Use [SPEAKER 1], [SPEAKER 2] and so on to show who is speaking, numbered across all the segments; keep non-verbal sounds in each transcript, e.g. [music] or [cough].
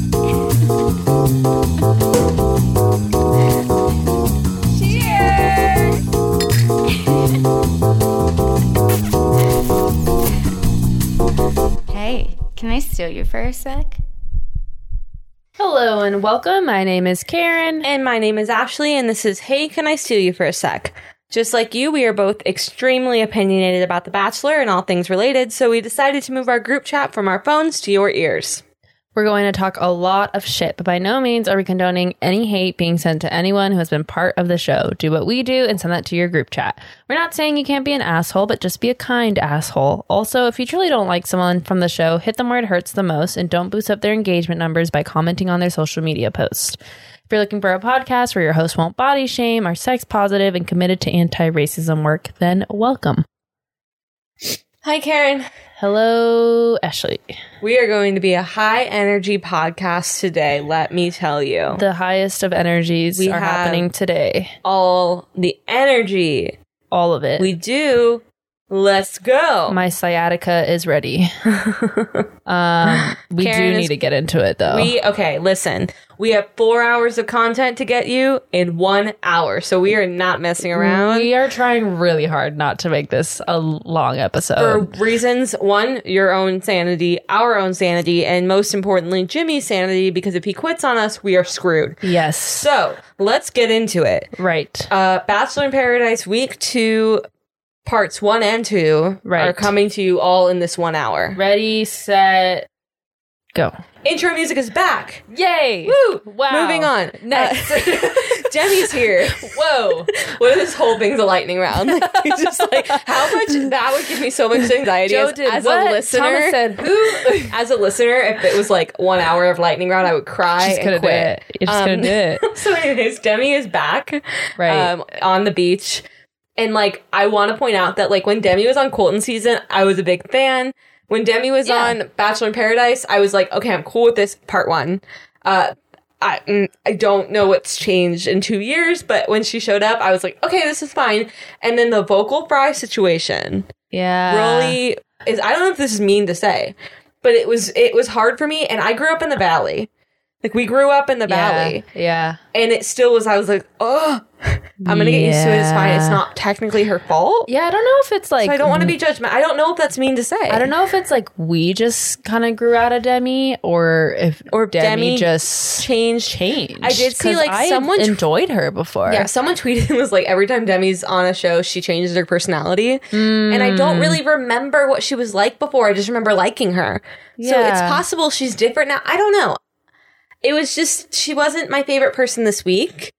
[SPEAKER 1] [laughs] steal you for a sec?
[SPEAKER 2] Hello and welcome. My name is Karen.
[SPEAKER 3] And my name is Ashley, and this is Hey, Can I Steal You for a Sec? Just like you, we are both extremely opinionated about The Bachelor and all things related, so we decided to move our group chat from our phones to your ears.
[SPEAKER 2] We're going to talk a lot of shit, but by no means are we condoning any hate being sent to anyone who has been part of the show. Do what we do and send that to your group chat. We're not saying you can't be an asshole, but just be a kind asshole. Also, if you truly don't like someone from the show, hit them where it hurts the most and don't boost up their engagement numbers by commenting on their social media posts. If you're looking for a podcast where your host won't body shame, are sex positive, and committed to anti racism work, then welcome.
[SPEAKER 3] Hi, Karen.
[SPEAKER 2] Hello, Ashley.
[SPEAKER 3] We are going to be a high energy podcast today, let me tell you.
[SPEAKER 2] The highest of energies
[SPEAKER 3] We
[SPEAKER 2] are
[SPEAKER 3] have-
[SPEAKER 2] happening today.
[SPEAKER 3] all the energy
[SPEAKER 2] All of it.
[SPEAKER 3] we do. Let's go.
[SPEAKER 2] My sciatica is
[SPEAKER 3] [laughs]
[SPEAKER 2] ready. um, we do
[SPEAKER 3] Karen is-
[SPEAKER 2] need to get into it though.
[SPEAKER 3] We okay, listen. We have four hours of content to get you in one hour, so we are not messing around.
[SPEAKER 2] We are trying really hard not to make this a long
[SPEAKER 3] for
[SPEAKER 2] episode.
[SPEAKER 3] reasons one, your own sanity, our own sanity, and most importantly, Jimmy's sanity, because if he quits on us, we are screwed.
[SPEAKER 2] yes.
[SPEAKER 3] So let's get into it.
[SPEAKER 2] right.
[SPEAKER 3] Uh, Bachelor in Paradise Week 2, parts 1 and 2 are
[SPEAKER 2] Right.
[SPEAKER 3] coming to you all in this one hour.
[SPEAKER 2] Ready, set, go.
[SPEAKER 3] Intro music is back.
[SPEAKER 2] Yay!
[SPEAKER 3] Woo!
[SPEAKER 2] Wow.
[SPEAKER 3] Moving on.
[SPEAKER 2] Next.
[SPEAKER 3] Uh, [laughs] Demi's here.
[SPEAKER 2] Whoa.
[SPEAKER 3] What if this whole thing's a lightning round? [laughs] Like, it's just like how much that would give me so much anxiety
[SPEAKER 2] Joe
[SPEAKER 3] as,
[SPEAKER 2] did
[SPEAKER 3] as
[SPEAKER 2] what?
[SPEAKER 3] a listener.
[SPEAKER 2] Thomas said who?
[SPEAKER 3] as a listener, if it was like one hour of lightning round, I would cry
[SPEAKER 2] Just gonna
[SPEAKER 3] and
[SPEAKER 2] do
[SPEAKER 3] quit. Um,
[SPEAKER 2] it. You're just gonna do it.
[SPEAKER 3] [laughs] so, anyways, Demi is back,
[SPEAKER 2] Right.
[SPEAKER 3] Um, on the beach, and like I want to point out that like when Demi was on Colton season, I was a big fan. When Demi was
[SPEAKER 2] Yeah.
[SPEAKER 3] on Bachelor in Paradise, I was like, okay, I'm cool with this part one. Uh, I, mm, I don't know what's changed in two years, but when she showed up, I was like, okay, this is fine. And then the vocal fry situation
[SPEAKER 2] Yeah.
[SPEAKER 3] really
[SPEAKER 2] Uh,
[SPEAKER 3] is I don't know if this is mean to say, but it was it was hard for me and I grew up in the valley. Like we grew up in the valley
[SPEAKER 2] Yeah. yeah.
[SPEAKER 3] and it still was I was like, "Oh, I'm going to get used to it. It's fine. It's
[SPEAKER 2] Yeah.
[SPEAKER 3] not technically her fault."
[SPEAKER 2] Yeah, I don't know if it's like mm.
[SPEAKER 3] so I don't want to be judgment. I don't know if that's mean to say.
[SPEAKER 2] I don't know if it's like we just kind of grew out of Demi or if
[SPEAKER 3] Or
[SPEAKER 2] Demi,
[SPEAKER 3] Demi
[SPEAKER 2] just
[SPEAKER 3] Change
[SPEAKER 2] changed.
[SPEAKER 3] I did see,
[SPEAKER 2] 'Cause
[SPEAKER 3] like,
[SPEAKER 2] I
[SPEAKER 3] someone tr-
[SPEAKER 2] enjoyed her before.
[SPEAKER 3] Yeah, someone [laughs] tweeted and was like, every time Demi's on a show, she changes her personality. And I don't
[SPEAKER 2] Mm.
[SPEAKER 3] really remember what she was like before. I just remember liking her. So it's
[SPEAKER 2] Yeah.
[SPEAKER 3] possible she's different now. I don't know. It was just, she wasn't my favorite person this week.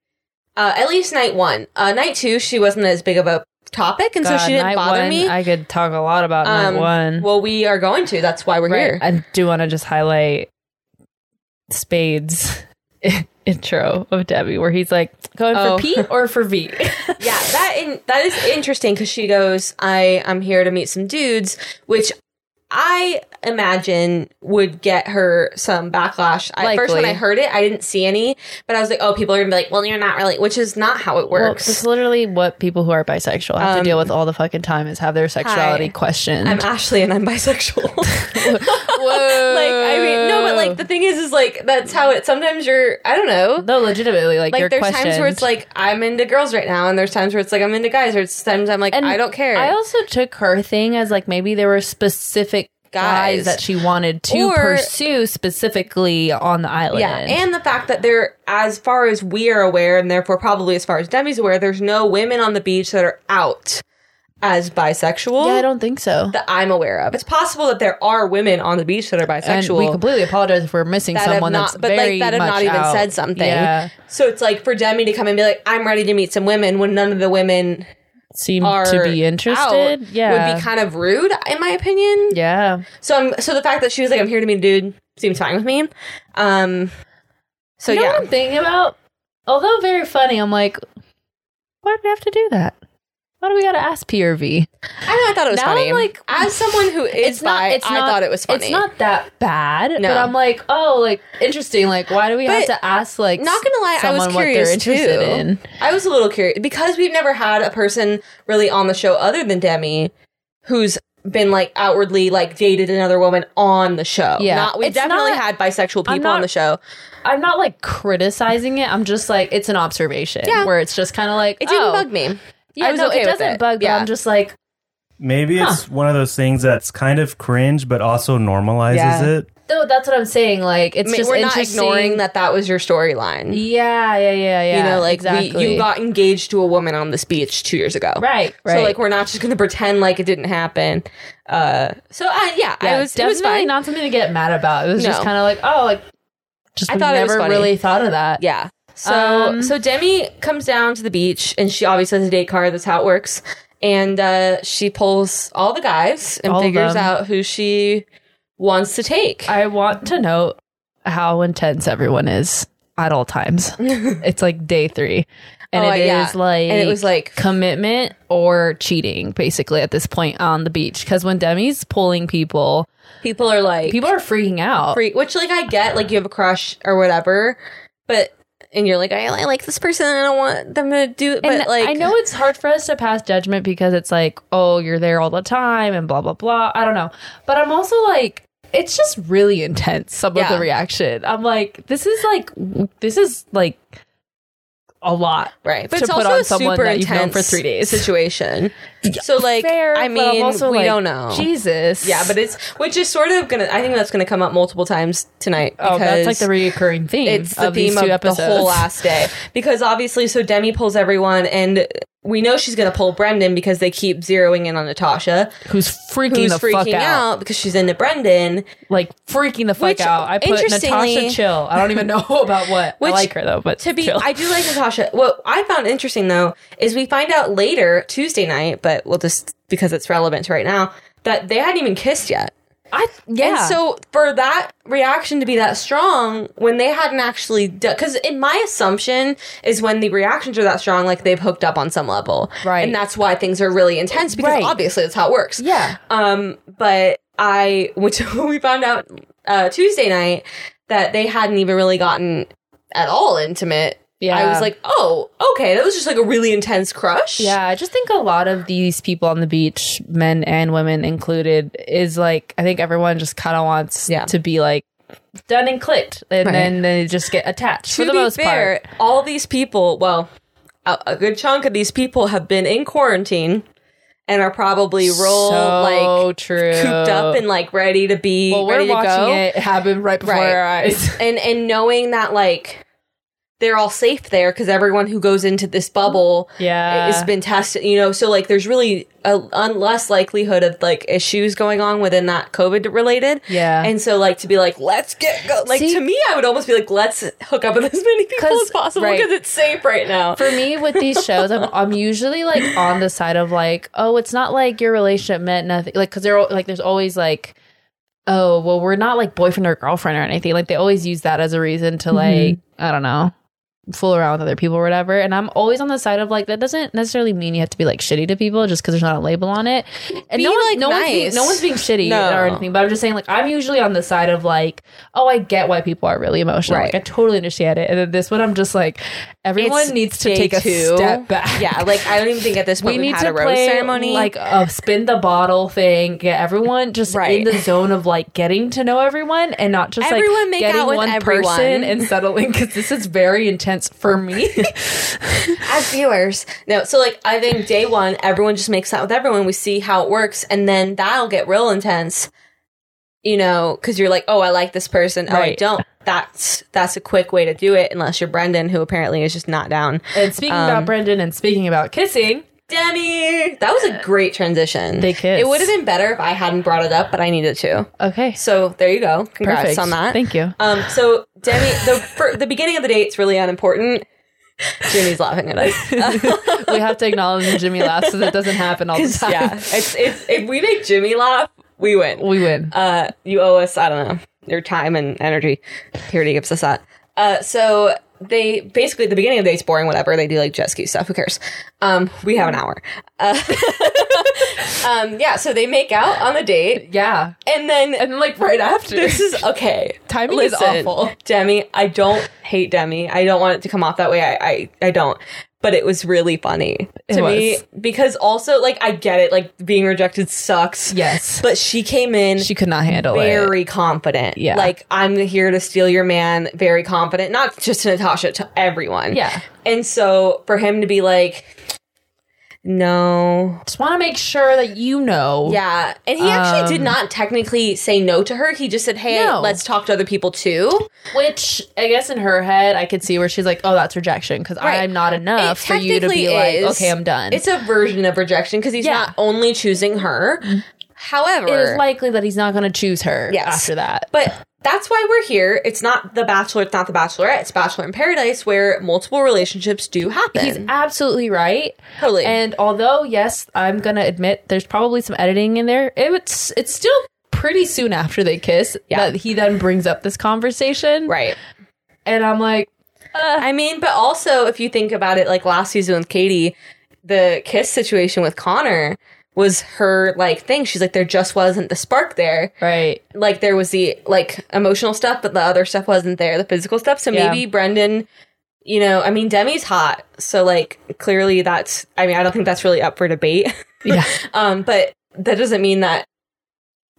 [SPEAKER 3] Uh, at least night one. Uh, night two, she wasn't as big of a topic, and
[SPEAKER 2] God,
[SPEAKER 3] so she didn't
[SPEAKER 2] Uh, night
[SPEAKER 3] bother
[SPEAKER 2] one,
[SPEAKER 3] me.
[SPEAKER 2] I could talk a lot about
[SPEAKER 3] Um,
[SPEAKER 2] night one.
[SPEAKER 3] well, we are going to. That's why we're
[SPEAKER 2] right.
[SPEAKER 3] here.
[SPEAKER 2] I do want to just highlight Spade's [laughs] intro of Debbie, where he's like going
[SPEAKER 3] Oh.
[SPEAKER 2] for P or for [laughs] V.
[SPEAKER 3] yeah, that in, that is interesting because she goes, "I I'm here to meet some dudes," which I imagine would get her some backlash. At first, when
[SPEAKER 2] Likely.
[SPEAKER 3] I heard it, I didn't see any, but I was like, "Oh, people are gonna be like, well, you're not really," which is not how it
[SPEAKER 2] Well,
[SPEAKER 3] works.
[SPEAKER 2] this is literally what people who are bisexual have
[SPEAKER 3] Um,
[SPEAKER 2] to deal with all the fucking time is have their sexuality questioned.
[SPEAKER 3] I'm Ashley and I'm bisexual. [laughs]
[SPEAKER 2] Whoa.
[SPEAKER 3] like I mean, no, but like the thing is, is like that's how it. Sometimes you're, I don't know.
[SPEAKER 2] no, legitimately, like,
[SPEAKER 3] Like
[SPEAKER 2] you're
[SPEAKER 3] there's times where
[SPEAKER 2] questioned.
[SPEAKER 3] it's like I'm into girls right now, and there's times where it's like I'm into guys, or it's times I'm like
[SPEAKER 2] And
[SPEAKER 3] I don't care.
[SPEAKER 2] I also took her thing as like maybe there were specific guys,
[SPEAKER 3] Guys.
[SPEAKER 2] that she wanted to
[SPEAKER 3] Or-
[SPEAKER 2] pursue specifically on the island.
[SPEAKER 3] Yeah, and the fact that there, as far as we are aware, and therefore probably as far as Demi's aware, there's no women on the beach that are out as bisexual
[SPEAKER 2] yeah, I don't think so.
[SPEAKER 3] that I'm aware of. It's possible that there are women on the beach that are
[SPEAKER 2] and
[SPEAKER 3] bisexual
[SPEAKER 2] we completely apologize if we're missing
[SPEAKER 3] that have
[SPEAKER 2] someone
[SPEAKER 3] not,
[SPEAKER 2] that's
[SPEAKER 3] but
[SPEAKER 2] very
[SPEAKER 3] like that have
[SPEAKER 2] much
[SPEAKER 3] not even
[SPEAKER 2] out.
[SPEAKER 3] said something.
[SPEAKER 2] Yeah,
[SPEAKER 3] So it's like for Demi to come and be like, "I'm ready to meet some women," when none of the women
[SPEAKER 2] seem
[SPEAKER 3] are
[SPEAKER 2] to be
[SPEAKER 3] out,
[SPEAKER 2] interested. Yeah,
[SPEAKER 3] would be kind of rude, in my opinion.
[SPEAKER 2] yeah.
[SPEAKER 3] So I'm so the fact that she was like, "I'm here to meet a dude," seems fine with me. Um. So
[SPEAKER 2] you know
[SPEAKER 3] yeah.
[SPEAKER 2] what I'm thinking about? Although very funny, I'm like, why do we have to do that? Why do we got to ask PRV?
[SPEAKER 3] I know I thought it was
[SPEAKER 2] Now
[SPEAKER 3] funny.
[SPEAKER 2] I'm like-
[SPEAKER 3] as someone who is
[SPEAKER 2] it's not.
[SPEAKER 3] bi,
[SPEAKER 2] It's
[SPEAKER 3] I
[SPEAKER 2] not,
[SPEAKER 3] thought it was funny.
[SPEAKER 2] It's not that bad,
[SPEAKER 3] No.
[SPEAKER 2] but I'm like, oh, like interesting. Like, why do we have
[SPEAKER 3] But
[SPEAKER 2] to ask? Like,
[SPEAKER 3] Not gonna lie, I was
[SPEAKER 2] someone what they're
[SPEAKER 3] curious too.
[SPEAKER 2] interested in?
[SPEAKER 3] I was a little curious because we've never had a person really on the show other than Demi who's been like outwardly like dated another woman on the show.
[SPEAKER 2] Yeah.
[SPEAKER 3] Not, we
[SPEAKER 2] It's
[SPEAKER 3] definitely
[SPEAKER 2] not-
[SPEAKER 3] had bisexual people on
[SPEAKER 2] not-
[SPEAKER 3] the show.
[SPEAKER 2] I'm not like criticizing it. I'm just like it's an observation
[SPEAKER 3] Yeah.
[SPEAKER 2] where it's just kind of like
[SPEAKER 3] It didn't
[SPEAKER 2] oh,
[SPEAKER 3] bug me.
[SPEAKER 2] Yeah,
[SPEAKER 3] I was
[SPEAKER 2] no,
[SPEAKER 3] okay
[SPEAKER 2] it
[SPEAKER 3] with
[SPEAKER 2] doesn't
[SPEAKER 3] it.
[SPEAKER 2] bug. But
[SPEAKER 3] Yeah.
[SPEAKER 2] I'm just like
[SPEAKER 4] Maybe it's one of those things that's kind of cringe, but also normalizes
[SPEAKER 3] Yeah.
[SPEAKER 4] it.
[SPEAKER 2] No, that's what I'm saying. Like, it's
[SPEAKER 3] I mean,
[SPEAKER 2] just
[SPEAKER 3] we're not
[SPEAKER 2] interesting.
[SPEAKER 3] ignoring that that was your storyline.
[SPEAKER 2] Yeah, yeah, yeah, yeah.
[SPEAKER 3] you know, like we-
[SPEAKER 2] exactly.
[SPEAKER 3] you got engaged to a woman on this beach two years ago,
[SPEAKER 2] right, right.
[SPEAKER 3] So like we're not just gonna pretend like it didn't happen. Uh, so uh, yeah,
[SPEAKER 2] yeah,
[SPEAKER 3] I was it
[SPEAKER 2] definitely
[SPEAKER 3] was fine.
[SPEAKER 2] not something to get mad about. It was just
[SPEAKER 3] No.
[SPEAKER 2] kind of like, oh, like just
[SPEAKER 3] I thought it was
[SPEAKER 2] never
[SPEAKER 3] funny.
[SPEAKER 2] really thought of that.
[SPEAKER 3] yeah. So
[SPEAKER 2] Um,
[SPEAKER 3] so Demi comes down to the beach and she obviously has a date card. That's how it works. And uh, she pulls all the guys and
[SPEAKER 2] All of
[SPEAKER 3] figures
[SPEAKER 2] them.
[SPEAKER 3] out who she wants to take.
[SPEAKER 2] I want to note how intense everyone is at all
[SPEAKER 3] [laughs]
[SPEAKER 2] times. it's like day three, and
[SPEAKER 3] Oh,
[SPEAKER 2] it is
[SPEAKER 3] yeah.
[SPEAKER 2] like
[SPEAKER 3] and it was like
[SPEAKER 2] commitment or cheating, basically at this point on the beach. Because when Demi's pulling people,
[SPEAKER 3] people are like
[SPEAKER 2] people are freaking out.
[SPEAKER 3] freak which like i get like you have a crush or whatever but and you're like i, I like this person and i don't want them to do it but
[SPEAKER 2] And
[SPEAKER 3] like
[SPEAKER 2] I know it's hard for us to pass judgment because it's like, oh, you're there all the time and blah blah blah. I don't know, but I'm also like, it's just really intense. Some of
[SPEAKER 3] Yeah.
[SPEAKER 2] the reaction, I'm like, this is like, w- this is like a lot.
[SPEAKER 3] right but
[SPEAKER 2] to
[SPEAKER 3] it's
[SPEAKER 2] put
[SPEAKER 3] also
[SPEAKER 2] on
[SPEAKER 3] a
[SPEAKER 2] someone
[SPEAKER 3] super
[SPEAKER 2] that you've
[SPEAKER 3] intense
[SPEAKER 2] known for three days.
[SPEAKER 3] situation
[SPEAKER 2] [laughs]
[SPEAKER 3] so like
[SPEAKER 2] Fair,
[SPEAKER 3] i
[SPEAKER 2] but I'm
[SPEAKER 3] mean
[SPEAKER 2] also
[SPEAKER 3] we
[SPEAKER 2] like,
[SPEAKER 3] don't know
[SPEAKER 2] Jesus,
[SPEAKER 3] yeah but it's which is sort of gonna i think that's gonna come up multiple times tonight
[SPEAKER 2] oh, that's like the
[SPEAKER 3] because
[SPEAKER 2] reoccurring theme.
[SPEAKER 3] it's the
[SPEAKER 2] of
[SPEAKER 3] theme
[SPEAKER 2] these two
[SPEAKER 3] of
[SPEAKER 2] episodes.
[SPEAKER 3] the whole last day because obviously so demi pulls everyone and we know she's gonna pull brendan because they keep zeroing in on natasha
[SPEAKER 2] [laughs] who's freaking
[SPEAKER 3] who's
[SPEAKER 2] the fuck
[SPEAKER 3] freaking
[SPEAKER 2] out.
[SPEAKER 3] out because she's into brendan
[SPEAKER 2] like freaking the fuck
[SPEAKER 3] Which,
[SPEAKER 2] out. I put Natasha
[SPEAKER 3] interestingly-
[SPEAKER 2] chill. I don't even know [laughs] about what. I
[SPEAKER 3] Which,
[SPEAKER 2] like her though, but
[SPEAKER 3] To be,
[SPEAKER 2] chill.
[SPEAKER 3] I do like Natasha. What I found interesting though is we find out later Tuesday night, but we'll just because it's relevant to right now that they hadn't even kissed yet.
[SPEAKER 2] I yeah.
[SPEAKER 3] And so for that reaction to be that strong when they hadn't actually, because in my assumption is when the reactions are that strong, like they've hooked up on some level,
[SPEAKER 2] Right.
[SPEAKER 3] And that's why things are really intense because
[SPEAKER 2] Right.
[SPEAKER 3] obviously that's how it works.
[SPEAKER 2] yeah.
[SPEAKER 3] Um, but I, [laughs] which we found out uh, Tuesday night that they hadn't even really gotten at all intimate.
[SPEAKER 2] Yeah.
[SPEAKER 3] I was like, oh, okay, that was just like a really intense crush.
[SPEAKER 2] Yeah, I just think a lot of these people on the beach, men and women included, is like I think everyone just kind of wants
[SPEAKER 3] Yeah.
[SPEAKER 2] to be like done and clicked, and
[SPEAKER 3] Right.
[SPEAKER 2] then they just get attached
[SPEAKER 3] To
[SPEAKER 2] for the
[SPEAKER 3] be
[SPEAKER 2] most
[SPEAKER 3] fair,
[SPEAKER 2] part.
[SPEAKER 3] all these people, well, a, a good chunk of these people have been in quarantine and are probably real
[SPEAKER 2] so
[SPEAKER 3] like
[SPEAKER 2] true.
[SPEAKER 3] cooped up and like ready to be
[SPEAKER 2] well, we're
[SPEAKER 3] ready to
[SPEAKER 2] watching
[SPEAKER 3] go.
[SPEAKER 2] it happen right before
[SPEAKER 3] Right.
[SPEAKER 2] our
[SPEAKER 3] [laughs]
[SPEAKER 2] eyes.
[SPEAKER 3] and and knowing that like they're all safe there because everyone who goes into this bubble
[SPEAKER 2] Yeah.
[SPEAKER 3] has been tested you know so like there's really a un- less likelihood of like issues going on within that covid related
[SPEAKER 2] Yeah.
[SPEAKER 3] and so like to be like let's get go like
[SPEAKER 2] See-
[SPEAKER 3] to me i would almost be like let's hook up with as many people
[SPEAKER 2] 'Cause-
[SPEAKER 3] as possible
[SPEAKER 2] right.
[SPEAKER 3] because it's safe right now
[SPEAKER 2] for me with these shows I'm, I'm usually like on the side of like oh it's not like your relationship meant nothing like because they're al- like there's always like oh well we're not like boyfriend or girlfriend or anything like they always use that as a reason
[SPEAKER 3] Mm-hmm.
[SPEAKER 2] to like i don't know fool around with other people or whatever and i'm always on the side of like that doesn't necessarily mean you have to be like shitty to people just because there's not a label on it and
[SPEAKER 3] Be,
[SPEAKER 2] no, one,
[SPEAKER 3] like,
[SPEAKER 2] no, one's being,
[SPEAKER 3] nice.
[SPEAKER 2] no one's being shitty
[SPEAKER 3] No.
[SPEAKER 2] or anything but i'm just saying like i'm usually on the side of like oh i get why people are really emotional like
[SPEAKER 3] Right.
[SPEAKER 2] i totally understand it and then this one i'm just like everyone
[SPEAKER 3] It's
[SPEAKER 2] needs to
[SPEAKER 3] day
[SPEAKER 2] take a
[SPEAKER 3] two.
[SPEAKER 2] [laughs] step back
[SPEAKER 3] yeah [laughs] like i don't even think at this point
[SPEAKER 2] we
[SPEAKER 3] we
[SPEAKER 2] need
[SPEAKER 3] have had
[SPEAKER 2] to
[SPEAKER 3] a rose
[SPEAKER 2] play
[SPEAKER 3] ceremony
[SPEAKER 2] like
[SPEAKER 3] [laughs]
[SPEAKER 2] a spin the bottle thing. Get everyone just in
[SPEAKER 3] Right.
[SPEAKER 2] the zone of like getting to know everyone and not just like
[SPEAKER 3] Everyone make
[SPEAKER 2] getting
[SPEAKER 3] out with
[SPEAKER 2] one
[SPEAKER 3] everyone.
[SPEAKER 2] person and settling because this is very intense for
[SPEAKER 3] [laughs]
[SPEAKER 2] me.
[SPEAKER 3] as viewers. No, so like I think day one, everyone just makes out with everyone. We see how it works, and then that'll get real intense. You know, because you're like, oh, I like this person. Oh, I
[SPEAKER 2] Right.
[SPEAKER 3] don't. That's that's a quick way to do it, unless you're Brendan, who apparently is just not down.
[SPEAKER 2] and speaking
[SPEAKER 3] Um,
[SPEAKER 2] about Brendan and speaking about kissing,
[SPEAKER 3] Demi, that was a great transition.
[SPEAKER 2] They kissed.
[SPEAKER 3] It would have been better if I hadn't brought it up, but I needed to.
[SPEAKER 2] okay,
[SPEAKER 3] So there you go. Congrats
[SPEAKER 2] perfect
[SPEAKER 3] on that.
[SPEAKER 2] Thank
[SPEAKER 3] [laughs]
[SPEAKER 2] you.
[SPEAKER 3] Um, so Demi, the for, the beginning of the date's really unimportant. Jimmy's laughing at us.
[SPEAKER 2] we have to acknowledge when Jimmy laughs because it doesn't happen all the time.
[SPEAKER 3] [laughs] yeah, it's, it's if we make Jimmy laugh, we win.
[SPEAKER 2] We win.
[SPEAKER 3] Uh, you owe us, I don't know, your time and energy. Purity gives us that. Uh, so they basically at the beginning of the day, it's boring, whatever. They do like jet ski stuff. Who cares? Um, we have an hour. Uh, [laughs] um, yeah, so they make out on the date,
[SPEAKER 2] yeah,
[SPEAKER 3] and then
[SPEAKER 2] and like right after. [laughs]
[SPEAKER 3] this is okay.
[SPEAKER 2] Timing is awful.
[SPEAKER 3] Demi, I don't hate Demi. I don't want it to come off that way. I I, I don't. But it was really funny
[SPEAKER 2] It
[SPEAKER 3] to me
[SPEAKER 2] was.
[SPEAKER 3] because also like I get it, like being rejected sucks.
[SPEAKER 2] Yes,
[SPEAKER 3] But she came in
[SPEAKER 2] she could not handle it.
[SPEAKER 3] very confident.
[SPEAKER 2] Yeah.
[SPEAKER 3] Like I'm here to steal your man, very confident. Not just to Natasha, to everyone.
[SPEAKER 2] Yeah.
[SPEAKER 3] And so for him to be like No.
[SPEAKER 2] Just want to make sure that you know.
[SPEAKER 3] Yeah. And he actually did not technically say no to her. He just said, hey,
[SPEAKER 2] Um, No.
[SPEAKER 3] let's talk to other people too.
[SPEAKER 2] Which I guess in her head, I could see where she's like, "Oh, that's rejection because
[SPEAKER 3] Right.
[SPEAKER 2] I'm not enough
[SPEAKER 3] It
[SPEAKER 2] Uh, for you to be
[SPEAKER 3] technically
[SPEAKER 2] like,
[SPEAKER 3] is.
[SPEAKER 2] okay, I'm done."
[SPEAKER 3] It's a version of rejection because he's
[SPEAKER 2] Yeah.
[SPEAKER 3] not only choosing her. However,
[SPEAKER 2] it is likely that he's not going to choose her
[SPEAKER 3] Yes.
[SPEAKER 2] after that.
[SPEAKER 3] But that's why we're here. It's not The Bachelor, it's not The Bachelorette, it's Bachelor in Paradise where multiple relationships do happen.
[SPEAKER 2] He's absolutely right.
[SPEAKER 3] totally.
[SPEAKER 2] And although yes, I'm gonna admit there's probably some editing in there. It, it's it's still pretty soon after they kiss
[SPEAKER 3] Yeah.
[SPEAKER 2] that he then brings up this conversation,
[SPEAKER 3] right.
[SPEAKER 2] and I'm like, Uh,
[SPEAKER 3] I mean, but also if you think about it, like last season with Katie, the kiss situation with Connor was her like thing. She's like, there just wasn't the spark there.
[SPEAKER 2] [laughs] right,
[SPEAKER 3] Like there was the like emotional stuff, but the other stuff wasn't there, the physical stuff. So
[SPEAKER 2] Yeah.
[SPEAKER 3] maybe Brendan, you know, I mean, Demi's hot, so like clearly that's. I mean, I don't think that's really up for debate. [laughs]
[SPEAKER 2] yeah,
[SPEAKER 3] um, but that doesn't mean that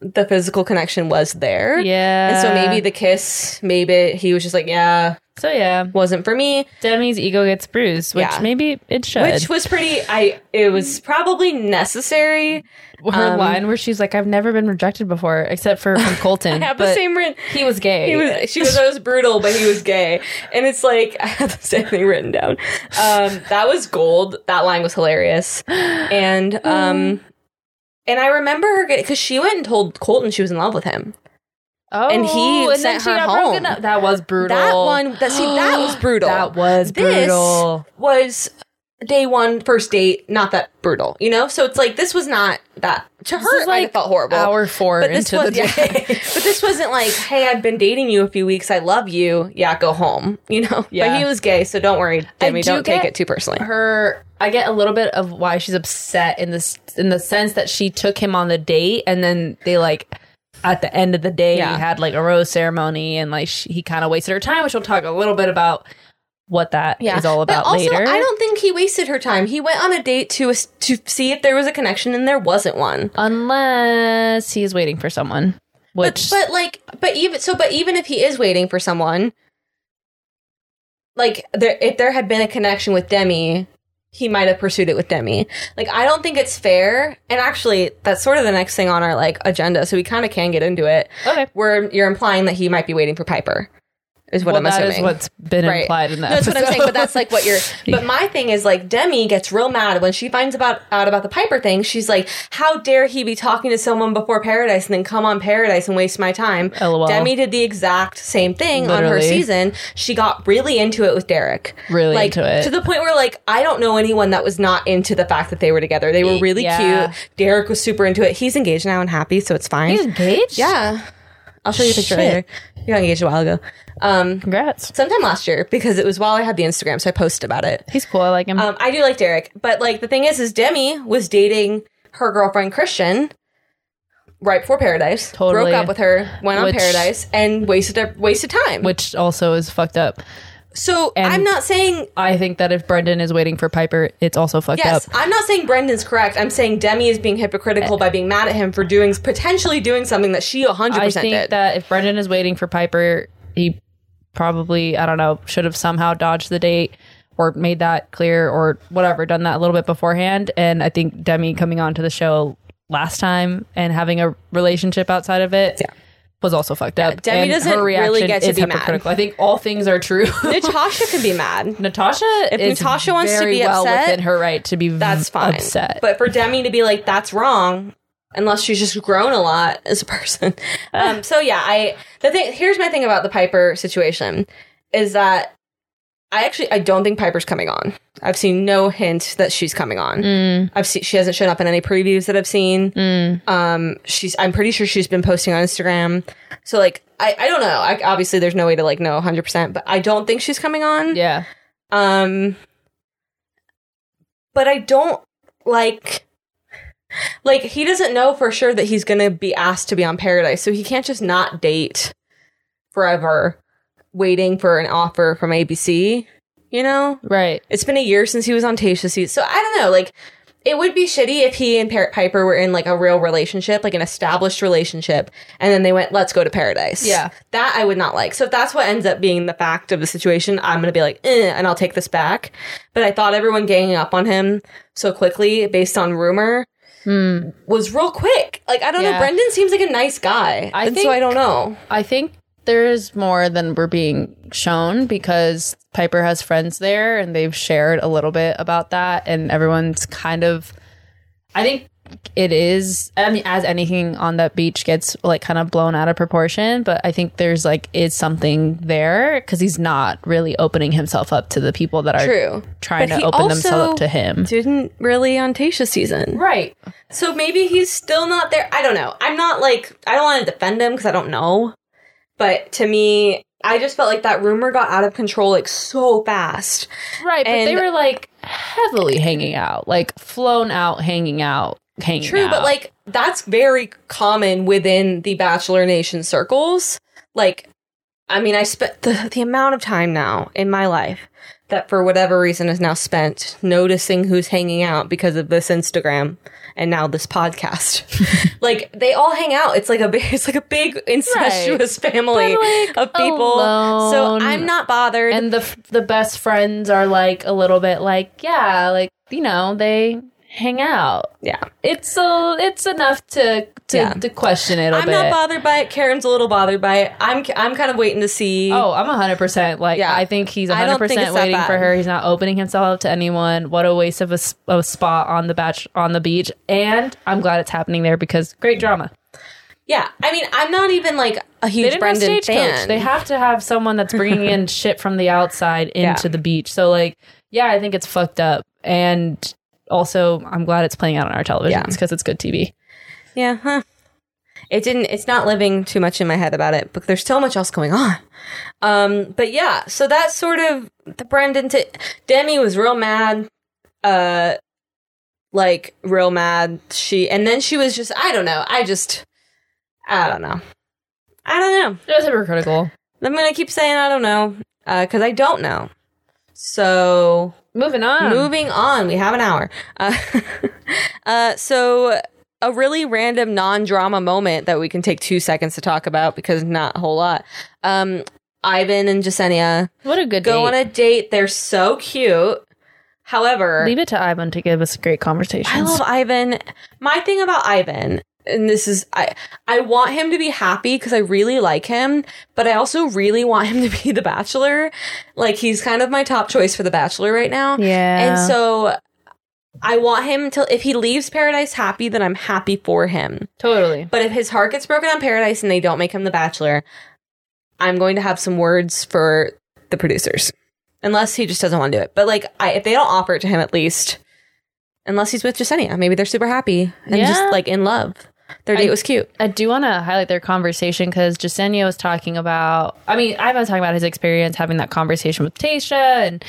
[SPEAKER 3] the physical connection was there.
[SPEAKER 2] yeah.
[SPEAKER 3] And so maybe the kiss, maybe he was just like, yeah,
[SPEAKER 2] so yeah,
[SPEAKER 3] wasn't for me.
[SPEAKER 2] Demi's ego gets bruised, which
[SPEAKER 3] Yeah.
[SPEAKER 2] maybe it should.
[SPEAKER 3] which was pretty i it was probably necessary
[SPEAKER 2] her
[SPEAKER 3] Um,
[SPEAKER 2] line where she's like, "I've never been rejected before, except for from Colton." [laughs]
[SPEAKER 3] i have the
[SPEAKER 2] but
[SPEAKER 3] same written
[SPEAKER 2] He was gay.
[SPEAKER 3] he was she was always brutal but he was gay and it's like [laughs] i have the same thing written down um that was gold that line was hilarious and um and i remember her because she went and told colton she was in love with him
[SPEAKER 2] oh,
[SPEAKER 3] and he sent her
[SPEAKER 2] got
[SPEAKER 3] home.
[SPEAKER 2] broken up. That was brutal.
[SPEAKER 3] that one that see that was
[SPEAKER 2] [gasps]
[SPEAKER 3] brutal
[SPEAKER 2] That was
[SPEAKER 3] This-
[SPEAKER 2] brutal.
[SPEAKER 3] was day one first date not that brutal you know so it's like this was not that to her
[SPEAKER 2] is
[SPEAKER 3] it might have
[SPEAKER 2] like
[SPEAKER 3] felt horrible
[SPEAKER 2] Hour four into the
[SPEAKER 3] was, [laughs]
[SPEAKER 2] day.
[SPEAKER 3] but this wasn't like, hey, I've been dating you a few weeks. I love you. Yeah, go home. You know.
[SPEAKER 2] Yeah.
[SPEAKER 3] But he was gay, so don't worry, Demi.
[SPEAKER 2] do
[SPEAKER 3] don't take
[SPEAKER 2] get-
[SPEAKER 3] it too personally.
[SPEAKER 2] her I get a little bit of why she's upset in this in the sense that she took him on the date and then they like at the end of the day
[SPEAKER 3] Yeah.
[SPEAKER 2] had like a rose ceremony and like she, he kind of wasted her time which we'll talk a little bit about what that is all about
[SPEAKER 3] but also,
[SPEAKER 2] later.
[SPEAKER 3] I don't think he wasted her time. He went on a date to a, to see if there was a connection, and there wasn't one.
[SPEAKER 2] unless he's waiting for someone which
[SPEAKER 3] But like, but even so, but even if he is waiting for someone, like there, if there had been a connection with Demi, he might have pursued it with Demi. Like, I don't think it's fair. And actually, that's sort of the next thing on our like agenda, so we kind of can get into it.
[SPEAKER 2] okay
[SPEAKER 3] Where you're implying that he might be waiting for Piper, is what
[SPEAKER 2] well,
[SPEAKER 3] I'm
[SPEAKER 2] that
[SPEAKER 3] assuming.
[SPEAKER 2] is what's been
[SPEAKER 3] Right.
[SPEAKER 2] implied in that.
[SPEAKER 3] No, that's what I'm saying, but that's like what you're. But my thing is like Demi gets real mad when she finds about out about the Piper thing. She's like, "How dare he be talking to someone before Paradise and then come on Paradise and waste my time?"
[SPEAKER 2] LOL.
[SPEAKER 3] Demi did the exact same thing on her
[SPEAKER 2] Literally.
[SPEAKER 3] season. She got really into it with Derek,
[SPEAKER 2] Really
[SPEAKER 3] like,
[SPEAKER 2] into it.
[SPEAKER 3] to the point where like I don't know anyone that was not into the fact that they were together. They were really
[SPEAKER 2] Yeah.
[SPEAKER 3] cute. Derek was super into it. He's engaged now and happy, so it's
[SPEAKER 2] [laughs]
[SPEAKER 3] fine.
[SPEAKER 2] He's engaged?
[SPEAKER 3] yeah, I'll show you a picture
[SPEAKER 2] Shit.
[SPEAKER 3] later. You got engaged a while ago. Um,
[SPEAKER 2] Congrats.
[SPEAKER 3] sometime last year because it was while I had the Instagram, so I posted about it.
[SPEAKER 2] He's cool. I like him.
[SPEAKER 3] Um, I do like Derek, but like the thing is, is Demi was dating her girlfriend Christian right before Paradise.
[SPEAKER 2] Totally.
[SPEAKER 3] broke up with her, went
[SPEAKER 2] Which-
[SPEAKER 3] on Paradise, and wasted their, wasted time.
[SPEAKER 2] which also is fucked up.
[SPEAKER 3] so I'm not saying
[SPEAKER 2] I think that if Brendan is waiting for Piper, it's also fucked
[SPEAKER 3] yes.
[SPEAKER 2] up. Eh.
[SPEAKER 3] I'm not saying Brendan's correct. I'm saying Demi is being hypocritical by being mad at him for doing potentially doing something that she 100
[SPEAKER 2] I
[SPEAKER 3] percent
[SPEAKER 2] think
[SPEAKER 3] did.
[SPEAKER 2] that if Brendan is waiting for Piper, he probably, I don't know, should have somehow dodged the date or made that clear or whatever, done that a little bit beforehand. And I think Demi coming onto the show last time and having a relationship outside of it was also fucked up.
[SPEAKER 3] Demi
[SPEAKER 2] And
[SPEAKER 3] doesn't
[SPEAKER 2] her
[SPEAKER 3] really
[SPEAKER 2] reaction
[SPEAKER 3] get to
[SPEAKER 2] is
[SPEAKER 3] be mad.
[SPEAKER 2] hypocritical. I think all things are true. [laughs]
[SPEAKER 3] Natasha can be mad.
[SPEAKER 2] Natasha, if
[SPEAKER 3] Natasha wants to be
[SPEAKER 2] well
[SPEAKER 3] upset,
[SPEAKER 2] within her right to be
[SPEAKER 3] that's fine.
[SPEAKER 2] Mm, upset.
[SPEAKER 3] But for Demi to be like, that's wrong, unless she's just grown a lot as a [laughs] person. um, so yeah, I the thing here's my thing about the Piper situation is that I actually I don't think Piper's coming on. I've seen no hint that she's coming on.
[SPEAKER 2] Mm.
[SPEAKER 3] I've seen she hasn't shown up in any previews that I've seen. Um, she's I'm pretty sure she's been posting on Instagram. So like I, I don't know. I, obviously there's no way to like know 100%, but I don't think she's coming on.
[SPEAKER 2] yeah.
[SPEAKER 3] Um, but I don't like. Like he doesn't know for sure that he's gonna be asked to be on Paradise, so he can't just not date forever, waiting for an offer from ABC. You know,
[SPEAKER 2] Right.
[SPEAKER 3] it's been a year since he was on Tasha's seat, so I don't know. Like, it would be shitty if he and Parrot Piper were in like a real relationship, like an established relationship, and then they went, "Let's go to paradise."
[SPEAKER 2] Yeah.
[SPEAKER 3] that I would not like. So if that's what ends up being the fact of the situation, I'm gonna be like, eh, and I'll take this back. But I thought everyone ganging up on him so quickly, based on rumor, was real quick. Like I don't know.
[SPEAKER 2] Yeah.
[SPEAKER 3] Brendan seems like a nice guy,
[SPEAKER 2] I
[SPEAKER 3] and
[SPEAKER 2] think-
[SPEAKER 3] so I don't know.
[SPEAKER 2] I think there's more than we're being shown because Piper has friends there and they've shared a little bit about that and everyone's kind of I think it is I mean as anything on that beach gets like kind of blown out of proportion but I think there's like is something there cuz he's not really opening himself up to the people that are
[SPEAKER 3] True.
[SPEAKER 2] trying
[SPEAKER 3] But
[SPEAKER 2] to
[SPEAKER 3] he
[SPEAKER 2] open
[SPEAKER 3] also
[SPEAKER 2] themselves up to him.
[SPEAKER 3] Didn't really on Tasha's season.
[SPEAKER 2] Right.
[SPEAKER 3] So maybe he's still not there. I don't know. I'm not like I don't want to defend him because I don't know. But to me, I just felt like that rumor got out of control like so fast.
[SPEAKER 2] Right, but they
[SPEAKER 3] And-
[SPEAKER 2] were like heavily hanging out, like flown out hanging out, hanging
[SPEAKER 3] True,
[SPEAKER 2] out.
[SPEAKER 3] but like that's very common within the Bachelor Nation circles. Like, I mean, I spent the, the amount of time now in my life that for whatever reason is now spent noticing who's hanging out because of this Instagram and now this
[SPEAKER 2] [laughs]
[SPEAKER 3] podcast. like they all hang out. It's like a big, it's like a big incestuous family
[SPEAKER 2] But, like,
[SPEAKER 3] of people. So
[SPEAKER 2] alone.
[SPEAKER 3] I'm not bothered.
[SPEAKER 2] and the f- the best friends are like a little bit like yeah like you know they hang out
[SPEAKER 3] yeah.
[SPEAKER 2] it's a it's enough to to,
[SPEAKER 3] Yeah.
[SPEAKER 2] to question it a
[SPEAKER 3] I'm
[SPEAKER 2] bit
[SPEAKER 3] not bothered by it. Karen's a little bothered by it. I'm I'm kind of waiting to see.
[SPEAKER 2] Oh, I'm 100%. Like,
[SPEAKER 3] Yeah.
[SPEAKER 2] I think he's
[SPEAKER 3] I
[SPEAKER 2] 100%
[SPEAKER 3] don't think it's that
[SPEAKER 2] waiting for
[SPEAKER 3] bad.
[SPEAKER 2] her. He's not opening himself up to anyone. What a waste of a, s- of a spot on the batch on the beach. And I'm glad it's happening there because great drama.
[SPEAKER 3] Yeah, I mean, I'm not even like a
[SPEAKER 2] They
[SPEAKER 3] huge
[SPEAKER 2] didn't
[SPEAKER 3] Brendan
[SPEAKER 2] have stagecoach.
[SPEAKER 3] fan.
[SPEAKER 2] They have to have someone that's bringing
[SPEAKER 3] [laughs]
[SPEAKER 2] in shit from the outside into the beach. So, like, yeah, I think it's fucked up. And also, I'm glad it's playing out on our televisions because it's good TV.
[SPEAKER 3] yeah, huh. It didn't. It's not living too much in my head about it, but there's so much else going on. Um, but yeah, so that's sort of the Brendan. T- Demi was real mad. Uh, like real mad. She and then she was just. I don't know. I just. I don't know. I don't know.
[SPEAKER 2] It was hypocritical.
[SPEAKER 3] I'm gonna keep saying I don't know because I don't know. So
[SPEAKER 2] Moving on.
[SPEAKER 3] Moving on, we have an hour. Uh, [laughs] uh, so, a really random non drama moment that we can take two seconds to talk about because not a whole lot. Um, Ivan and Jasenia
[SPEAKER 2] what a good
[SPEAKER 3] go
[SPEAKER 2] date.
[SPEAKER 3] on a date. They're so cute. However,
[SPEAKER 2] Leave it to Ivan to give us great conversations.
[SPEAKER 3] I love Ivan. My thing about Ivan, and this is I I want him to be happy because I really like him, but I also really want him to be [laughs] the bachelor. Like he's kind of my top choice for the bachelor right now.
[SPEAKER 2] Yeah.
[SPEAKER 3] And so I want him to if he leaves paradise happy, then I'm happy for him.
[SPEAKER 2] Totally.
[SPEAKER 3] But if his heart gets broken on paradise and they don't make him the bachelor, I'm going to have some words for the producers. Unless he just doesn't want to do it. But like I, if they don't offer it to him at least unless he's with Jasenia, maybe they're super happy and
[SPEAKER 2] Yeah.
[SPEAKER 3] just like in love. Their date
[SPEAKER 2] I-
[SPEAKER 3] was cute.
[SPEAKER 2] I do want to highlight their conversation because Jasenia was talking about, I mean, Ivan was talking about his experience having that conversation with Tasha, and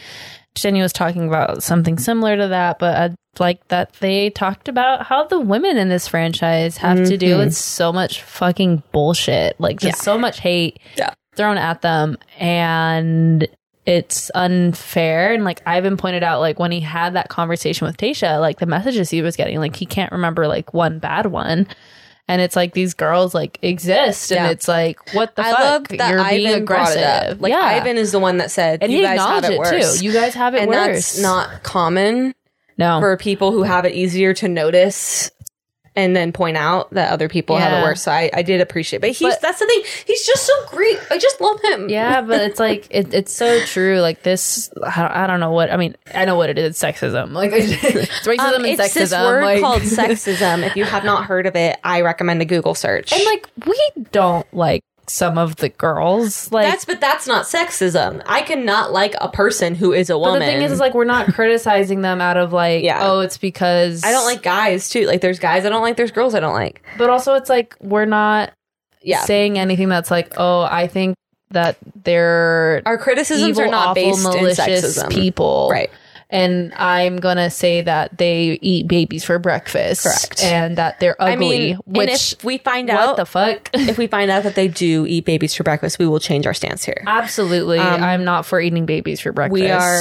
[SPEAKER 2] Jasenia was talking about something similar to that. But I like that they talked about how the women in this franchise have to deal
[SPEAKER 3] Mm-hmm.
[SPEAKER 2] with so much fucking bullshit, like just so much hate
[SPEAKER 3] Yeah.
[SPEAKER 2] thrown at them. And it's unfair and like Ivan pointed out like when he had that conversation with Tasha like the messages he was getting like he can't remember like one bad one and it's like these girls like exist and
[SPEAKER 3] Yeah.
[SPEAKER 2] it's like what the
[SPEAKER 3] I
[SPEAKER 2] fuck
[SPEAKER 3] love that Ivan brought it up. Like
[SPEAKER 2] yeah.
[SPEAKER 3] Ivan is the one that said
[SPEAKER 2] and
[SPEAKER 3] you
[SPEAKER 2] he
[SPEAKER 3] guys have
[SPEAKER 2] acknowledged
[SPEAKER 3] it,
[SPEAKER 2] it,
[SPEAKER 3] worse.
[SPEAKER 2] too you guys have it
[SPEAKER 3] and
[SPEAKER 2] worse
[SPEAKER 3] that's not common.
[SPEAKER 2] no
[SPEAKER 3] for people who have it easier to notice and then point out that other people have
[SPEAKER 2] Yeah.
[SPEAKER 3] it worse. So I, I did appreciate, but he's
[SPEAKER 2] But-
[SPEAKER 3] that's the thing. He's just so great. I just love him.
[SPEAKER 2] yeah but it's like it, it's so true like this I don't, I don't know what I mean I know what it is it's sexism [laughs] like it's racism
[SPEAKER 3] Um,
[SPEAKER 2] and
[SPEAKER 3] it's
[SPEAKER 2] sexism
[SPEAKER 3] this word
[SPEAKER 2] like- [laughs]
[SPEAKER 3] called sexism. If you have not heard of it, I recommend a Google search.
[SPEAKER 2] and like we don't like some of the girls like
[SPEAKER 3] that's but that's not sexism. I cannot like a person who is a
[SPEAKER 2] But
[SPEAKER 3] woman.
[SPEAKER 2] the thing is, is like we're not criticizing them out of like,
[SPEAKER 3] Yeah.
[SPEAKER 2] oh, it's because
[SPEAKER 3] I don't like guys too. Like there's guys I don't like. There's girls I don't like.
[SPEAKER 2] But also, it's like we're not
[SPEAKER 3] Yeah,
[SPEAKER 2] saying anything that's like, oh, I think that they're
[SPEAKER 3] our criticisms
[SPEAKER 2] evil,
[SPEAKER 3] are not
[SPEAKER 2] awful,
[SPEAKER 3] based in
[SPEAKER 2] malicious
[SPEAKER 3] sexism.
[SPEAKER 2] people,
[SPEAKER 3] Right.
[SPEAKER 2] And I'm gonna say that they eat babies for breakfast,
[SPEAKER 3] Correct.
[SPEAKER 2] and that they're ugly.
[SPEAKER 3] I mean, and
[SPEAKER 2] which
[SPEAKER 3] if we find
[SPEAKER 2] what
[SPEAKER 3] out
[SPEAKER 2] the fuck?
[SPEAKER 3] [laughs] if we find out that they do eat babies for breakfast, we will change our stance here.
[SPEAKER 2] um, Absolutely, I'm not for eating babies for breakfast.
[SPEAKER 3] We are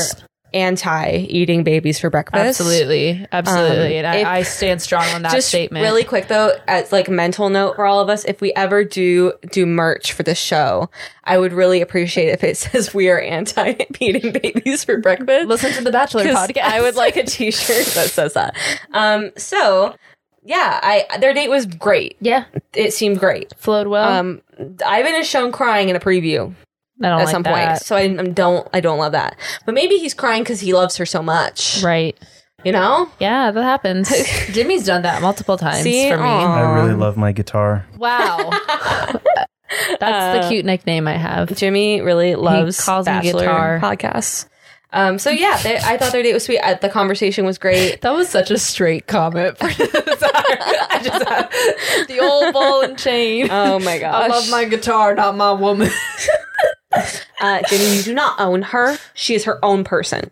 [SPEAKER 3] anti eating babies for breakfast.
[SPEAKER 2] Absolutely, absolutely, and
[SPEAKER 3] if-
[SPEAKER 2] I, I stand strong on that
[SPEAKER 3] Just
[SPEAKER 2] statement.
[SPEAKER 3] really quick though, as like mental note for all of us, if we ever do do merch for the show, I would really appreciate if it [laughs] says we are anti eating babies for breakfast.
[SPEAKER 2] listen to the [laughs] Bachelor
[SPEAKER 3] 'Cause
[SPEAKER 2] podcast.
[SPEAKER 3] I would like a T-shirt that says that. Um, so yeah, I their date was great.
[SPEAKER 2] yeah,
[SPEAKER 3] It seemed great.
[SPEAKER 2] flowed well.
[SPEAKER 3] Um, Ivan is shown crying in a preview
[SPEAKER 2] I don't
[SPEAKER 3] at
[SPEAKER 2] like
[SPEAKER 3] some
[SPEAKER 2] that.
[SPEAKER 3] point, so I, I don't I don't love that. But maybe he's crying because he loves her so much.
[SPEAKER 2] Right.
[SPEAKER 3] You know.
[SPEAKER 2] Yeah, that [laughs] happens. Jimmy's done that multiple times
[SPEAKER 3] See?
[SPEAKER 2] for me.
[SPEAKER 3] Aw.
[SPEAKER 1] I really love my guitar.
[SPEAKER 2] [laughs] Wow. That's the cute nickname I have.
[SPEAKER 3] Jimmy really loves
[SPEAKER 2] calls me
[SPEAKER 3] Bachelor
[SPEAKER 2] guitar.
[SPEAKER 3] podcasts. Um, so yeah, they, I thought their date was sweet. Uh, the conversation was great.
[SPEAKER 2] That was such a straight comment for [laughs] this hour. I just have [laughs] the old ball and [laughs] chain.
[SPEAKER 3] [laughs] Oh my gosh!
[SPEAKER 2] I love my guitar, not my woman.
[SPEAKER 3] uh, Jimmy. You do not own her. She is her own person.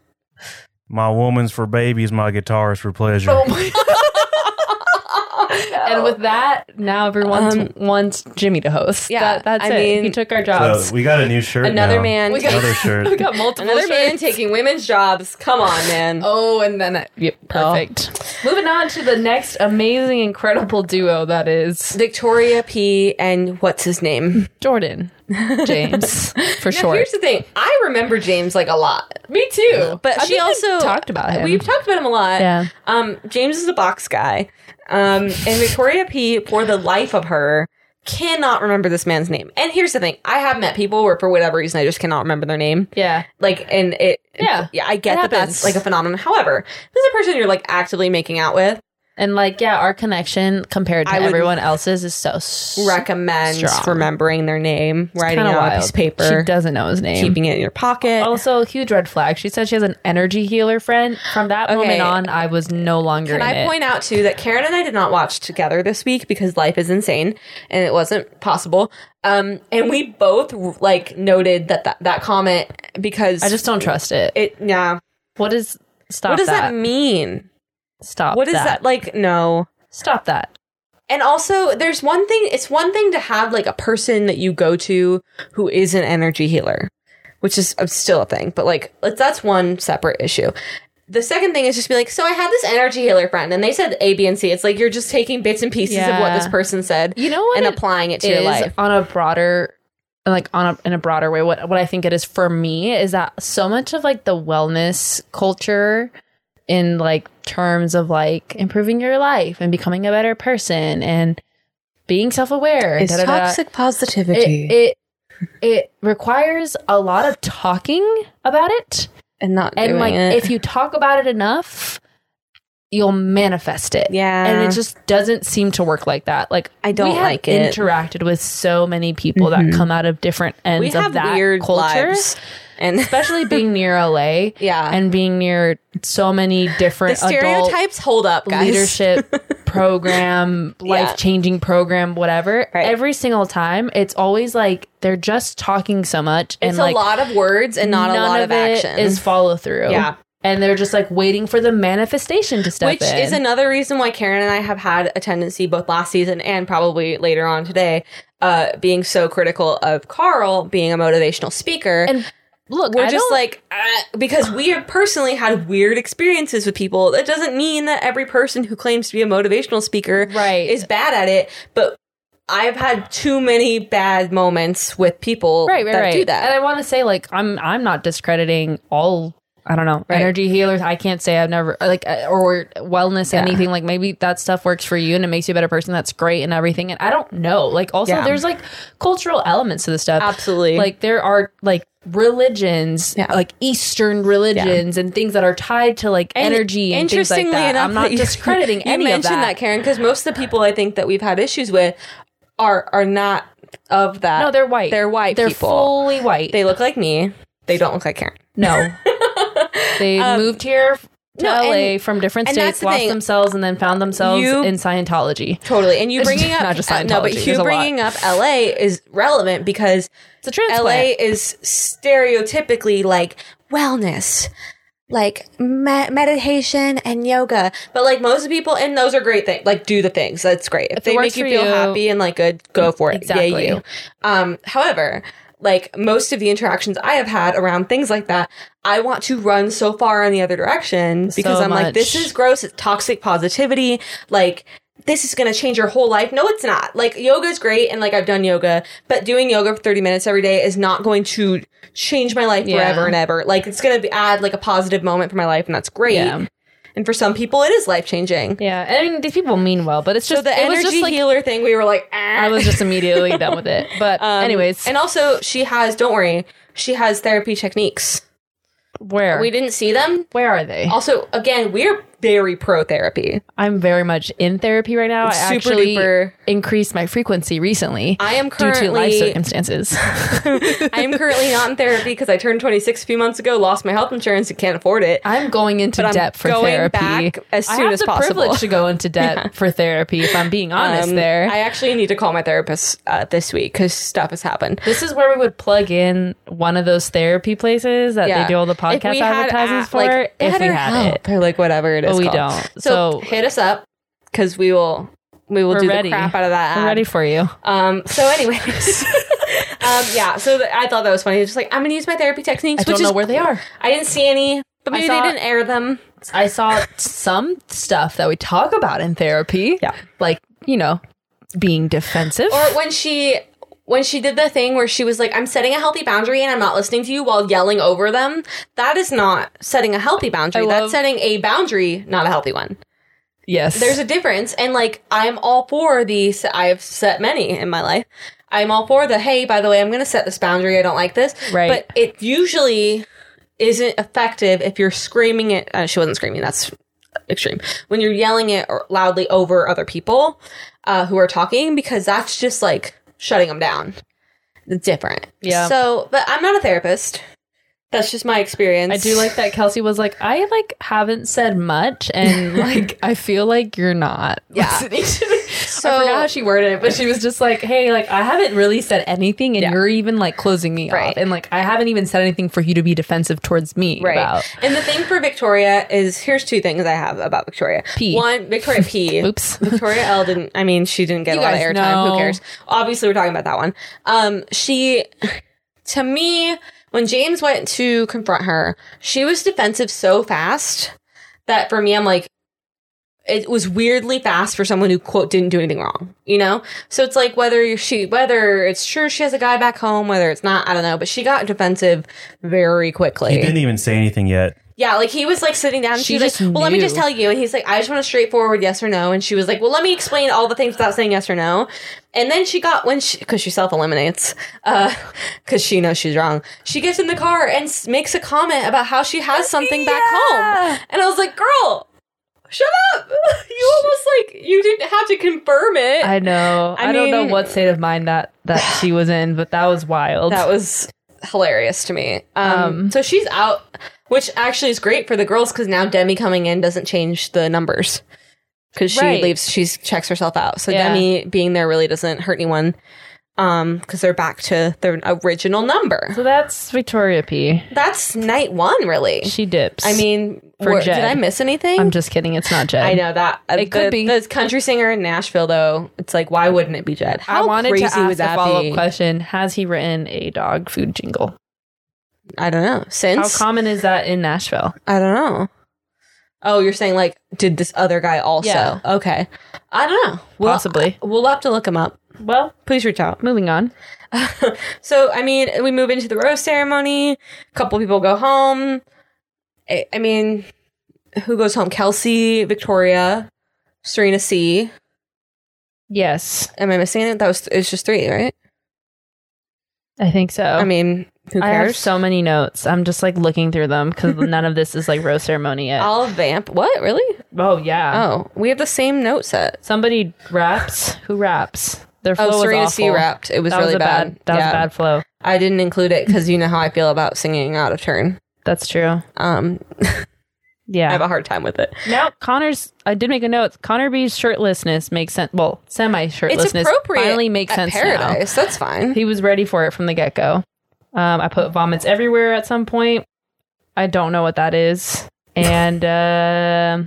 [SPEAKER 1] My woman's for babies, my guitar is for pleasure.
[SPEAKER 2] [laughs]
[SPEAKER 3] Oh
[SPEAKER 2] And with that, now everyone wants Jimmy to host.
[SPEAKER 3] yeah,
[SPEAKER 2] That- that's
[SPEAKER 3] I
[SPEAKER 2] it.
[SPEAKER 3] mean-
[SPEAKER 2] he took our jobs.
[SPEAKER 1] So we got a new shirt.
[SPEAKER 3] Another
[SPEAKER 1] now.
[SPEAKER 3] man. [laughs]
[SPEAKER 2] We got-
[SPEAKER 1] Another shirt.
[SPEAKER 2] [laughs] we [laughs] got multiple.
[SPEAKER 3] Another man
[SPEAKER 2] shirts.
[SPEAKER 3] taking women's jobs. Come on, man.
[SPEAKER 2] Oh, and then it, yep, perfect. Moving on to the next amazing, incredible duo that is
[SPEAKER 3] Victoria P. and what's his name?
[SPEAKER 2] Jordan [laughs] James for
[SPEAKER 3] Now,
[SPEAKER 2] short.
[SPEAKER 3] Here's the thing. I remember James like a lot,
[SPEAKER 2] Me too.
[SPEAKER 3] but she also
[SPEAKER 2] talked about him.
[SPEAKER 3] We've talked about him a lot.
[SPEAKER 2] Yeah.
[SPEAKER 3] Um, James is a box guy, um, and Victoria P. For the life of her, cannot remember this man's name. And here's the thing: I have met people where, for whatever reason, I just cannot remember their name.
[SPEAKER 2] yeah.
[SPEAKER 3] Like, and it.
[SPEAKER 2] Yeah.
[SPEAKER 3] Yeah. I get
[SPEAKER 2] It
[SPEAKER 3] that
[SPEAKER 2] happens.
[SPEAKER 3] that's like a phenomenon. However, this is a person you're like actively making out with.
[SPEAKER 2] And like, yeah, our connection compared to
[SPEAKER 3] I would
[SPEAKER 2] everyone else's is so s-
[SPEAKER 3] Recommends
[SPEAKER 2] Strong.
[SPEAKER 3] remembering their name, writing it
[SPEAKER 2] kinda
[SPEAKER 3] on a
[SPEAKER 2] wild.
[SPEAKER 3] piece of paper.
[SPEAKER 2] She doesn't know his name.
[SPEAKER 3] keeping it in your pocket.
[SPEAKER 2] also, huge red flag. She said she has an energy healer friend. From that
[SPEAKER 3] Okay.
[SPEAKER 2] moment on, I was no longer
[SPEAKER 3] Can
[SPEAKER 2] in
[SPEAKER 3] I
[SPEAKER 2] it.
[SPEAKER 3] point out too that Karen and I did not watch together this week because life is insane and it wasn't possible. Um, and we both like noted that that, that comment because
[SPEAKER 2] I just don't trust it.
[SPEAKER 3] it yeah.
[SPEAKER 2] What is stop
[SPEAKER 3] What does
[SPEAKER 2] that?
[SPEAKER 3] that mean?
[SPEAKER 2] Stop.
[SPEAKER 3] What is that like? No.
[SPEAKER 2] Stop that.
[SPEAKER 3] And also, there's one thing. It's one thing to have like a person that you go to who is an energy healer, which is uh, still a thing. But like, let's- that's one separate issue. The second thing is just be like, so I had this energy healer friend, and they said A, B, and C. It's like you're just taking bits and pieces of what
[SPEAKER 2] Yeah.
[SPEAKER 3] this person said
[SPEAKER 2] You know what?
[SPEAKER 3] and
[SPEAKER 2] it
[SPEAKER 3] applying it to your
[SPEAKER 2] is
[SPEAKER 3] life.
[SPEAKER 2] on a broader like on a, in a broader way what what I think it is for me is that so much of like the wellness culture in like terms of like improving your life and becoming a better person and being self-aware and da-da-da,
[SPEAKER 3] positivity
[SPEAKER 2] it, it it requires a lot of talking about it
[SPEAKER 3] and not
[SPEAKER 2] and
[SPEAKER 3] doing
[SPEAKER 2] like
[SPEAKER 3] it.
[SPEAKER 2] if you talk about it enough you'll manifest it
[SPEAKER 3] yeah,
[SPEAKER 2] and it just doesn't seem to work like that. Like
[SPEAKER 3] I don't
[SPEAKER 2] we have
[SPEAKER 3] like it.
[SPEAKER 2] Interacted with so many people
[SPEAKER 3] Mhm.
[SPEAKER 2] that come out of different ends
[SPEAKER 3] we
[SPEAKER 2] of
[SPEAKER 3] have
[SPEAKER 2] that
[SPEAKER 3] weird
[SPEAKER 2] culture,
[SPEAKER 3] lives, and
[SPEAKER 2] especially being near LA
[SPEAKER 3] [laughs] yeah,
[SPEAKER 2] and being near so many
[SPEAKER 3] the
[SPEAKER 2] different adult
[SPEAKER 3] stereotypes hold up, guys. [laughs]
[SPEAKER 2] leadership program, life changing program, whatever.
[SPEAKER 3] Right.
[SPEAKER 2] Every single time, it's always like they're just talking so much and
[SPEAKER 3] It's
[SPEAKER 2] like
[SPEAKER 3] a lot of words and not a
[SPEAKER 2] none
[SPEAKER 3] lot of,
[SPEAKER 2] of, it
[SPEAKER 3] action.
[SPEAKER 2] is follow through.
[SPEAKER 3] Yeah.
[SPEAKER 2] And they're just like waiting for the manifestation to step
[SPEAKER 3] Which
[SPEAKER 2] in.
[SPEAKER 3] is another reason why Karen and I have had a tendency both last season and probably later on today, uh, being so critical of Carl being a motivational speaker.
[SPEAKER 2] And look,
[SPEAKER 3] we're
[SPEAKER 2] I
[SPEAKER 3] just
[SPEAKER 2] don't-
[SPEAKER 3] like ah, because we have personally had weird experiences with people. That doesn't mean that every person who claims to be a motivational speaker
[SPEAKER 2] Right.
[SPEAKER 3] is bad at it, but I've had too many bad moments with people
[SPEAKER 2] right, right,
[SPEAKER 3] that
[SPEAKER 2] right.
[SPEAKER 3] do that.
[SPEAKER 2] And I want to say, like, I'm I'm not discrediting all. I don't know
[SPEAKER 3] Right.
[SPEAKER 2] energy healers. I can't say I've never like uh, or wellness
[SPEAKER 3] Yeah.
[SPEAKER 2] anything. Like maybe that stuff works for you and it makes you a better person. That's great and everything. And I don't know. Like also,
[SPEAKER 3] Yeah.
[SPEAKER 2] there's like cultural elements to this stuff.
[SPEAKER 3] Absolutely.
[SPEAKER 2] Like there are like religions,
[SPEAKER 3] Yeah.
[SPEAKER 2] like Eastern religions and things that are tied to like
[SPEAKER 3] And
[SPEAKER 2] energy and things like that. I'm not
[SPEAKER 3] [laughs] you-
[SPEAKER 2] discrediting
[SPEAKER 3] you
[SPEAKER 2] any of
[SPEAKER 3] mentioned that,
[SPEAKER 2] that.
[SPEAKER 3] Karen, because most of the people I think that we've had issues with are are not of that.
[SPEAKER 2] no, they're white.
[SPEAKER 3] They're white.
[SPEAKER 2] They're
[SPEAKER 3] people.
[SPEAKER 2] fully white.
[SPEAKER 3] They look like me. They don't look like Karen. [laughs]
[SPEAKER 2] No. they moved here to
[SPEAKER 3] Um, no,
[SPEAKER 2] LA
[SPEAKER 3] and-
[SPEAKER 2] from different
[SPEAKER 3] and that's
[SPEAKER 2] states,
[SPEAKER 3] the
[SPEAKER 2] lost
[SPEAKER 3] thing.
[SPEAKER 2] themselves, and then found themselves
[SPEAKER 3] You-
[SPEAKER 2] in Scientology.
[SPEAKER 3] Totally. And you
[SPEAKER 2] It's
[SPEAKER 3] bringing up
[SPEAKER 2] not just
[SPEAKER 3] uh, no, but
[SPEAKER 2] Scientology.
[SPEAKER 3] you
[SPEAKER 2] There's a lot.
[SPEAKER 3] bringing up LA is relevant because
[SPEAKER 2] It's a transplant.
[SPEAKER 3] LA is stereotypically like wellness, like me- meditation and yoga. But like most people, and those are great things. Like do the things. That's great. If,
[SPEAKER 2] it
[SPEAKER 3] they
[SPEAKER 2] works
[SPEAKER 3] make you
[SPEAKER 2] for
[SPEAKER 3] feel
[SPEAKER 2] you-
[SPEAKER 3] happy and like good, go for it. Yeah,
[SPEAKER 2] Exactly.
[SPEAKER 3] you. Um, however, like most of the interactions I have had around things like that, I want to run so far in the other direction because
[SPEAKER 2] So
[SPEAKER 3] I'm like, this
[SPEAKER 2] much.
[SPEAKER 3] is gross. It's toxic positivity. Like, this is going to change your whole life. No, it's not. Like, yoga is great. And like, I've done yoga, but doing yoga for 30 minutes every day is not going to change my life
[SPEAKER 2] Yeah.
[SPEAKER 3] forever and ever. Like, it's going to add like a positive moment for my life. And that's great.
[SPEAKER 2] Yeah.
[SPEAKER 3] And for some people, it is life changing.
[SPEAKER 2] Yeah, and I mean these people mean well, but it's
[SPEAKER 3] So
[SPEAKER 2] just
[SPEAKER 3] the
[SPEAKER 2] it was
[SPEAKER 3] energy
[SPEAKER 2] just like
[SPEAKER 3] healer thing, we were like,
[SPEAKER 2] I
[SPEAKER 3] ah.
[SPEAKER 2] was
[SPEAKER 3] [laughs]
[SPEAKER 2] just immediately done with it. But
[SPEAKER 3] Um,
[SPEAKER 2] anyways,
[SPEAKER 3] and also she has. Don't worry, she has therapy techniques.
[SPEAKER 2] where
[SPEAKER 3] We didn't see them.
[SPEAKER 2] where are they?
[SPEAKER 3] Also, again, we're very pro therapy.
[SPEAKER 2] I'm very much in therapy right now. I
[SPEAKER 3] Super
[SPEAKER 2] actually
[SPEAKER 3] duper.
[SPEAKER 2] increased my frequency recently
[SPEAKER 3] I am
[SPEAKER 2] due to life
[SPEAKER 3] currently.
[SPEAKER 2] circumstances.
[SPEAKER 3] [laughs] I am
[SPEAKER 2] [laughs]
[SPEAKER 3] currently not in therapy because I turned 26 a few months ago, lost my health insurance, and can't afford it.
[SPEAKER 2] I'm going into
[SPEAKER 3] But I'm
[SPEAKER 2] debt for
[SPEAKER 3] going
[SPEAKER 2] therapy
[SPEAKER 3] back as
[SPEAKER 2] I
[SPEAKER 3] soon
[SPEAKER 2] have
[SPEAKER 3] as
[SPEAKER 2] the
[SPEAKER 3] possible.
[SPEAKER 2] privilege to go
[SPEAKER 3] [laughs]
[SPEAKER 2] into debt for therapy. If I'm being honest,
[SPEAKER 3] Um,
[SPEAKER 2] there.
[SPEAKER 3] I actually need to call my therapist uh, this week because stuff has happened.
[SPEAKER 2] this is where we would plug in one of those therapy places that
[SPEAKER 3] Yeah.
[SPEAKER 2] they do all the
[SPEAKER 3] If
[SPEAKER 2] podcast
[SPEAKER 3] we had
[SPEAKER 2] advertisements
[SPEAKER 3] a-
[SPEAKER 2] for.
[SPEAKER 3] like,
[SPEAKER 2] if we
[SPEAKER 3] BetterHelp
[SPEAKER 2] had it,
[SPEAKER 3] or like whatever it is,
[SPEAKER 2] But we
[SPEAKER 3] called.
[SPEAKER 2] don't.
[SPEAKER 3] So,
[SPEAKER 2] So-
[SPEAKER 3] hit us up because we will we will
[SPEAKER 2] We're
[SPEAKER 3] do
[SPEAKER 2] ready.
[SPEAKER 3] the crap out of that.
[SPEAKER 2] I'm
[SPEAKER 3] ad.
[SPEAKER 2] ready for you.
[SPEAKER 3] Um, so,
[SPEAKER 2] [laughs]
[SPEAKER 3] anyways, [laughs] um, yeah. So th- I thought that was funny. Just like I'm gonna use my therapy techniques.
[SPEAKER 2] I don't
[SPEAKER 3] which
[SPEAKER 2] know
[SPEAKER 3] is-
[SPEAKER 2] where they
[SPEAKER 3] [laughs]
[SPEAKER 2] are.
[SPEAKER 3] I didn't see any, but
[SPEAKER 2] I
[SPEAKER 3] maybe
[SPEAKER 2] saw-
[SPEAKER 3] they didn't air them.
[SPEAKER 2] I saw some stuff that we talk about in therapy.
[SPEAKER 3] Yeah.
[SPEAKER 2] Like, you know, being defensive.
[SPEAKER 3] [laughs] Or when she when she did the thing where she was like, "I'm setting a healthy boundary and I'm not listening to you," while yelling over them. That is not setting a healthy boundary.
[SPEAKER 2] I
[SPEAKER 3] That's
[SPEAKER 2] love-
[SPEAKER 3] setting a boundary, not a healthy one.
[SPEAKER 2] yes.
[SPEAKER 3] there's a difference and like i'm all for the i've set many in my life i'm all for the hey by the way i'm gonna set this boundary i don't like this
[SPEAKER 2] Right.
[SPEAKER 3] but it usually isn't effective if you're screaming it uh, she wasn't screaming that's extreme when you're yelling it or loudly over other people uh, who are talking because that's just like shutting them down it's different
[SPEAKER 2] Yeah.
[SPEAKER 3] so but i'm not a therapist that's just my experience
[SPEAKER 2] I do like that Kelsey was like, I like haven't said much
[SPEAKER 3] [laughs]
[SPEAKER 2] and like I feel like you're not
[SPEAKER 3] [laughs] Yeah.
[SPEAKER 2] listening to me.
[SPEAKER 3] [laughs] So-
[SPEAKER 2] I forgot how she worded it, but she was just like, Hey, like I haven't really said anything and
[SPEAKER 3] Yeah.
[SPEAKER 2] you're even like closing me
[SPEAKER 3] Right.
[SPEAKER 2] off and like I haven't even said anything for you to be defensive towards me about.
[SPEAKER 3] And the thing for Victoria is here's two things I have about Victoria.
[SPEAKER 2] P.
[SPEAKER 3] One, Victoria P.
[SPEAKER 2] [laughs] Oops.
[SPEAKER 3] [laughs] Victoria L didn't I mean she didn't get a lot of
[SPEAKER 2] guys
[SPEAKER 3] airtime. Who
[SPEAKER 2] know.
[SPEAKER 3] cares? Obviously we're talking about that one. Um she to me, when James went to confront her, she was defensive so fast that for me I'm like it was weirdly fast for someone who quote didn't do anything wrong, you know. So it's like whether she, whether it's sure she has a guy back home, whether it's not, I don't know. But she got defensive very quickly.
[SPEAKER 1] He didn't even say anything yet.
[SPEAKER 3] Yeah, like he was like sitting down. And she,
[SPEAKER 2] She
[SPEAKER 3] was
[SPEAKER 2] just
[SPEAKER 3] like, "Well, let me
[SPEAKER 2] knew.
[SPEAKER 3] just tell you." And he's like, "I just want a straightforward yes or no." And she was like, "Well, let me explain all the things without saying yes or no." And then she got when she because she self eliminates [laughs] because she knows she's wrong. She gets in the car and s- makes a comment about how she has something back
[SPEAKER 2] Yeah.
[SPEAKER 3] home, and I was like, "Girl, shut up! [laughs] you almost like you didn't have to confirm it."
[SPEAKER 2] I know.
[SPEAKER 3] [laughs] I
[SPEAKER 2] I, don't know
[SPEAKER 3] mean-
[SPEAKER 2] what state of mind that that she was in, but that was wild.
[SPEAKER 3] That was hilarious to me. Um, so she's out, which actually is great for the girls because now Demi coming in doesn't change the numbers because she
[SPEAKER 2] Right.
[SPEAKER 3] leaves. She checks herself out. So
[SPEAKER 2] Yeah.
[SPEAKER 3] Demi being there really doesn't hurt anyone um because they're back to their original number.
[SPEAKER 2] so that's Victoria P.
[SPEAKER 3] That's night one, really.
[SPEAKER 2] She dips.
[SPEAKER 3] I mean,
[SPEAKER 2] For
[SPEAKER 3] were- did
[SPEAKER 2] Jed.
[SPEAKER 3] I miss anything?
[SPEAKER 2] I'm just kidding. It's not Jed.
[SPEAKER 3] I know that it
[SPEAKER 2] could be.
[SPEAKER 3] the country singer in Nashville though. It's like why wouldn't it be Jed? How
[SPEAKER 2] I wanted
[SPEAKER 3] crazy
[SPEAKER 2] to ask
[SPEAKER 3] would that
[SPEAKER 2] a follow
[SPEAKER 3] be?
[SPEAKER 2] up question. Has he written a dog food jingle?
[SPEAKER 3] I don't know.
[SPEAKER 2] How
[SPEAKER 3] Since
[SPEAKER 2] common is that in Nashville?
[SPEAKER 3] I don't know. Oh, you're saying like, did this other guy also?
[SPEAKER 2] Yeah.
[SPEAKER 3] Okay. I don't know. We'll,
[SPEAKER 2] Possibly.
[SPEAKER 3] We'll have to look him up.
[SPEAKER 2] Well,
[SPEAKER 3] Please reach out. [laughs]
[SPEAKER 2] moving on.
[SPEAKER 3] So, I mean, we move into the rose ceremony. A couple people go home. I, I mean, who goes home? Kelsey, Victoria, Serena C.
[SPEAKER 2] Yes,
[SPEAKER 3] Am I missing it? That was it's just three, right?
[SPEAKER 2] I think so.
[SPEAKER 3] I mean, who
[SPEAKER 2] Oh. I have
[SPEAKER 3] cares?
[SPEAKER 2] so many notes. I'm just like looking through them
[SPEAKER 3] [laughs]
[SPEAKER 2] because none of this is like rose ceremony yet.
[SPEAKER 3] I'll vamp. What really?
[SPEAKER 2] oh yeah,
[SPEAKER 3] Oh, we have the same note set.
[SPEAKER 2] somebody raps. Who raps? Their flow
[SPEAKER 3] Oh,
[SPEAKER 2] was
[SPEAKER 3] Serena
[SPEAKER 2] awful.
[SPEAKER 3] C wrapped. It was
[SPEAKER 2] that
[SPEAKER 3] really
[SPEAKER 2] was a bad. That was
[SPEAKER 3] Yeah.
[SPEAKER 2] a bad flow.
[SPEAKER 3] I didn't include it because you know how I feel about singing out of turn.
[SPEAKER 2] That's true.
[SPEAKER 3] Um, I
[SPEAKER 2] Yeah.
[SPEAKER 3] have a hard time with it.
[SPEAKER 2] Now Connor's. I did make a note. Connor B's shirtlessness makes sense. Well, semi
[SPEAKER 3] It's
[SPEAKER 2] shirtlessness
[SPEAKER 3] appropriate.
[SPEAKER 2] finally makes
[SPEAKER 3] at
[SPEAKER 2] sense now.
[SPEAKER 3] Paradise. That's fine.
[SPEAKER 2] He was ready for it from the get go. Um, I put vomits everywhere at some point. I don't know what that is, and [laughs] uh,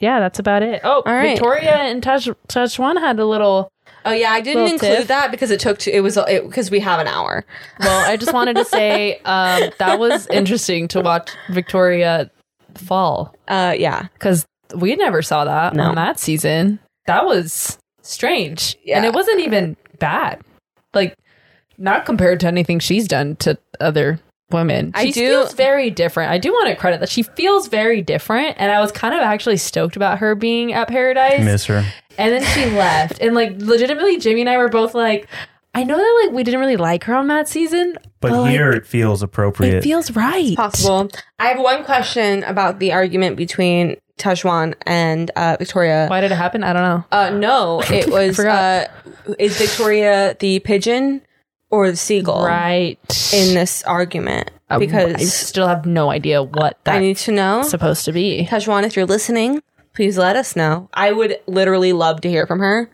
[SPEAKER 2] yeah, that's about it. Oh,
[SPEAKER 3] right.
[SPEAKER 2] Victoria and Taj Tajwan had a little
[SPEAKER 3] Oh yeah, I didn't
[SPEAKER 2] Little
[SPEAKER 3] include
[SPEAKER 2] tiff.
[SPEAKER 3] that because it took two, it was because we have an hour.
[SPEAKER 2] Well, I just wanted to say um, that was interesting to watch Victoria fall
[SPEAKER 3] Uh yeah.
[SPEAKER 2] because we never saw that
[SPEAKER 3] No.
[SPEAKER 2] on that season. That was strange,
[SPEAKER 3] Yeah.
[SPEAKER 2] and it wasn't even bad. Like not compared to anything she's done to other women.
[SPEAKER 3] I
[SPEAKER 2] she
[SPEAKER 3] do-
[SPEAKER 2] feels very different. I do want to credit that she feels very different, and I was kind of actually stoked about her being at Paradise.
[SPEAKER 1] Miss her.
[SPEAKER 2] And then she left. And like legitimately Jimmy and I were both like, I know that like we didn't really like her on that season.
[SPEAKER 1] But
[SPEAKER 3] Oh,
[SPEAKER 2] like,
[SPEAKER 1] here it feels appropriate.
[SPEAKER 2] it feels right.
[SPEAKER 3] Possible. I have one question about the argument between Tajwan and uh, Victoria.
[SPEAKER 2] Why did it happen? I don't know.
[SPEAKER 3] Uh, no,
[SPEAKER 2] [laughs]
[SPEAKER 3] it was. uh,
[SPEAKER 2] forgot.
[SPEAKER 3] is Victoria the pigeon or the seagull
[SPEAKER 2] Right.
[SPEAKER 3] in this argument?
[SPEAKER 2] Um, I
[SPEAKER 3] Because
[SPEAKER 2] still have no idea what
[SPEAKER 3] I
[SPEAKER 2] that's
[SPEAKER 3] need to know.
[SPEAKER 2] supposed to be.
[SPEAKER 3] Tajwan, if you're listening, please let us know. I would literally love to hear from her.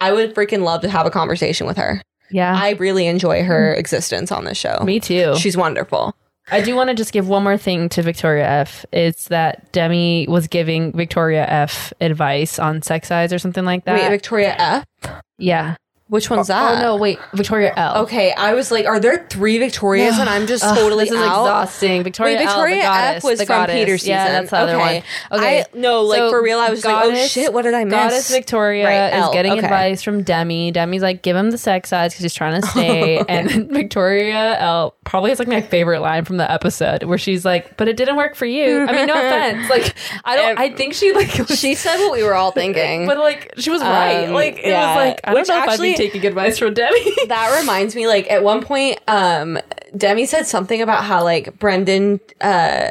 [SPEAKER 3] I would freaking love to have a conversation with her.
[SPEAKER 2] Yeah. Mm-hmm.
[SPEAKER 3] I really enjoy her existence on this show.
[SPEAKER 2] me too.
[SPEAKER 3] She's wonderful.
[SPEAKER 2] I do want to just give one more thing to Victoria F. It's that Demi was giving Victoria F advice on sex eyes or something like that.
[SPEAKER 3] Wait, Victoria F.
[SPEAKER 2] yeah.
[SPEAKER 3] Which one's that?
[SPEAKER 2] Oh no, wait, Victoria L.
[SPEAKER 3] Okay, I was like, are there three Victorias? and I'm just
[SPEAKER 2] Ugh,
[SPEAKER 3] totally
[SPEAKER 2] this is
[SPEAKER 3] out.
[SPEAKER 2] exhausting. Victoria,
[SPEAKER 3] Wait, Victoria
[SPEAKER 2] L, the goddess,
[SPEAKER 3] F was
[SPEAKER 2] the
[SPEAKER 3] from
[SPEAKER 2] goddess.
[SPEAKER 3] Peter's
[SPEAKER 2] Yeah,
[SPEAKER 3] season.
[SPEAKER 2] that's the other
[SPEAKER 3] Okay.
[SPEAKER 2] one.
[SPEAKER 3] I- no, like, for real, I was like, oh, shit, what did I miss?
[SPEAKER 2] Goddess Victoria
[SPEAKER 3] Right,
[SPEAKER 2] is
[SPEAKER 3] L,
[SPEAKER 2] getting
[SPEAKER 3] okay.
[SPEAKER 2] advice from Demi. Demi's like, give him the sex eyes because he's trying to
[SPEAKER 3] [laughs]
[SPEAKER 2] stay. and then Victoria L probably is like my favorite line from the episode where she's like, but it didn't work for you. I mean,
[SPEAKER 3] [laughs]
[SPEAKER 2] no offense. Like, I don't. I think [laughs] she like was-
[SPEAKER 3] She [laughs] said what we
[SPEAKER 2] [laughs]
[SPEAKER 3] were all thinking.
[SPEAKER 2] But like she was right.
[SPEAKER 3] Um,
[SPEAKER 2] Like it
[SPEAKER 3] yeah.
[SPEAKER 2] was like I don't
[SPEAKER 3] Which
[SPEAKER 2] know
[SPEAKER 3] actually-
[SPEAKER 2] if I'd be taking advice from Demi. [laughs]
[SPEAKER 3] that reminds me, like, at one point, um, Demi said something about how, like, Brendan, uh,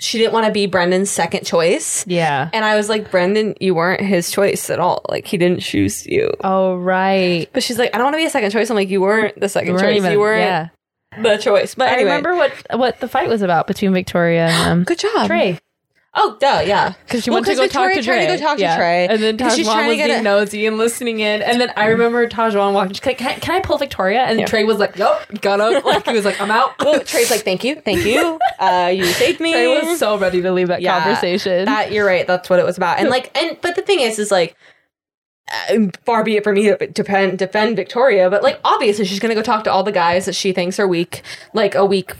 [SPEAKER 3] she didn't want to be Brendan's second choice.
[SPEAKER 2] yeah.
[SPEAKER 3] And I was like, Brendan, you weren't his choice at all. Like, he didn't choose you.
[SPEAKER 2] Oh right.
[SPEAKER 3] But she's like, I don't want to be a second choice. I'm like, you weren't the
[SPEAKER 2] You
[SPEAKER 3] second choice.
[SPEAKER 2] weren't even-
[SPEAKER 3] you weren't
[SPEAKER 2] yeah.
[SPEAKER 3] the choice. But anyway,
[SPEAKER 2] I remember what what the fight was about between Victoria and um,
[SPEAKER 3] good job.
[SPEAKER 2] Trey
[SPEAKER 3] Oh, duh, yeah. [laughs]
[SPEAKER 2] because she
[SPEAKER 3] Well,
[SPEAKER 2] wanted to go
[SPEAKER 3] 'cause
[SPEAKER 2] talk
[SPEAKER 3] Victoria
[SPEAKER 2] to
[SPEAKER 3] tried
[SPEAKER 2] Trey.
[SPEAKER 3] to go talk to
[SPEAKER 2] Yeah.
[SPEAKER 3] Trey.
[SPEAKER 2] and then
[SPEAKER 3] 'Cause she's
[SPEAKER 2] Tajwan
[SPEAKER 3] trying to
[SPEAKER 2] was
[SPEAKER 3] get
[SPEAKER 2] being
[SPEAKER 3] it-
[SPEAKER 2] nosy and listening in. And then I remember Tajwan walking. She's like, can, "Can I pull Victoria?" And Trey was like, "Yup." Got up. [laughs] Like he was like, "I'm out."
[SPEAKER 3] Well, Trey's like, thank you, thank you. Uh, you saved me.
[SPEAKER 2] Trey was so ready to leave that
[SPEAKER 3] Yeah,
[SPEAKER 2] conversation.
[SPEAKER 3] That you're right. That's what it was about. And like, and but the thing is, is like, uh, far be it for me to defend defend Victoria, but like, obviously she's gonna go talk to all the guys that she thinks are weak, like a weak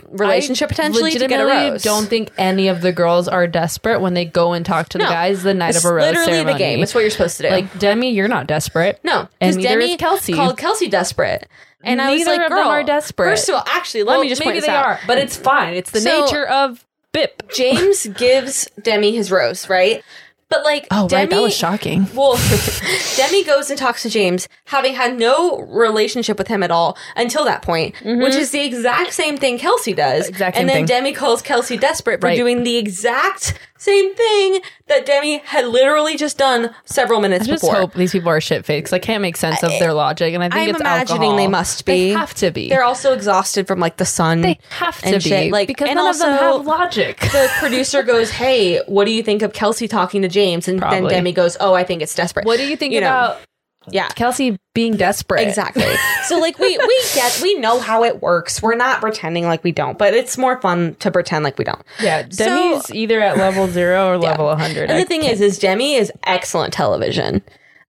[SPEAKER 2] I
[SPEAKER 3] relationship potentially to get a
[SPEAKER 2] legitimately
[SPEAKER 3] rose.
[SPEAKER 2] Don't think any of the girls are desperate when they go and talk to the
[SPEAKER 3] No.
[SPEAKER 2] guys the night
[SPEAKER 3] it's
[SPEAKER 2] of a rose
[SPEAKER 3] literally
[SPEAKER 2] ceremony.
[SPEAKER 3] the game. It's what you're supposed to do.
[SPEAKER 2] like Demi, you're not desperate.
[SPEAKER 3] no,
[SPEAKER 2] and
[SPEAKER 3] because
[SPEAKER 2] neither
[SPEAKER 3] Demi
[SPEAKER 2] is Kelsey.
[SPEAKER 3] called Kelsey desperate, and I was
[SPEAKER 2] Neither
[SPEAKER 3] like,
[SPEAKER 2] of them
[SPEAKER 3] girl,
[SPEAKER 2] are desperate.
[SPEAKER 3] First of all, actually, let
[SPEAKER 2] Well,
[SPEAKER 3] me just
[SPEAKER 2] maybe
[SPEAKER 3] point
[SPEAKER 2] they
[SPEAKER 3] this out.
[SPEAKER 2] are, but it's fine. It's the
[SPEAKER 3] So-
[SPEAKER 2] nature of Bip.
[SPEAKER 3] James gives Demi his rose, right? But like,
[SPEAKER 2] Oh,
[SPEAKER 3] Demi,
[SPEAKER 2] shocking.
[SPEAKER 3] Well, [laughs] Demi goes and talks to James, having had no relationship with him at all until that point, which is the exact same thing Kelsey does.
[SPEAKER 2] Mm-hmm. Exact same
[SPEAKER 3] and then
[SPEAKER 2] thing.
[SPEAKER 3] Demi calls Kelsey desperate for
[SPEAKER 2] Right.
[SPEAKER 3] doing the exact same thing that Demi had literally just done several minutes
[SPEAKER 2] I just
[SPEAKER 3] before.
[SPEAKER 2] hope these people are shit fakes. I can't make sense of their logic, and I think
[SPEAKER 3] I'm
[SPEAKER 2] it's
[SPEAKER 3] imagining
[SPEAKER 2] alcohol.
[SPEAKER 3] they must
[SPEAKER 2] They
[SPEAKER 3] be.
[SPEAKER 2] have to be.
[SPEAKER 3] They're also exhausted from like the sun.
[SPEAKER 2] they have to be
[SPEAKER 3] and shit,
[SPEAKER 2] like
[SPEAKER 3] like-
[SPEAKER 2] because
[SPEAKER 3] and
[SPEAKER 2] none of them
[SPEAKER 3] also-
[SPEAKER 2] have
[SPEAKER 3] [laughs]
[SPEAKER 2] logic.
[SPEAKER 3] the producer goes, "Hey, what do you think of Kelsey talking to James?" And
[SPEAKER 2] Probably.
[SPEAKER 3] then Demi goes, "Oh, I think it's desperate."
[SPEAKER 2] What do you think
[SPEAKER 3] You know.
[SPEAKER 2] about
[SPEAKER 3] Yeah.
[SPEAKER 2] Kelsey being desperate?
[SPEAKER 3] Exactly. [laughs] so like we we get we know how it works. We're not pretending like we don't, but it's more fun to pretend like we don't.
[SPEAKER 2] Yeah,
[SPEAKER 3] So-
[SPEAKER 2] Demi's either at level zero or level 100.
[SPEAKER 3] And the thing is, is Demi is excellent television.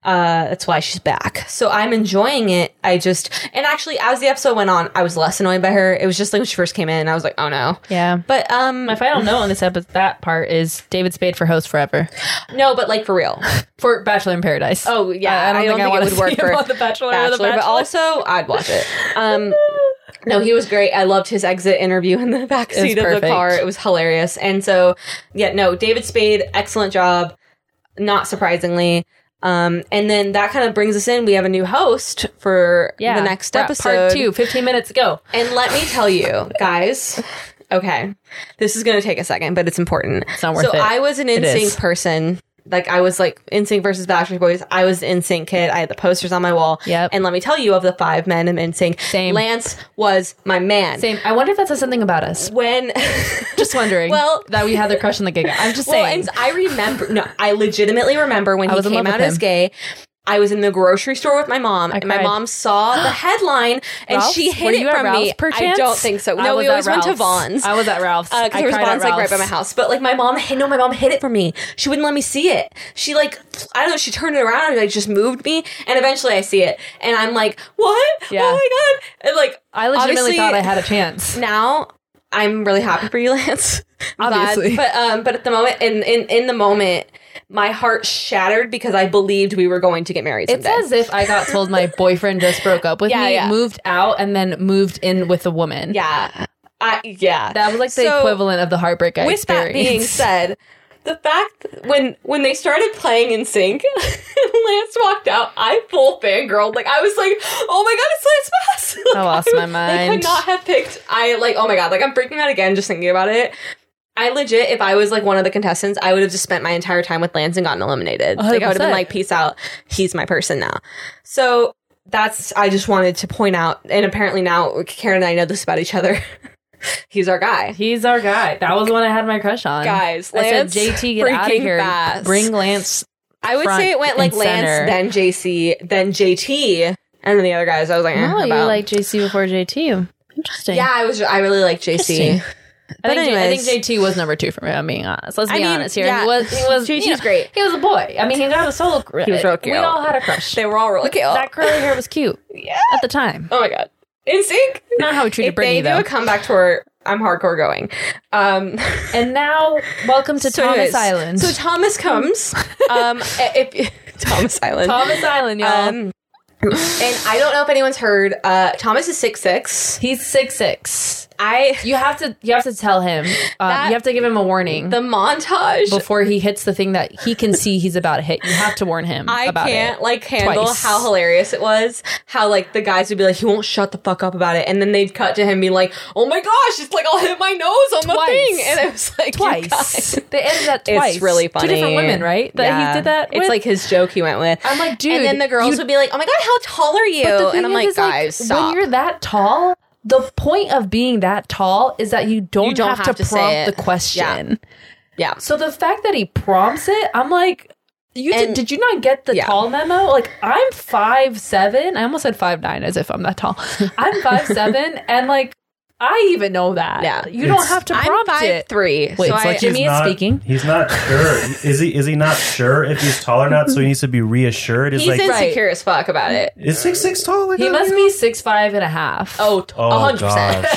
[SPEAKER 3] Uh, that's why she's back. So I'm enjoying it. I just and actually, as the episode went on, I was less annoyed by her. It was just like when she first came in, I was like, oh no.
[SPEAKER 2] yeah.
[SPEAKER 3] But um,
[SPEAKER 2] My final note on this episode, that part is David Spade for host forever
[SPEAKER 3] no, but like for
[SPEAKER 2] [laughs]
[SPEAKER 3] real.
[SPEAKER 2] for Bachelor in Paradise.
[SPEAKER 3] Oh yeah,
[SPEAKER 2] I- I don't think I
[SPEAKER 3] it
[SPEAKER 2] wanna
[SPEAKER 3] would
[SPEAKER 2] [laughs]
[SPEAKER 3] work
[SPEAKER 2] see
[SPEAKER 3] for
[SPEAKER 2] him on The Bachelor or The
[SPEAKER 3] but
[SPEAKER 2] Bachelor.
[SPEAKER 3] also I'd watch it.
[SPEAKER 2] [laughs]
[SPEAKER 3] Um, no, he was great. I loved his exit interview in the back
[SPEAKER 2] was
[SPEAKER 3] seat of the
[SPEAKER 2] perfect.
[SPEAKER 3] car. It was hilarious. And so, yeah, no, David Spade, excellent job. Not surprisingly. Um, and then that kind of brings us in. We have a new host for
[SPEAKER 2] yeah.
[SPEAKER 3] the next
[SPEAKER 2] We're at
[SPEAKER 3] episode.
[SPEAKER 2] part two, 15 minutes ago.
[SPEAKER 3] And let me tell you, guys. Okay, this is going to take a second, but it's important.
[SPEAKER 2] It's not worth
[SPEAKER 3] so
[SPEAKER 2] it.
[SPEAKER 3] I was an
[SPEAKER 2] is.
[SPEAKER 3] NSYNC person. Like I was like NSYNC versus Backstreet Boys. I was an NSYNC kid. I had the posters on my wall.
[SPEAKER 2] Yep.
[SPEAKER 3] And let me tell you, of the five men in NSYNC,
[SPEAKER 2] Same.
[SPEAKER 3] Lance was my man.
[SPEAKER 2] Same. I wonder if that says something about us.
[SPEAKER 3] When [laughs]
[SPEAKER 2] Just wondering.
[SPEAKER 3] Well-
[SPEAKER 2] that we had the crush on the gig. I'm just
[SPEAKER 3] well,
[SPEAKER 2] saying.
[SPEAKER 3] and I remember. No, I legitimately remember when
[SPEAKER 2] I
[SPEAKER 3] he
[SPEAKER 2] was in
[SPEAKER 3] came
[SPEAKER 2] love
[SPEAKER 3] out
[SPEAKER 2] with
[SPEAKER 3] as
[SPEAKER 2] him.
[SPEAKER 3] gay. I was in the grocery store with my mom, and my
[SPEAKER 2] cried.
[SPEAKER 3] mom saw
[SPEAKER 2] [gasps]
[SPEAKER 3] the headline and she
[SPEAKER 2] Ralph's?
[SPEAKER 3] hid
[SPEAKER 2] Were
[SPEAKER 3] it
[SPEAKER 2] you at
[SPEAKER 3] from me.
[SPEAKER 2] Ralph's, perchance?
[SPEAKER 3] I don't think so.
[SPEAKER 2] I
[SPEAKER 3] No,
[SPEAKER 2] was
[SPEAKER 3] we
[SPEAKER 2] at
[SPEAKER 3] always went to
[SPEAKER 2] Ralph's.
[SPEAKER 3] Vaughn's.
[SPEAKER 2] I was at Ralph's.
[SPEAKER 3] because
[SPEAKER 2] I
[SPEAKER 3] there was
[SPEAKER 2] cried at
[SPEAKER 3] Vaughn's like right by my
[SPEAKER 2] Ralph's.
[SPEAKER 3] house. But like my mom, hid- no, my mom hid it from me. She wouldn't let me see it. She like I don't know. She turned it around and like just moved me, and eventually I see it, and I'm like, what?
[SPEAKER 2] Yeah.
[SPEAKER 3] Oh my god! And like
[SPEAKER 2] I legitimately
[SPEAKER 3] obviously-
[SPEAKER 2] thought I had a chance.
[SPEAKER 3] now I'm really happy for
[SPEAKER 2] [laughs]
[SPEAKER 3] you, Lance. I'm glad.
[SPEAKER 2] Obviously.
[SPEAKER 3] but um, but at the moment, in in in the moment, my heart shattered because I believed we were going to get married
[SPEAKER 2] It's
[SPEAKER 3] someday.
[SPEAKER 2] as if I got told my boyfriend just broke up with
[SPEAKER 3] Yeah,
[SPEAKER 2] me,
[SPEAKER 3] yeah.
[SPEAKER 2] moved out, and then moved in with a woman.
[SPEAKER 3] yeah, I yeah.
[SPEAKER 2] That was like the
[SPEAKER 3] So,
[SPEAKER 2] equivalent of the heartbreak I
[SPEAKER 3] With that being
[SPEAKER 2] experienced. [laughs]
[SPEAKER 3] said, the fact when when they started playing in sync, [laughs] and Lance walked out. I full fangirled. Like I was like, oh my god, it's Lance Bass. [laughs] Like,
[SPEAKER 2] lost my
[SPEAKER 3] I could
[SPEAKER 2] mind.
[SPEAKER 3] not have picked. I like, oh my god, like I'm freaking out again just thinking about it. I legit, if I was like one of the contestants, I would have just spent my entire time with Lance and gotten eliminated. Like I would have been
[SPEAKER 2] 100%.
[SPEAKER 3] like, peace out. He's my person now. So that's I just wanted to point out, and apparently now Karen and I know this about each other. [laughs] He's our guy.
[SPEAKER 2] He's our guy. That was the one I had my crush on.
[SPEAKER 3] Guys, Lance
[SPEAKER 2] I said, JT, get out of
[SPEAKER 3] freaking
[SPEAKER 2] here.
[SPEAKER 3] Bass."
[SPEAKER 2] Bring Lance.
[SPEAKER 3] I would
[SPEAKER 2] front
[SPEAKER 3] say it went like
[SPEAKER 2] and
[SPEAKER 3] Lance,
[SPEAKER 2] center.
[SPEAKER 3] then JC, then JT, and then the other guys. I was like, eh,
[SPEAKER 2] Oh, you
[SPEAKER 3] about.
[SPEAKER 2] like JC before JT. Interesting.
[SPEAKER 3] yeah, I was. I really like JC.
[SPEAKER 2] Interesting. I
[SPEAKER 3] But
[SPEAKER 2] think, J- I
[SPEAKER 3] anyways.
[SPEAKER 2] think JT was number two for me. I'm being honest. Let's
[SPEAKER 3] I
[SPEAKER 2] be
[SPEAKER 3] mean,
[SPEAKER 2] honest here.
[SPEAKER 3] yeah.
[SPEAKER 2] He was.
[SPEAKER 3] [laughs]
[SPEAKER 2] He was.
[SPEAKER 3] JT 's
[SPEAKER 2] you know,
[SPEAKER 3] great.
[SPEAKER 2] He was a boy. I mean, he got a solo. Cr-
[SPEAKER 3] He was real cute.
[SPEAKER 2] We all had a crush.
[SPEAKER 3] They were all really cute.
[SPEAKER 2] that curly hair was cute
[SPEAKER 3] yeah.
[SPEAKER 2] at the time.
[SPEAKER 3] Oh my god. In sync.
[SPEAKER 2] Not how we treated
[SPEAKER 3] If they
[SPEAKER 2] Brittany
[SPEAKER 3] do
[SPEAKER 2] though.
[SPEAKER 3] a comeback tour, I'm hardcore going. Um,
[SPEAKER 2] and now, welcome to
[SPEAKER 3] so
[SPEAKER 2] Thomas
[SPEAKER 3] anyways,
[SPEAKER 2] Island.
[SPEAKER 3] So Thomas comes.
[SPEAKER 2] [laughs]
[SPEAKER 3] um, if [laughs] Thomas Island.
[SPEAKER 2] Thomas Island, y'all.
[SPEAKER 3] Um, and I don't know if anyone's heard. Uh, Thomas is six six.
[SPEAKER 2] He's six six.
[SPEAKER 3] I
[SPEAKER 2] You have to. You have to tell him. Um,
[SPEAKER 3] That-
[SPEAKER 2] you have to give him a warning.
[SPEAKER 3] the montage.
[SPEAKER 2] before he hits the thing that he can see he's about to hit. You have to warn him
[SPEAKER 3] I
[SPEAKER 2] about
[SPEAKER 3] can't
[SPEAKER 2] it.
[SPEAKER 3] like handle
[SPEAKER 2] Twice.
[SPEAKER 3] how hilarious it was. How like the guys would be like, he won't shut the fuck up about it, and then they'd cut to him being like, oh my gosh, it's like I'll hit my nose on
[SPEAKER 2] Twice.
[SPEAKER 3] the thing, and it was like you
[SPEAKER 2] Twice.
[SPEAKER 3] guys.
[SPEAKER 2] They ended that
[SPEAKER 3] It's
[SPEAKER 2] twice.
[SPEAKER 3] really funny.
[SPEAKER 2] Two different women, right? That
[SPEAKER 3] Yeah.
[SPEAKER 2] he did that.
[SPEAKER 3] It's
[SPEAKER 2] with?
[SPEAKER 3] like his joke he went with.
[SPEAKER 2] I'm like, dude.
[SPEAKER 3] and then the girls
[SPEAKER 2] you-
[SPEAKER 3] would be like, oh my god, how tall are you?
[SPEAKER 2] But the thing
[SPEAKER 3] And I'm
[SPEAKER 2] is,
[SPEAKER 3] like,
[SPEAKER 2] is, like,
[SPEAKER 3] guys, stop.
[SPEAKER 2] When you're that tall, the point of being that tall is that you don't,
[SPEAKER 3] You don't
[SPEAKER 2] have,
[SPEAKER 3] have
[SPEAKER 2] to,
[SPEAKER 3] to say
[SPEAKER 2] prompt the
[SPEAKER 3] it.
[SPEAKER 2] question.
[SPEAKER 3] yeah.
[SPEAKER 2] So the fact that he prompts it, I'm like, you
[SPEAKER 3] And-
[SPEAKER 2] did, did you not get the
[SPEAKER 3] yeah.
[SPEAKER 2] tall memo? Like I'm five seven. I almost said five nine as if I'm that tall. I'm
[SPEAKER 3] [laughs]
[SPEAKER 2] five seven, and like I even know that.
[SPEAKER 3] Yeah.
[SPEAKER 2] you don't
[SPEAKER 1] It's-
[SPEAKER 2] have to
[SPEAKER 3] I'm
[SPEAKER 2] prompt
[SPEAKER 3] five
[SPEAKER 2] it.
[SPEAKER 3] three.
[SPEAKER 2] Wait,
[SPEAKER 3] so
[SPEAKER 2] it's
[SPEAKER 3] I,
[SPEAKER 2] like Jimmy
[SPEAKER 1] He's
[SPEAKER 2] is
[SPEAKER 1] not-
[SPEAKER 2] speaking.
[SPEAKER 1] He's not sure. is he? Is he not sure if he's tall or not? So he needs to be reassured.
[SPEAKER 3] [laughs]
[SPEAKER 1] It's
[SPEAKER 3] he's
[SPEAKER 1] like
[SPEAKER 2] Right.
[SPEAKER 3] insecure as fuck about it.
[SPEAKER 1] is six six tall? Like
[SPEAKER 2] He
[SPEAKER 1] that?
[SPEAKER 2] must be six five and a half.
[SPEAKER 3] Oh, t-
[SPEAKER 1] Oh,
[SPEAKER 3] 100%.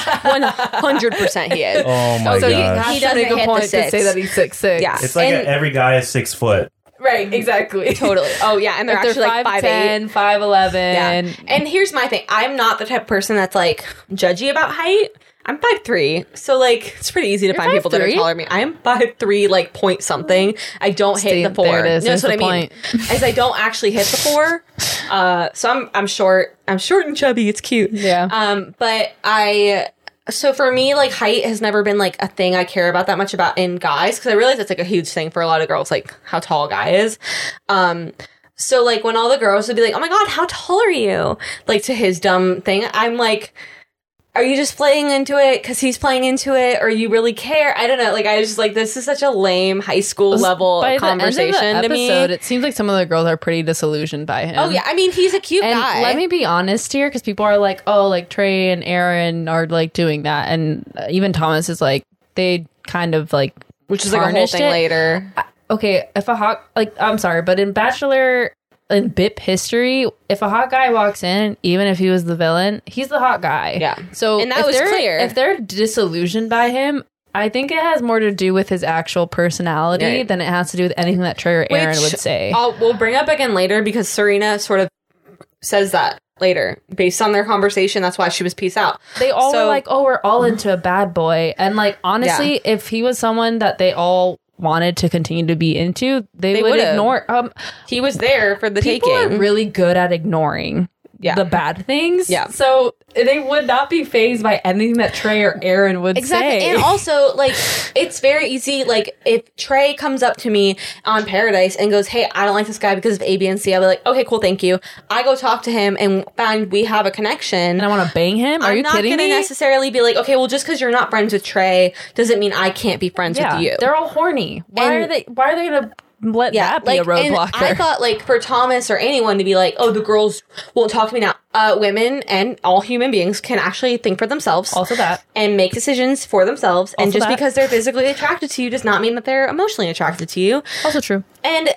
[SPEAKER 3] 100% he is.
[SPEAKER 1] [laughs] Oh my
[SPEAKER 3] [laughs] so you-
[SPEAKER 1] gosh!
[SPEAKER 3] he doesn't hit the
[SPEAKER 2] to
[SPEAKER 3] six.
[SPEAKER 2] say that he's six six.
[SPEAKER 3] Yeah.
[SPEAKER 1] it's like
[SPEAKER 3] and-
[SPEAKER 1] every guy is six foot.
[SPEAKER 2] right. Exactly.
[SPEAKER 3] Totally. Oh, yeah. And they're
[SPEAKER 2] If
[SPEAKER 3] actually like
[SPEAKER 2] 5'10",
[SPEAKER 3] 5'8.
[SPEAKER 2] 5'11".
[SPEAKER 3] Yeah. And here's my thing. I'm not the type of person that's like judgy about height. I'm 5'3. So like it's pretty easy to find people that are
[SPEAKER 2] 5'3"?
[SPEAKER 3] taller than me. I'm 5'3 like point something. I don't
[SPEAKER 2] See,
[SPEAKER 3] hit the four.
[SPEAKER 2] there it is.
[SPEAKER 3] You know,
[SPEAKER 2] There's
[SPEAKER 3] that's what I
[SPEAKER 2] the
[SPEAKER 3] mean. [laughs] As I don't actually hit the four. Uh so I'm I'm short. I'm short and chubby. It's cute.
[SPEAKER 2] Yeah.
[SPEAKER 3] Um but I so for me like height has never been like a thing I care about that much about in guys cuz I realize it's like a huge thing for a lot of girls like how tall a guy is. Um so like when all the girls would be like, "Oh my god, how tall are you?" Like to his dumb thing, I'm like, "Are you just playing into it because he's playing into it, or you really care?" I don't know. Like I was just like, "This is such a lame high school level
[SPEAKER 2] By the end of the
[SPEAKER 3] conversation to me."
[SPEAKER 2] episode, It seems like some of the girls are pretty disillusioned by him.
[SPEAKER 3] oh yeah, I mean he's a cute
[SPEAKER 2] And
[SPEAKER 3] guy.
[SPEAKER 2] let me be honest here, because people are like, "Oh, like Trey and Aaron are like doing that," and uh, even Thomas is like, they kind of like,
[SPEAKER 3] which is like a whole
[SPEAKER 2] tarnished
[SPEAKER 3] thing
[SPEAKER 2] it.
[SPEAKER 3] later.
[SPEAKER 2] okay, if a hot, like, I'm sorry, but in Bachelor in BIP history, if a hot guy walks in, even if he was the villain, he's the hot guy.
[SPEAKER 3] Yeah.
[SPEAKER 2] So
[SPEAKER 3] And that
[SPEAKER 2] if
[SPEAKER 3] was
[SPEAKER 2] they're-
[SPEAKER 3] clear.
[SPEAKER 2] If they're disillusioned by him. I think it has more to do with his actual personality
[SPEAKER 3] Right.
[SPEAKER 2] than it has to do with anything that Trey or Aaron
[SPEAKER 3] Which
[SPEAKER 2] would say.
[SPEAKER 3] I'll, we'll bring up again later because Serena sort of says that later based on their conversation. That's why she was peace out.
[SPEAKER 2] they all
[SPEAKER 3] So-
[SPEAKER 2] were like, "Oh, we're all into a bad boy," and like honestly, if he was someone that they all wanted to continue to be into, they,
[SPEAKER 3] They
[SPEAKER 2] would
[SPEAKER 3] would've.
[SPEAKER 2] ignore. Um,
[SPEAKER 3] He was there for the
[SPEAKER 2] people
[SPEAKER 3] taking.
[SPEAKER 2] are really good at ignoring.
[SPEAKER 3] Yeah.
[SPEAKER 2] The bad things.
[SPEAKER 3] Yeah.
[SPEAKER 2] So they would not be phased by anything that Trey or Aaron would
[SPEAKER 3] Exactly.
[SPEAKER 2] say.
[SPEAKER 3] And also, like, it's very easy. Like, if Trey comes up to me on Paradise and goes, Hey, I don't like this guy because of A, B, and C, I'll be like, Okay, cool, thank you. I go talk to him and find we have a connection.
[SPEAKER 2] and I want to bang him. Are
[SPEAKER 3] I'm
[SPEAKER 2] you
[SPEAKER 3] not
[SPEAKER 2] kidding
[SPEAKER 3] gonna
[SPEAKER 2] me?
[SPEAKER 3] necessarily be like, Okay, well, just because you're not friends with Trey doesn't mean I can't be friends
[SPEAKER 2] yeah.
[SPEAKER 3] with you.
[SPEAKER 2] They're all horny. Why
[SPEAKER 3] And-
[SPEAKER 2] are they? Why are they gonna let that be
[SPEAKER 3] like,
[SPEAKER 2] a roadblock.
[SPEAKER 3] and I
[SPEAKER 2] [laughs]
[SPEAKER 3] thought like for Thomas or anyone to be like, oh, the girls won't talk to me now. Uh, women and all human beings can actually think for themselves
[SPEAKER 2] also that.
[SPEAKER 3] and make decisions for themselves. and
[SPEAKER 2] Also
[SPEAKER 3] just
[SPEAKER 2] that.
[SPEAKER 3] because they're physically attracted to you does not mean that they're emotionally attracted to you.
[SPEAKER 2] Also true.
[SPEAKER 3] And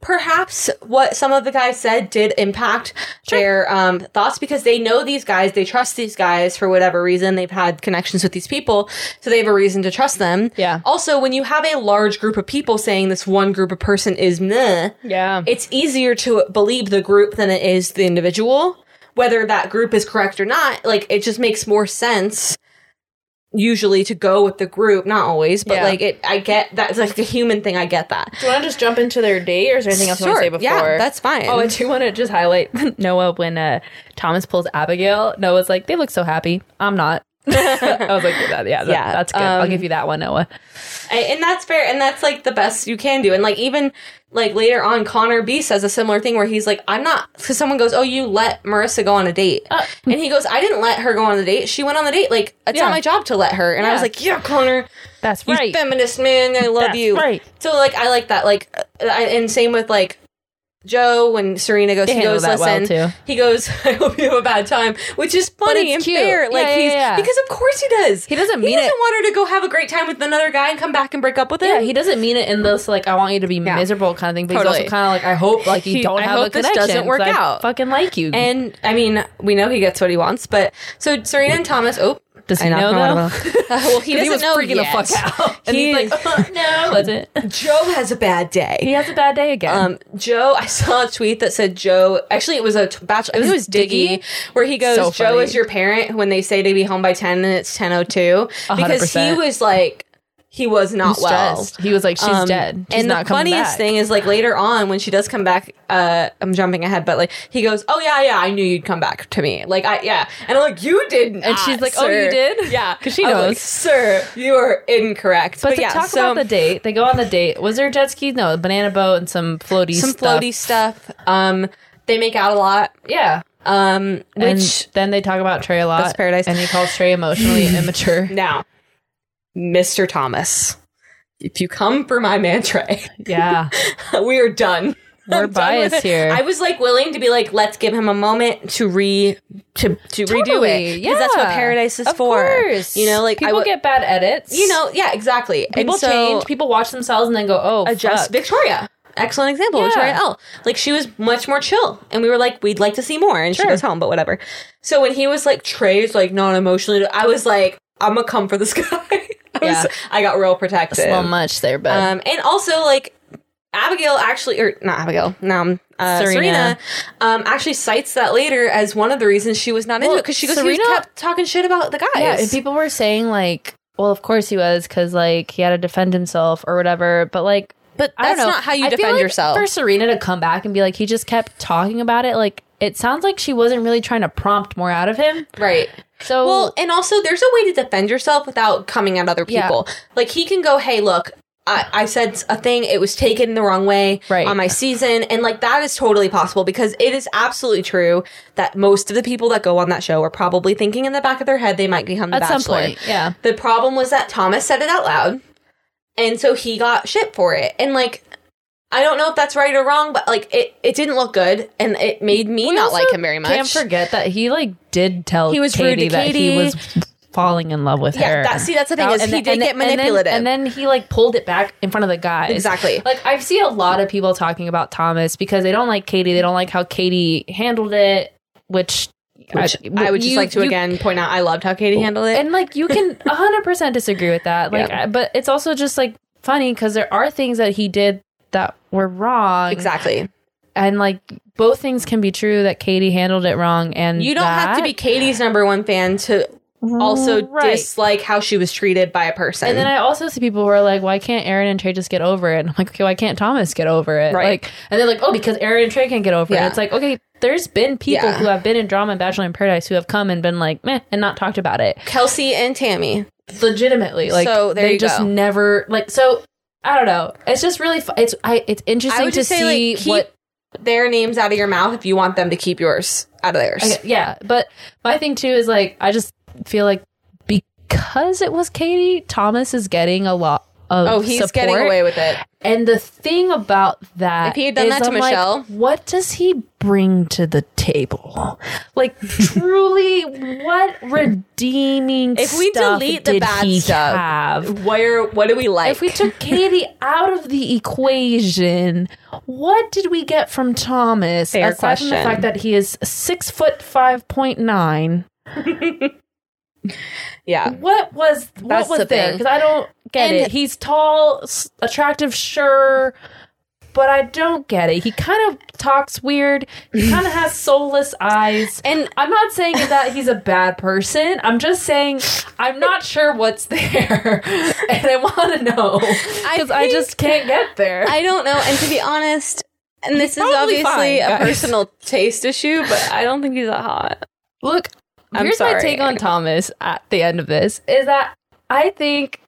[SPEAKER 3] perhaps what some of the guys said did impact their um, thoughts because they know these guys, they trust these guys for whatever reason. They've had connections with these people, so they have a reason to trust them.
[SPEAKER 2] Yeah.
[SPEAKER 3] Also, when you have a large group of people saying this one group of person is meh,
[SPEAKER 2] Yeah.
[SPEAKER 3] it's easier to believe the group than it is the individual. Whether that group is correct or not, like it just makes more sense usually to go with the group. Not always, but
[SPEAKER 2] Yeah.
[SPEAKER 3] like it, I get that's like the human thing. I get that.
[SPEAKER 2] Do you want to just jump into their date, or is there anything else you want to say before?
[SPEAKER 3] Yeah, that's fine.
[SPEAKER 2] Oh, I
[SPEAKER 3] [laughs]
[SPEAKER 2] do want to just highlight [laughs] Noah when uh, Thomas pulls Abigail. Noah's like, they look so happy. I'm not. [laughs] I was like, yeah, yeah, that-
[SPEAKER 3] Yeah,
[SPEAKER 2] that's good. I'll
[SPEAKER 3] um,
[SPEAKER 2] give you that one, Noah.
[SPEAKER 3] I- and that's fair. And that's like the best you can do. And like even like later on, Connor B says a similar thing where he's like, "I'm not," because someone goes, "Oh, you let Marissa go on a date," and he goes, "I didn't let her go on the date. She went on the date. Like it's
[SPEAKER 2] Yeah.
[SPEAKER 3] not my job to let her." And I
[SPEAKER 2] Yeah.
[SPEAKER 3] was like, "Yeah, Connor,
[SPEAKER 2] That's
[SPEAKER 3] you
[SPEAKER 2] right.
[SPEAKER 3] feminist man. I love
[SPEAKER 2] That's
[SPEAKER 3] you."
[SPEAKER 2] right.
[SPEAKER 3] So like I like that. Like uh, I, and same with like. Joe, when Serena goes,
[SPEAKER 2] They
[SPEAKER 3] he
[SPEAKER 2] handle
[SPEAKER 3] goes,
[SPEAKER 2] that well,
[SPEAKER 3] listen,
[SPEAKER 2] too.
[SPEAKER 3] he goes, [laughs] I hope you have a bad time, which is funny
[SPEAKER 2] it's
[SPEAKER 3] and
[SPEAKER 2] cute.
[SPEAKER 3] fair. Like
[SPEAKER 2] Yeah, yeah,
[SPEAKER 3] he's,
[SPEAKER 2] yeah.
[SPEAKER 3] because of course he does.
[SPEAKER 2] He doesn't
[SPEAKER 3] he
[SPEAKER 2] mean
[SPEAKER 3] doesn't
[SPEAKER 2] it.
[SPEAKER 3] want her to go have a great time with another guy and come back and break up with him.
[SPEAKER 2] Yeah, he doesn't mean it in this like I want you to be miserable kind of thing, but he's
[SPEAKER 3] Totally.
[SPEAKER 2] also kind of like I hope like you
[SPEAKER 3] He-
[SPEAKER 2] don't
[SPEAKER 3] I
[SPEAKER 2] have a
[SPEAKER 3] hope this
[SPEAKER 2] connection.
[SPEAKER 3] doesn't
[SPEAKER 2] 'cause
[SPEAKER 3] work
[SPEAKER 2] I
[SPEAKER 3] out.
[SPEAKER 2] Fucking like you.
[SPEAKER 3] And I mean, we know he gets what he wants, but so Serena and Thomas. Oh,
[SPEAKER 2] Does he
[SPEAKER 3] I knocked
[SPEAKER 2] know,
[SPEAKER 3] him out
[SPEAKER 2] though? [laughs]
[SPEAKER 3] of the- [laughs] Uh, well, he doesn't
[SPEAKER 2] was
[SPEAKER 3] know
[SPEAKER 2] freaking the
[SPEAKER 3] yet.
[SPEAKER 2] fuck
[SPEAKER 3] [laughs]
[SPEAKER 2] out. And
[SPEAKER 3] He-
[SPEAKER 2] he's like, no, [laughs] wasn't.
[SPEAKER 3] "Oh, Joe has a bad day.
[SPEAKER 2] He has a bad day again.
[SPEAKER 3] Um, Joe, I saw a tweet that said Joe. Actually, it was a t- bachelor. I think it was Diggy, where he goes,
[SPEAKER 2] So
[SPEAKER 3] "Joe
[SPEAKER 2] funny.
[SPEAKER 3] is your parent when they say to be home by ten, and it's ten o two
[SPEAKER 2] hundred
[SPEAKER 3] because he
[SPEAKER 2] percent.
[SPEAKER 3] was like, he was not well.
[SPEAKER 2] stressed. He was like, she's
[SPEAKER 3] Um,
[SPEAKER 2] dead. She's
[SPEAKER 3] and
[SPEAKER 2] not
[SPEAKER 3] the
[SPEAKER 2] coming
[SPEAKER 3] funniest
[SPEAKER 2] back.
[SPEAKER 3] thing is like later on when she does come back, uh, I'm jumping ahead, but like he goes, Oh yeah, yeah, I knew you'd come back to me. Like I yeah. And I'm like, You didn't
[SPEAKER 2] And she's like, "Oh, you did?"
[SPEAKER 3] Yeah.
[SPEAKER 2] 'Cause she
[SPEAKER 3] I was
[SPEAKER 2] knows.
[SPEAKER 3] like, Sir, you are incorrect.
[SPEAKER 2] But,
[SPEAKER 3] But,
[SPEAKER 2] to
[SPEAKER 3] yeah,
[SPEAKER 2] talk
[SPEAKER 3] so
[SPEAKER 2] about the date, they go on the date. Was there a jet ski? No, a banana boat and some floaty
[SPEAKER 3] some
[SPEAKER 2] stuff.
[SPEAKER 3] floaty stuff. Um they make out a lot.
[SPEAKER 2] Yeah.
[SPEAKER 3] Um
[SPEAKER 2] And
[SPEAKER 3] which
[SPEAKER 2] then they talk about Trey a lot.
[SPEAKER 3] That's paradise.
[SPEAKER 2] And he calls Trey emotionally
[SPEAKER 3] [laughs]
[SPEAKER 2] immature.
[SPEAKER 3] now Mr. Thomas. If you come for my man Trey,
[SPEAKER 2] Yeah.
[SPEAKER 3] [laughs] we are done.
[SPEAKER 2] We're
[SPEAKER 3] I'm done with
[SPEAKER 2] biased
[SPEAKER 3] it.
[SPEAKER 2] here.
[SPEAKER 3] I was like willing to be like, let's give him a moment to re to to redo
[SPEAKER 2] Totally,
[SPEAKER 3] it. Because that's what
[SPEAKER 2] yeah.
[SPEAKER 3] paradise is
[SPEAKER 2] Of
[SPEAKER 3] for.
[SPEAKER 2] course.
[SPEAKER 3] You know, like
[SPEAKER 2] people
[SPEAKER 3] I w-
[SPEAKER 2] get bad edits.
[SPEAKER 3] you know, yeah, exactly. And
[SPEAKER 2] people
[SPEAKER 3] so-
[SPEAKER 2] change. People watch themselves and then go, oh,
[SPEAKER 3] adjust
[SPEAKER 2] fuck.
[SPEAKER 3] Victoria. Excellent example,
[SPEAKER 2] Yeah.
[SPEAKER 3] Victoria L. Like she was much more chill, and we were like, we'd like to see more, and she
[SPEAKER 2] Sure.
[SPEAKER 3] goes home, but whatever. So when he was like Trey's like non emotionally, I was like, I'm gonna come for this [laughs] guy. I,
[SPEAKER 2] Yeah.
[SPEAKER 3] was, I got real protective.
[SPEAKER 2] It's a little much there, but
[SPEAKER 3] Um, and also like Abigail actually, or not Abigail, no, um, uh,
[SPEAKER 2] Serena.
[SPEAKER 3] Serena, um, actually cites that later as one of the reasons she was not into
[SPEAKER 2] Well,
[SPEAKER 3] it because she goes, he
[SPEAKER 2] Serena-
[SPEAKER 3] kept talking shit about the guys.
[SPEAKER 2] Yeah, and people were saying like, well, of course he was because like he had to defend himself or whatever. But like, but I don't
[SPEAKER 3] that's
[SPEAKER 2] know.
[SPEAKER 3] not how you
[SPEAKER 2] I feel
[SPEAKER 3] defend
[SPEAKER 2] like
[SPEAKER 3] yourself.
[SPEAKER 2] For Serena to come back and be like, he just kept talking about it. Like, it sounds like she wasn't really trying to prompt more out of him.
[SPEAKER 3] right.
[SPEAKER 2] So
[SPEAKER 3] Well, and also there's a way to defend yourself without coming at other
[SPEAKER 2] Yeah.
[SPEAKER 3] people. Like he can go, hey, look. I, I said a thing, it was taken the wrong way
[SPEAKER 2] Right.
[SPEAKER 3] on my season. And like that is totally possible because it is absolutely true that most of the people that go on that show are probably thinking in the back of their head they might become the
[SPEAKER 2] at
[SPEAKER 3] bachelor.
[SPEAKER 2] some point, yeah,
[SPEAKER 3] The problem was that Thomas said it out loud, and so he got shit for it. And like, I don't know if that's right or wrong, but like, it it didn't look good, and it made me not
[SPEAKER 2] Also,
[SPEAKER 3] like him very much.
[SPEAKER 2] Can't forget that he like did tell
[SPEAKER 3] He was
[SPEAKER 2] Katie
[SPEAKER 3] rude to
[SPEAKER 2] that he
[SPEAKER 3] Katie.
[SPEAKER 2] was falling in love with her.
[SPEAKER 3] yeah, that, see, that's the thing
[SPEAKER 2] That-
[SPEAKER 3] is he
[SPEAKER 2] then-
[SPEAKER 3] did
[SPEAKER 2] then-
[SPEAKER 3] get manipulative.
[SPEAKER 2] And then, and then he like pulled it back in front of the guys.
[SPEAKER 3] Exactly.
[SPEAKER 2] Like I see a lot of people talking about Thomas because they don't like Katie. They don't like how Katie handled it, [laughs] which,
[SPEAKER 3] Which I, would just
[SPEAKER 2] you-
[SPEAKER 3] like to
[SPEAKER 2] you- Oh,
[SPEAKER 3] again point out I loved how Katie handled it.
[SPEAKER 2] And like you
[SPEAKER 3] [laughs]
[SPEAKER 2] can 100% disagree with that. Like
[SPEAKER 3] Yeah.
[SPEAKER 2] I- but it's also just like funny cuz there are things that he did that were wrong.
[SPEAKER 3] exactly.
[SPEAKER 2] And like both things can be true that Katie handled it wrong and
[SPEAKER 3] You don't have to
[SPEAKER 2] that-
[SPEAKER 3] be Katie's number one fan to also
[SPEAKER 2] Right.
[SPEAKER 3] dislike how she was treated by a person.
[SPEAKER 2] And then I also see people who are like, why can't Aaron and Trey just get over it? And I'm like, okay, why can't Thomas get over it?
[SPEAKER 3] Right.
[SPEAKER 2] Like, and they're like, oh, because Aaron and Trey can't get over it.
[SPEAKER 3] Yeah.
[SPEAKER 2] It's like, okay, there's been people
[SPEAKER 3] Yeah.
[SPEAKER 2] who have been in drama and Bachelor in Paradise who have come and been like, meh, and not talked about it.
[SPEAKER 3] Kelsey and Tammy.
[SPEAKER 2] Legitimately, like
[SPEAKER 3] So, there
[SPEAKER 2] they
[SPEAKER 3] you
[SPEAKER 2] just
[SPEAKER 3] go.
[SPEAKER 2] never like. So I don't know. It's just really, fu- it's I, it's interesting
[SPEAKER 3] would
[SPEAKER 2] to
[SPEAKER 3] just say, like,
[SPEAKER 2] see
[SPEAKER 3] keep-
[SPEAKER 2] what
[SPEAKER 3] Their names out of your mouth if you want them to keep yours out of theirs.
[SPEAKER 2] Okay, yeah, but my thing too is like I just feel like because it was Katie, Thomas is getting a lot of
[SPEAKER 3] Oh, he's
[SPEAKER 2] support.
[SPEAKER 3] getting away with it.
[SPEAKER 2] And the thing about that,
[SPEAKER 3] If he had done
[SPEAKER 2] is
[SPEAKER 3] that to
[SPEAKER 2] I'm like,
[SPEAKER 3] Michelle-
[SPEAKER 2] what does he bring to the table? Like, truly, what redeeming
[SPEAKER 3] If we
[SPEAKER 2] stuff
[SPEAKER 3] delete the
[SPEAKER 2] did
[SPEAKER 3] bad
[SPEAKER 2] he
[SPEAKER 3] stuff,
[SPEAKER 2] have?
[SPEAKER 3] Where? What do we like?
[SPEAKER 2] If we took Katie out of the equation, what did we get from Thomas?
[SPEAKER 3] Fair
[SPEAKER 2] aside from the
[SPEAKER 3] question.
[SPEAKER 2] fact that he is six foot five point nine,
[SPEAKER 3] yeah.
[SPEAKER 2] what was what
[SPEAKER 3] That's
[SPEAKER 2] was
[SPEAKER 3] the
[SPEAKER 2] there?
[SPEAKER 3] thing.
[SPEAKER 2] Because I don't get
[SPEAKER 3] And-
[SPEAKER 2] it. He's tall, s- attractive, sure, but I don't get it. He kind of talks weird. He kind of has soulless eyes.
[SPEAKER 3] [laughs] And
[SPEAKER 2] I'm not saying that he's a bad person. I'm just saying I'm not sure what's [laughs] there, and I want to know because I,
[SPEAKER 3] think-
[SPEAKER 2] just can't get there.
[SPEAKER 3] I don't know. And to be honest, and this is
[SPEAKER 2] probably
[SPEAKER 3] obviously
[SPEAKER 2] fine,
[SPEAKER 3] a
[SPEAKER 2] guys.
[SPEAKER 3] personal taste issue, but I don't think he's that hot.
[SPEAKER 2] Look,
[SPEAKER 3] I'm
[SPEAKER 2] here's my
[SPEAKER 3] sorry.
[SPEAKER 2] take on Thomas at the end of this is that I think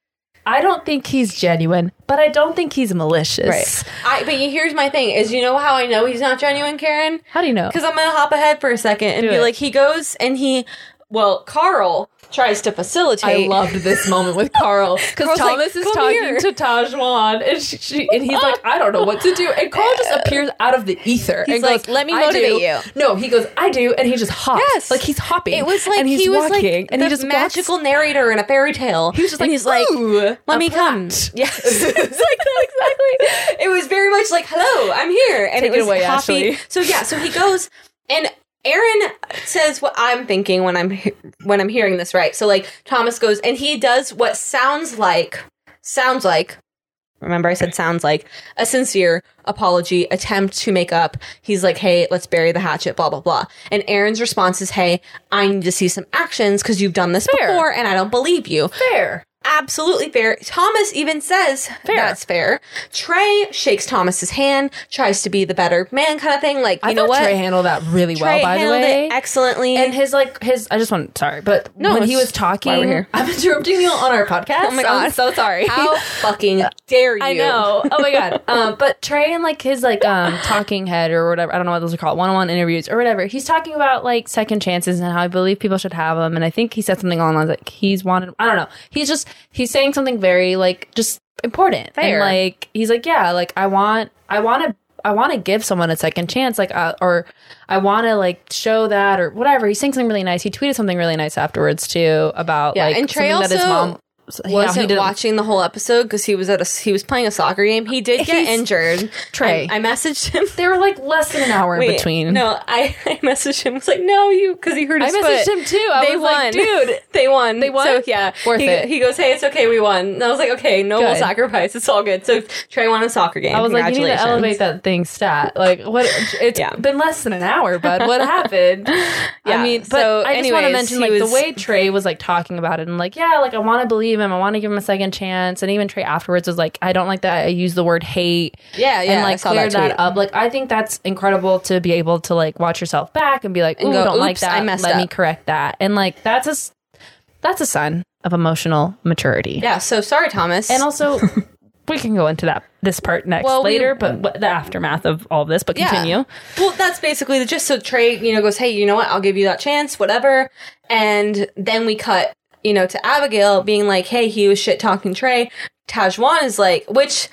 [SPEAKER 2] I don't think he's genuine, but I don't think he's malicious.
[SPEAKER 3] I. But here's my thing: is you know how I know he's not genuine, Karen?
[SPEAKER 2] How do you know?
[SPEAKER 3] Because I'm gonna hop ahead for a second and
[SPEAKER 2] Do
[SPEAKER 3] be
[SPEAKER 2] it.
[SPEAKER 3] like, he goes and he, well, Carl tries to facilitate.
[SPEAKER 2] I
[SPEAKER 3] [laughs]
[SPEAKER 2] loved this moment with Carl because
[SPEAKER 3] Carl's like,
[SPEAKER 2] Thomas is
[SPEAKER 3] "Come
[SPEAKER 2] talking
[SPEAKER 3] here."
[SPEAKER 2] to Tajwan and she, she and he's like, I don't know what to do, and Carl just appears out of the ether
[SPEAKER 3] He's
[SPEAKER 2] and
[SPEAKER 3] like,
[SPEAKER 2] goes,
[SPEAKER 3] "Let me
[SPEAKER 2] "I do."
[SPEAKER 3] motivate you.
[SPEAKER 2] No, he goes, I do, and he just hops.
[SPEAKER 3] Yes.
[SPEAKER 2] like he's hopping.
[SPEAKER 3] It was like
[SPEAKER 2] and he's
[SPEAKER 3] he was
[SPEAKER 2] walking,
[SPEAKER 3] like
[SPEAKER 2] and
[SPEAKER 3] the
[SPEAKER 2] he just
[SPEAKER 3] magical
[SPEAKER 2] walks.
[SPEAKER 3] narrator in a fairy tale.
[SPEAKER 2] He was just
[SPEAKER 3] and
[SPEAKER 2] like,
[SPEAKER 3] he's like,
[SPEAKER 2] "Ooh,
[SPEAKER 3] "Let
[SPEAKER 2] a
[SPEAKER 3] me come."
[SPEAKER 2] brat."
[SPEAKER 3] [laughs] Yes, it's like that exactly. It was very much like, "Hello, I'm here," and
[SPEAKER 2] Take
[SPEAKER 3] it
[SPEAKER 2] it
[SPEAKER 3] was
[SPEAKER 2] away,
[SPEAKER 3] happy.
[SPEAKER 2] Ashley.
[SPEAKER 3] So yeah, so he goes and. Aaron says what I'm thinking when I'm he- when I'm hearing this right. So like Thomas goes and he does what sounds like sounds like remember I said sounds like a sincere apology attempt to make up. He's like, "Hey, let's bury the hatchet," blah blah blah. And Aaron's response is, "Hey, I need to see some actions because you've done this
[SPEAKER 2] Fair.
[SPEAKER 3] before, and I don't believe you."
[SPEAKER 2] Fair.
[SPEAKER 3] Absolutely fair. Thomas even says
[SPEAKER 2] Fair.
[SPEAKER 3] that's fair. Trey shakes Thomas's hand, tries to be the better man, kind of thing. Like, you
[SPEAKER 2] I
[SPEAKER 3] know
[SPEAKER 2] thought
[SPEAKER 3] what?
[SPEAKER 2] Trey handled that really well.
[SPEAKER 3] Trey
[SPEAKER 2] By the
[SPEAKER 3] handled
[SPEAKER 2] way,
[SPEAKER 3] it excellently.
[SPEAKER 2] and his like his I just want sorry, but
[SPEAKER 3] No,
[SPEAKER 2] when he
[SPEAKER 3] it's
[SPEAKER 2] was talking,
[SPEAKER 3] why we're here.
[SPEAKER 2] [laughs] I'm interrupting you on our podcast.
[SPEAKER 3] Oh my God.
[SPEAKER 2] I'm so sorry. [laughs]
[SPEAKER 3] how fucking dare you?
[SPEAKER 2] I know. Oh my
[SPEAKER 3] [laughs]
[SPEAKER 2] god. Um, but Trey and like his like um talking head or whatever. I don't know what those are called. One on one interviews or whatever. He's talking about like second chances and how I believe people should have them. And I think he said something along the lines like he's wanted. I don't know. He's just he's saying something very like just important. And,
[SPEAKER 3] Fair.
[SPEAKER 2] like he's like yeah like I want I want to. I want to give someone a second chance, like, uh, or I want to like show that, or whatever. He's saying something really nice. He tweeted something really nice afterwards too about
[SPEAKER 3] Yeah,
[SPEAKER 2] like
[SPEAKER 3] and Trey
[SPEAKER 2] something that his
[SPEAKER 3] also
[SPEAKER 2] mom yeah, he
[SPEAKER 3] wasn't
[SPEAKER 2] didn't-
[SPEAKER 3] watching the whole episode because he was at a he was playing a soccer game. He did get
[SPEAKER 2] He's-
[SPEAKER 3] injured.
[SPEAKER 2] Trey.
[SPEAKER 3] I, I messaged him.
[SPEAKER 2] They were like less than an hour in
[SPEAKER 3] Wait,
[SPEAKER 2] between.
[SPEAKER 3] No, I, [laughs] I messaged him. Was like, no, you because he hurt
[SPEAKER 2] I
[SPEAKER 3] his
[SPEAKER 2] messaged
[SPEAKER 3] foot.
[SPEAKER 2] him too. I
[SPEAKER 3] they
[SPEAKER 2] was
[SPEAKER 3] won,
[SPEAKER 2] like, dude.
[SPEAKER 3] [laughs] They won. They
[SPEAKER 2] won?
[SPEAKER 3] So yeah,
[SPEAKER 2] Worth
[SPEAKER 3] he,
[SPEAKER 2] it.
[SPEAKER 3] He goes, hey, it's okay, we won. And I was like, okay, no
[SPEAKER 2] Good.
[SPEAKER 3] will sacrifice. It's all good. So Trey won a soccer game.
[SPEAKER 2] I was like, you need to elevate that thing stat. Like, what? It's
[SPEAKER 3] Yeah.
[SPEAKER 2] been less than an hour, bud.
[SPEAKER 3] [laughs]
[SPEAKER 2] What happened?
[SPEAKER 3] Yeah,
[SPEAKER 2] I mean, but
[SPEAKER 3] so
[SPEAKER 2] I just want to
[SPEAKER 3] anyways,
[SPEAKER 2] mention
[SPEAKER 3] he
[SPEAKER 2] like
[SPEAKER 3] was-
[SPEAKER 2] the way Trey was like talking about it and like, yeah, like I want to believe him. I want to give him a second chance. And even Trey afterwards was like, I don't like that. I use the word hate.
[SPEAKER 3] Yeah, yeah.
[SPEAKER 2] and
[SPEAKER 3] I
[SPEAKER 2] like
[SPEAKER 3] saw
[SPEAKER 2] clear
[SPEAKER 3] that,
[SPEAKER 2] that,
[SPEAKER 3] tweet.
[SPEAKER 2] up. Like I think that's incredible to be able to like watch yourself back and be like,
[SPEAKER 3] And
[SPEAKER 2] Ooh,
[SPEAKER 3] go,
[SPEAKER 2] don't like
[SPEAKER 3] "Oops,
[SPEAKER 2] that.
[SPEAKER 3] I messed
[SPEAKER 2] Let me
[SPEAKER 3] up."
[SPEAKER 2] correct that. And like that's a s- that's a sign of emotional maturity.
[SPEAKER 3] Yeah. So sorry, Thomas.
[SPEAKER 2] And [laughs] also, we can go into that this part next
[SPEAKER 3] Well, we-
[SPEAKER 2] later, but what, the aftermath of all this. But
[SPEAKER 3] Yeah.
[SPEAKER 2] continue.
[SPEAKER 3] Well, that's basically the gist. So Trey, you know, goes, "Hey, you know what? I'll give you that chance, whatever." And then we cut, you know, to Abigail being like, "Hey, he was shit talking Trey." Tajwan is like, which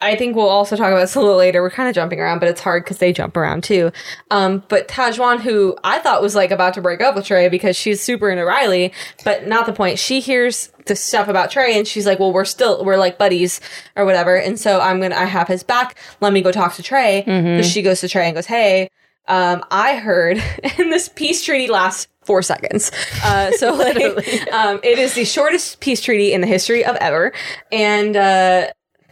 [SPEAKER 3] I think we'll also talk about this a little later. We're kind of jumping around, but it's hard because they jump around too. Um, but Tajwan, who I thought was like about to break up with Trey because she's super into Riley, but not the point. She hears the stuff about Trey and she's like, well, we're still, we're like buddies or whatever. And so I'm going to, I have his back. Let me go talk to Trey. So she goes to Trey and goes, hey, um, I heard, [laughs] and this peace treaty lasts four seconds. Uh, so like, um, it is the shortest peace treaty in the history of ever, and uh,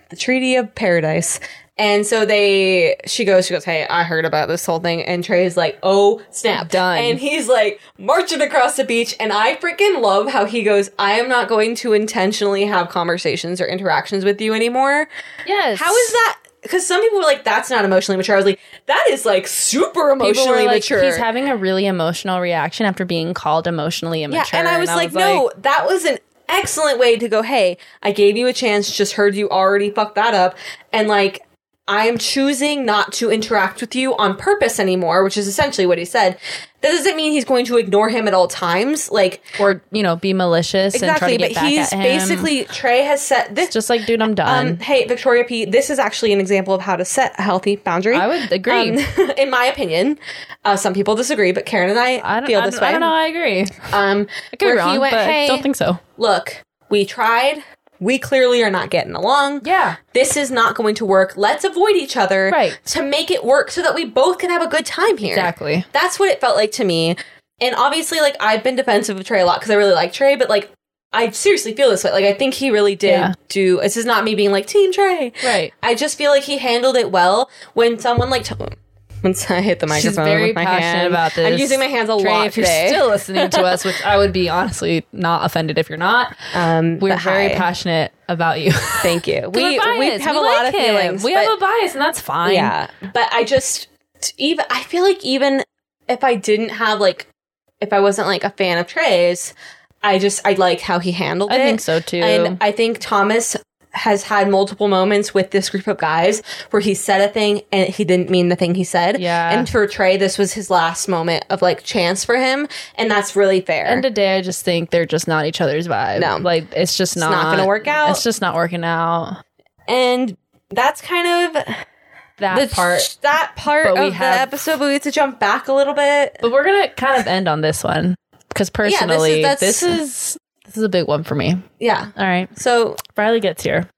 [SPEAKER 3] the Treaty of Paradise. And so they, she goes, she goes, hey, I heard about this whole thing, and Trey is like, oh snap,
[SPEAKER 2] Done.
[SPEAKER 3] and he's like marching across the beach, and I freaking love how he goes, I am not going to intentionally have conversations or interactions with you anymore.
[SPEAKER 2] Yes.
[SPEAKER 3] How is that? Because some people were like, "That's not emotionally mature." I was like, "That is like super
[SPEAKER 2] People
[SPEAKER 3] emotionally
[SPEAKER 2] were like,
[SPEAKER 3] mature."
[SPEAKER 2] he's having a really emotional reaction after being called emotionally immature.
[SPEAKER 3] yeah, and I was like, "No, that was an excellent way to go." Hey, I gave you a chance. Just heard you already fucked that up, and like. I am choosing not to interact with you on purpose anymore, which is essentially what he said. That doesn't mean he's going to ignore him at all times. Like,
[SPEAKER 2] or you know, be malicious and try to
[SPEAKER 3] exactly,
[SPEAKER 2] get
[SPEAKER 3] but
[SPEAKER 2] back at
[SPEAKER 3] he's
[SPEAKER 2] him.
[SPEAKER 3] basically, Trey has set this.
[SPEAKER 2] just like, dude, I'm done.
[SPEAKER 3] um, hey, Victoria P, this is actually an example of how to set a healthy boundary.
[SPEAKER 2] I would agree.
[SPEAKER 3] Um, [laughs] in my opinion. Uh, some people disagree, but Karen and I,
[SPEAKER 2] I don't,
[SPEAKER 3] feel
[SPEAKER 2] I,
[SPEAKER 3] this
[SPEAKER 2] don't, I
[SPEAKER 3] way.
[SPEAKER 2] don't know. I agree.
[SPEAKER 3] Um,
[SPEAKER 2] I could
[SPEAKER 3] where
[SPEAKER 2] be
[SPEAKER 3] he
[SPEAKER 2] wrong,
[SPEAKER 3] went,
[SPEAKER 2] but I
[SPEAKER 3] "Hey,
[SPEAKER 2] don't think so.
[SPEAKER 3] look, we tried. We clearly are not getting along.
[SPEAKER 2] Yeah.
[SPEAKER 3] This is not going to work. Let's avoid each other
[SPEAKER 2] Right.
[SPEAKER 3] to make it work so that we both can have a good time here.
[SPEAKER 2] Exactly.
[SPEAKER 3] That's what it felt like to me. And obviously, like, I've been defensive of Trey a lot because I really like Trey, but like, I seriously feel this way. Like, I think he really did
[SPEAKER 2] Yeah.
[SPEAKER 3] do. This is not me being like, Team Trey.
[SPEAKER 2] Right.
[SPEAKER 3] I just feel like he handled it well when someone like. T- when [laughs] I hit the microphone
[SPEAKER 2] She's very
[SPEAKER 3] with my
[SPEAKER 2] passionate
[SPEAKER 3] hand.
[SPEAKER 2] about this.
[SPEAKER 3] I'm using my hands a
[SPEAKER 2] Trey,
[SPEAKER 3] lot
[SPEAKER 2] If you're
[SPEAKER 3] today.
[SPEAKER 2] still listening to us, which I would be honestly not offended if you're not.
[SPEAKER 3] um,
[SPEAKER 2] We're
[SPEAKER 3] but
[SPEAKER 2] very
[SPEAKER 3] hi.
[SPEAKER 2] passionate about you.
[SPEAKER 3] Thank you. We,
[SPEAKER 2] [laughs] We're
[SPEAKER 3] we
[SPEAKER 2] biased.
[SPEAKER 3] have a
[SPEAKER 2] like
[SPEAKER 3] lot of
[SPEAKER 2] him.
[SPEAKER 3] feelings.
[SPEAKER 2] We
[SPEAKER 3] but-
[SPEAKER 2] have a bias, and that's fine.
[SPEAKER 3] yeah, but I just t- even I feel like even if I didn't have like if I wasn't like a fan of Trey's, I just I like how he handled
[SPEAKER 2] I
[SPEAKER 3] it.
[SPEAKER 2] think so too.
[SPEAKER 3] And I think Thomas has had multiple moments with this group of guys where he said a thing and he didn't mean the thing he said.
[SPEAKER 2] Yeah.
[SPEAKER 3] And for Trey, this was his last moment of like chance for him, and that's really fair.
[SPEAKER 2] End of day, I just think they're just not each other's vibe.
[SPEAKER 3] No.
[SPEAKER 2] like it's just not,
[SPEAKER 3] not gonna work out.
[SPEAKER 2] It's just not working out.
[SPEAKER 3] and that's kind of
[SPEAKER 2] That
[SPEAKER 3] the-
[SPEAKER 2] part.
[SPEAKER 3] That part
[SPEAKER 2] But we
[SPEAKER 3] of the
[SPEAKER 2] have-
[SPEAKER 3] episode, but we have to jump back a little bit.
[SPEAKER 2] But we're gonna kind of end on this one because
[SPEAKER 3] is-
[SPEAKER 2] personally,
[SPEAKER 3] that's-
[SPEAKER 2] this is this is a big one for me.
[SPEAKER 3] Yeah.
[SPEAKER 2] All right,
[SPEAKER 3] So
[SPEAKER 2] Riley gets here.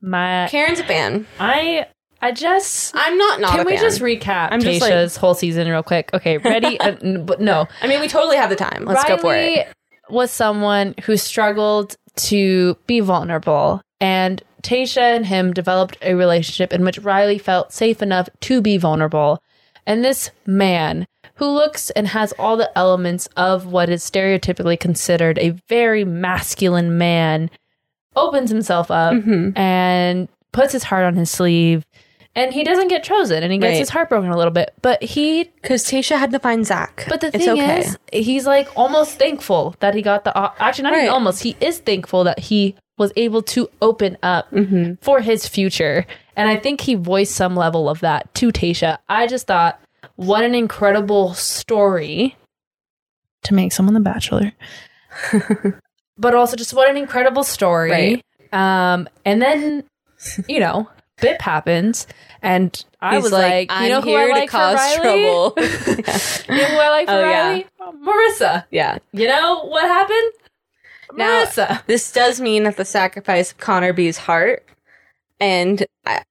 [SPEAKER 2] My
[SPEAKER 3] Karen's a fan.
[SPEAKER 2] I I just
[SPEAKER 3] I'm not not.
[SPEAKER 2] can
[SPEAKER 3] a
[SPEAKER 2] we
[SPEAKER 3] fan.
[SPEAKER 2] just recap
[SPEAKER 3] I'm just,
[SPEAKER 2] Tasha's
[SPEAKER 3] like-
[SPEAKER 2] whole season real quick? Okay,
[SPEAKER 3] [laughs]
[SPEAKER 2] ready? uh, n- but no,
[SPEAKER 3] I mean, we totally have the time. Let's go for
[SPEAKER 2] Riley
[SPEAKER 3] it.
[SPEAKER 2] Was someone who struggled to be vulnerable, and Tasha and him developed a relationship in which Riley felt safe enough to be vulnerable. And this man who looks and has all the elements of what is stereotypically considered a very masculine man opens himself up
[SPEAKER 3] Mm-hmm.
[SPEAKER 2] and puts his heart on his sleeve. And he doesn't get chosen and he gets
[SPEAKER 3] Right.
[SPEAKER 2] his heart broken a little bit, but he
[SPEAKER 3] Because Tasha had to find Zach.
[SPEAKER 2] but the thing is, he's like almost thankful that he got the op- actually not
[SPEAKER 3] Right.
[SPEAKER 2] even almost. He is thankful that he was able to open up
[SPEAKER 3] Mm-hmm.
[SPEAKER 2] for his future, and I think he voiced some level of that to Tasha. I just thought, what an incredible story to make someone the
[SPEAKER 3] [laughs]
[SPEAKER 2] Bachelor, but also just what an incredible story.
[SPEAKER 3] Right.
[SPEAKER 2] Um, and then you know, Bip happens, and I
[SPEAKER 3] He's
[SPEAKER 2] was like, you know who I like for Riley? [laughs] You know who I like for
[SPEAKER 3] Oh, yeah.
[SPEAKER 2] Riley? Um, Marissa.
[SPEAKER 3] yeah.
[SPEAKER 2] You know what happened?
[SPEAKER 3] Now-
[SPEAKER 2] Marissa.
[SPEAKER 3] This does mean at the sacrifice of Connor B's heart, and I,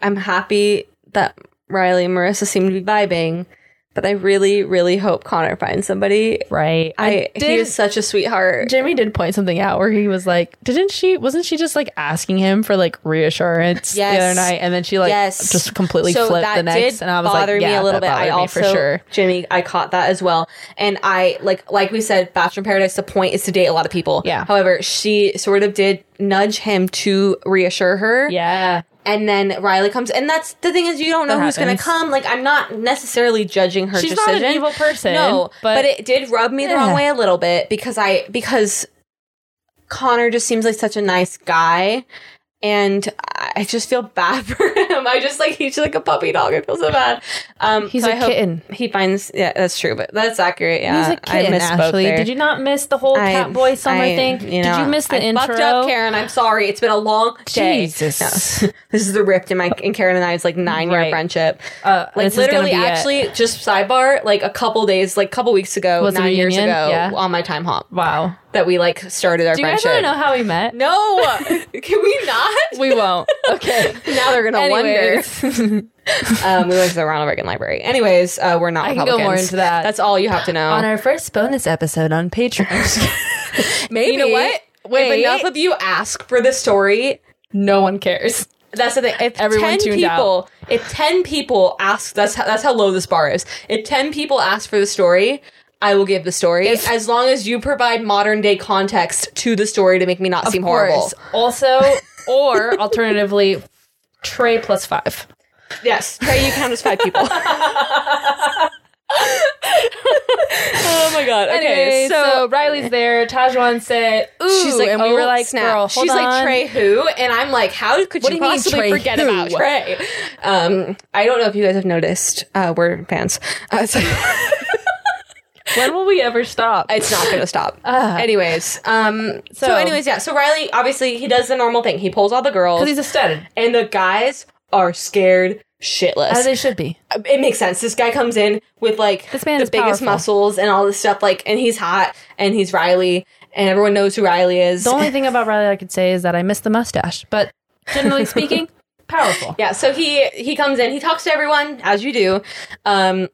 [SPEAKER 3] I'm happy that Riley and Marissa seem to be vibing. But I really, really hope Connor finds somebody.
[SPEAKER 2] Right.
[SPEAKER 3] I, he
[SPEAKER 2] did-
[SPEAKER 3] is such a sweetheart.
[SPEAKER 2] Jimmy did point something out where he was like, didn't she, wasn't she just like asking him for like reassurance the
[SPEAKER 3] Yes.
[SPEAKER 2] other night? And then she like
[SPEAKER 3] Yes.
[SPEAKER 2] just completely flipped the next. And I was
[SPEAKER 3] bother
[SPEAKER 2] like,
[SPEAKER 3] me
[SPEAKER 2] yeah,
[SPEAKER 3] a little
[SPEAKER 2] that
[SPEAKER 3] bit.
[SPEAKER 2] bothered me
[SPEAKER 3] I also,
[SPEAKER 2] for sure.
[SPEAKER 3] Jimmy, I caught that as well. And I like, like we said, Bachelor in Paradise. The point is to date a lot of people.
[SPEAKER 2] Yeah.
[SPEAKER 3] However, she sort of did nudge him to reassure her.
[SPEAKER 2] Yeah.
[SPEAKER 3] And then Riley comes, and that's the thing is you don't know
[SPEAKER 2] That
[SPEAKER 3] who's going to
[SPEAKER 2] happens.
[SPEAKER 3] come. Like I'm not necessarily judging her
[SPEAKER 2] She's not an
[SPEAKER 3] decision.
[SPEAKER 2] evil person,
[SPEAKER 3] No, but,
[SPEAKER 2] but-
[SPEAKER 3] it did rub me the
[SPEAKER 2] Yeah.
[SPEAKER 3] wrong way a little bit because I because Connor just seems like such a nice guy. And I I just feel bad [laughs] for him. I just like he's like a puppy dog. I feel so bad. Um,
[SPEAKER 2] He's
[SPEAKER 3] so
[SPEAKER 2] a
[SPEAKER 3] I hope
[SPEAKER 2] kitten.
[SPEAKER 3] He finds yeah, that's true, but that's accurate. Yeah,
[SPEAKER 2] He's a kitten,
[SPEAKER 3] I misspoke
[SPEAKER 2] Ashley.
[SPEAKER 3] there.
[SPEAKER 2] Did you not miss the whole
[SPEAKER 3] I-
[SPEAKER 2] cat boy summer
[SPEAKER 3] I-
[SPEAKER 2] thing? Did
[SPEAKER 3] know,
[SPEAKER 2] you miss the
[SPEAKER 3] I
[SPEAKER 2] intro?
[SPEAKER 3] Fucked up, Karen. I'm sorry. It's been a long day.
[SPEAKER 2] Jesus. [laughs]
[SPEAKER 3] No. this is the rift in my in Karen and I's like nine year
[SPEAKER 2] Right.
[SPEAKER 3] friendship.
[SPEAKER 2] Uh,
[SPEAKER 3] like
[SPEAKER 2] this is gonna
[SPEAKER 3] literally,
[SPEAKER 2] be it.
[SPEAKER 3] actually, just sidebar. Like a couple days, like a couple weeks ago,
[SPEAKER 2] Was the
[SPEAKER 3] nine years
[SPEAKER 2] reunion?
[SPEAKER 3] ago,
[SPEAKER 2] Yeah.
[SPEAKER 3] on my time hop
[SPEAKER 2] Wow.
[SPEAKER 3] that we like started our
[SPEAKER 2] Do you guys
[SPEAKER 3] friendship.
[SPEAKER 2] want to know how we met? [laughs]
[SPEAKER 3] no, can we not?
[SPEAKER 2] We [laughs]
[SPEAKER 3] [laughs]
[SPEAKER 2] won't. Okay.
[SPEAKER 3] now they're gonna
[SPEAKER 2] Anyways.
[SPEAKER 3] wonder. [laughs] um, we went to the Ronald Reagan Library. Anyways, uh, we're not.
[SPEAKER 2] I can go
[SPEAKER 3] Republicans.
[SPEAKER 2] more into that.
[SPEAKER 3] That's all you have to know.
[SPEAKER 2] [gasps] on our first bonus episode on [laughs] Patreon.
[SPEAKER 3] Maybe. You know what?
[SPEAKER 2] Wait.
[SPEAKER 3] If enough of you ask for the story,
[SPEAKER 2] no one cares.
[SPEAKER 3] That's the thing. If
[SPEAKER 2] Everyone
[SPEAKER 3] ten
[SPEAKER 2] tuned
[SPEAKER 3] people, if ten people ask, that's how, that's how low this bar is. If ten people ask for the story, I will give the story as long as you provide modern day context to the story to make me not seem horrible.
[SPEAKER 2] Also,
[SPEAKER 3] [laughs]
[SPEAKER 2] or alternatively, Trey plus five. [laughs]
[SPEAKER 3] [laughs] Yes, Trey, you count as five people. oh my god. Okay,
[SPEAKER 2] Anyway, so,
[SPEAKER 3] so,
[SPEAKER 2] Riley's there. Tajwan said, "Ooh,"
[SPEAKER 3] she's like,
[SPEAKER 2] and
[SPEAKER 3] oh,
[SPEAKER 2] we were like,
[SPEAKER 3] snap.
[SPEAKER 2] "Girl, hold
[SPEAKER 3] she's
[SPEAKER 2] on."
[SPEAKER 3] like Trey who, and I'm like, how could
[SPEAKER 2] What
[SPEAKER 3] you
[SPEAKER 2] do you mean,
[SPEAKER 3] possibly
[SPEAKER 2] Trey
[SPEAKER 3] forget
[SPEAKER 2] who?
[SPEAKER 3] about Trey? Um, I don't know if you guys have noticed. Uh, we're fans. Uh, so
[SPEAKER 2] When will we ever stop?
[SPEAKER 3] it's not going
[SPEAKER 2] [laughs]
[SPEAKER 3] to stop. anyways, um, so,
[SPEAKER 2] Ah. So-
[SPEAKER 3] anyways, yeah. So Riley, obviously, he does the normal thing. He pulls all the girls,
[SPEAKER 2] Because he's a stud,
[SPEAKER 3] and the guys are scared shitless.
[SPEAKER 2] as they should be.
[SPEAKER 3] it makes sense. This guy comes in with like
[SPEAKER 2] This man
[SPEAKER 3] the
[SPEAKER 2] is
[SPEAKER 3] biggest
[SPEAKER 2] powerful.
[SPEAKER 3] muscles and all this stuff, like, and he's hot and he's Riley, and everyone knows who Riley is.
[SPEAKER 2] The only thing about Riley I could say is that I miss the mustache, but generally
[SPEAKER 3] [laughs]
[SPEAKER 2] speaking, powerful.
[SPEAKER 3] [laughs] yeah, so he he comes in, he talks to everyone as you do. Um,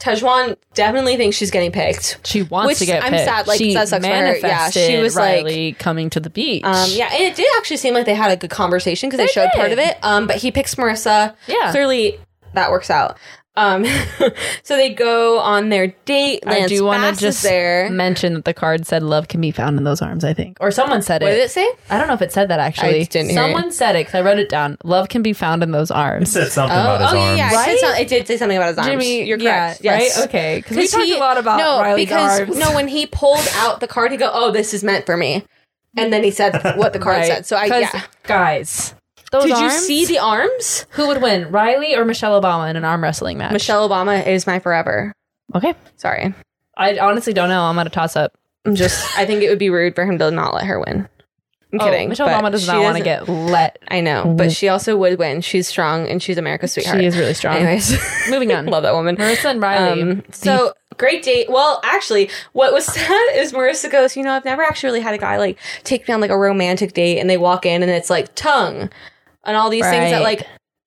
[SPEAKER 3] Tajwan definitely thinks she's getting picked.
[SPEAKER 2] She wants
[SPEAKER 3] Which
[SPEAKER 2] to get
[SPEAKER 3] I'm
[SPEAKER 2] picked.
[SPEAKER 3] sad, like,
[SPEAKER 2] she
[SPEAKER 3] that sucks for her. Yeah, she
[SPEAKER 2] manifested
[SPEAKER 3] was like-
[SPEAKER 2] Riley coming to the beach.
[SPEAKER 3] Um, yeah, and it did actually seem like they had a good conversation because they, showed part of
[SPEAKER 2] did.
[SPEAKER 3] it. Um, but he picks Marissa.
[SPEAKER 2] Yeah.
[SPEAKER 3] clearly that works out. Um, [laughs] so they go on their date.
[SPEAKER 2] I
[SPEAKER 3] Lance
[SPEAKER 2] do
[SPEAKER 3] want to
[SPEAKER 2] just
[SPEAKER 3] there.
[SPEAKER 2] mention that the card said love can be found in those arms, I think. Or someone said
[SPEAKER 3] What
[SPEAKER 2] it.
[SPEAKER 3] did it say?
[SPEAKER 2] I don't know if it said that actually.
[SPEAKER 3] I didn't hear
[SPEAKER 2] someone said it because I wrote it down. Love can be found in those
[SPEAKER 1] It
[SPEAKER 2] arms.
[SPEAKER 1] said something about his
[SPEAKER 3] oh,
[SPEAKER 1] arms.
[SPEAKER 3] yeah, yeah. It,
[SPEAKER 2] Right?
[SPEAKER 3] said some- it did say something about his arms. You're correct.
[SPEAKER 2] yeah,
[SPEAKER 3] yes.
[SPEAKER 2] Right? Okay. Because we talked
[SPEAKER 3] he-
[SPEAKER 2] a lot about
[SPEAKER 3] no,
[SPEAKER 2] Riley's
[SPEAKER 3] because
[SPEAKER 2] arms.
[SPEAKER 3] no, when he pulled out the card, he go, "Oh, this is meant for me," and then he said what the card
[SPEAKER 2] [laughs] Right.
[SPEAKER 3] said. So I
[SPEAKER 2] 'Cause,
[SPEAKER 3] yeah.
[SPEAKER 2] Guys, those
[SPEAKER 3] Did you
[SPEAKER 2] arms,
[SPEAKER 3] see the arms?
[SPEAKER 2] who would win, Riley or Michelle Obama in an arm wrestling match?
[SPEAKER 3] Michelle Obama is my forever.
[SPEAKER 2] Okay.
[SPEAKER 3] Sorry,
[SPEAKER 2] I honestly don't know. I'm at a toss up.
[SPEAKER 3] I'm just. I think it would be rude for him to not let her win. I'm kidding.
[SPEAKER 2] Oh, Michelle
[SPEAKER 3] but
[SPEAKER 2] Obama does
[SPEAKER 3] she
[SPEAKER 2] not want to
[SPEAKER 3] doesn't-
[SPEAKER 2] get let.
[SPEAKER 3] I know, but she also would win. She's strong and she's America's sweetheart.
[SPEAKER 2] She is really strong.
[SPEAKER 3] Anyways,
[SPEAKER 2] [laughs] Moving on.
[SPEAKER 3] [laughs] love that woman.
[SPEAKER 2] Marissa and Riley.
[SPEAKER 3] Um, so great date. Well, actually, what was [laughs] sad is Marissa goes, you know, I've never actually really had a guy like take me on like a romantic date, and they walk in and it's like tongue and all these things that
[SPEAKER 2] Right.
[SPEAKER 3] like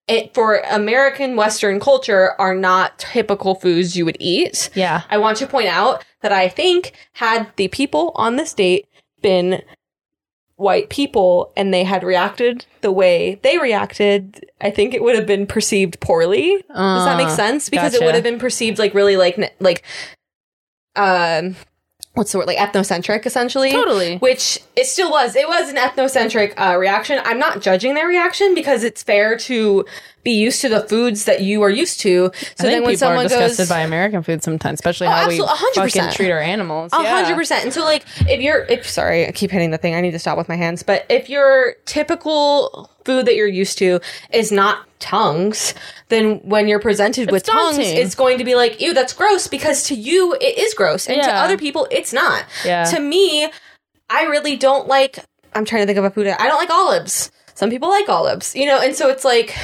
[SPEAKER 3] it for American Western culture are not typical foods you would eat.
[SPEAKER 2] yeah.
[SPEAKER 3] I want to point out that I think had the people on this date been white people and they had reacted the way they reacted, I think it would have been perceived poorly. Does that make
[SPEAKER 2] Uh,
[SPEAKER 3] sense? Because it
[SPEAKER 2] gotcha.
[SPEAKER 3] would have been perceived like really like n- like um what's the word like ethnocentric essentially.
[SPEAKER 2] Totally.
[SPEAKER 3] Which it still was. It was an ethnocentric uh, reaction. I'm not judging their reaction because it's fair to be used to the foods that you are used to. So
[SPEAKER 2] I think
[SPEAKER 3] then when
[SPEAKER 2] people
[SPEAKER 3] someone
[SPEAKER 2] are disgusted
[SPEAKER 3] goes
[SPEAKER 2] by American food sometimes, especially how we
[SPEAKER 3] absolute- 100%.
[SPEAKER 2] fucking treat our animals.
[SPEAKER 3] A
[SPEAKER 2] Yeah.
[SPEAKER 3] hundred percent. And so, like, if you're, if sorry, I keep hitting the thing. I need to stop with my hands. But if your typical food that you're used to is not tongues, then when you're presented with tongues,
[SPEAKER 2] daunting.
[SPEAKER 3] it's going to be like, ew, that's gross. Because to you, it is gross, and to
[SPEAKER 2] Yeah.
[SPEAKER 3] other people, it's not.
[SPEAKER 2] Yeah.
[SPEAKER 3] To me, I really don't like. I'm trying to think of a food. I don't like olives. Some people like olives, you know, and so it's like.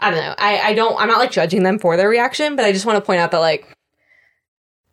[SPEAKER 3] I don't know. I, I don't. I'm not like judging them for their reaction, but I just want to point out that like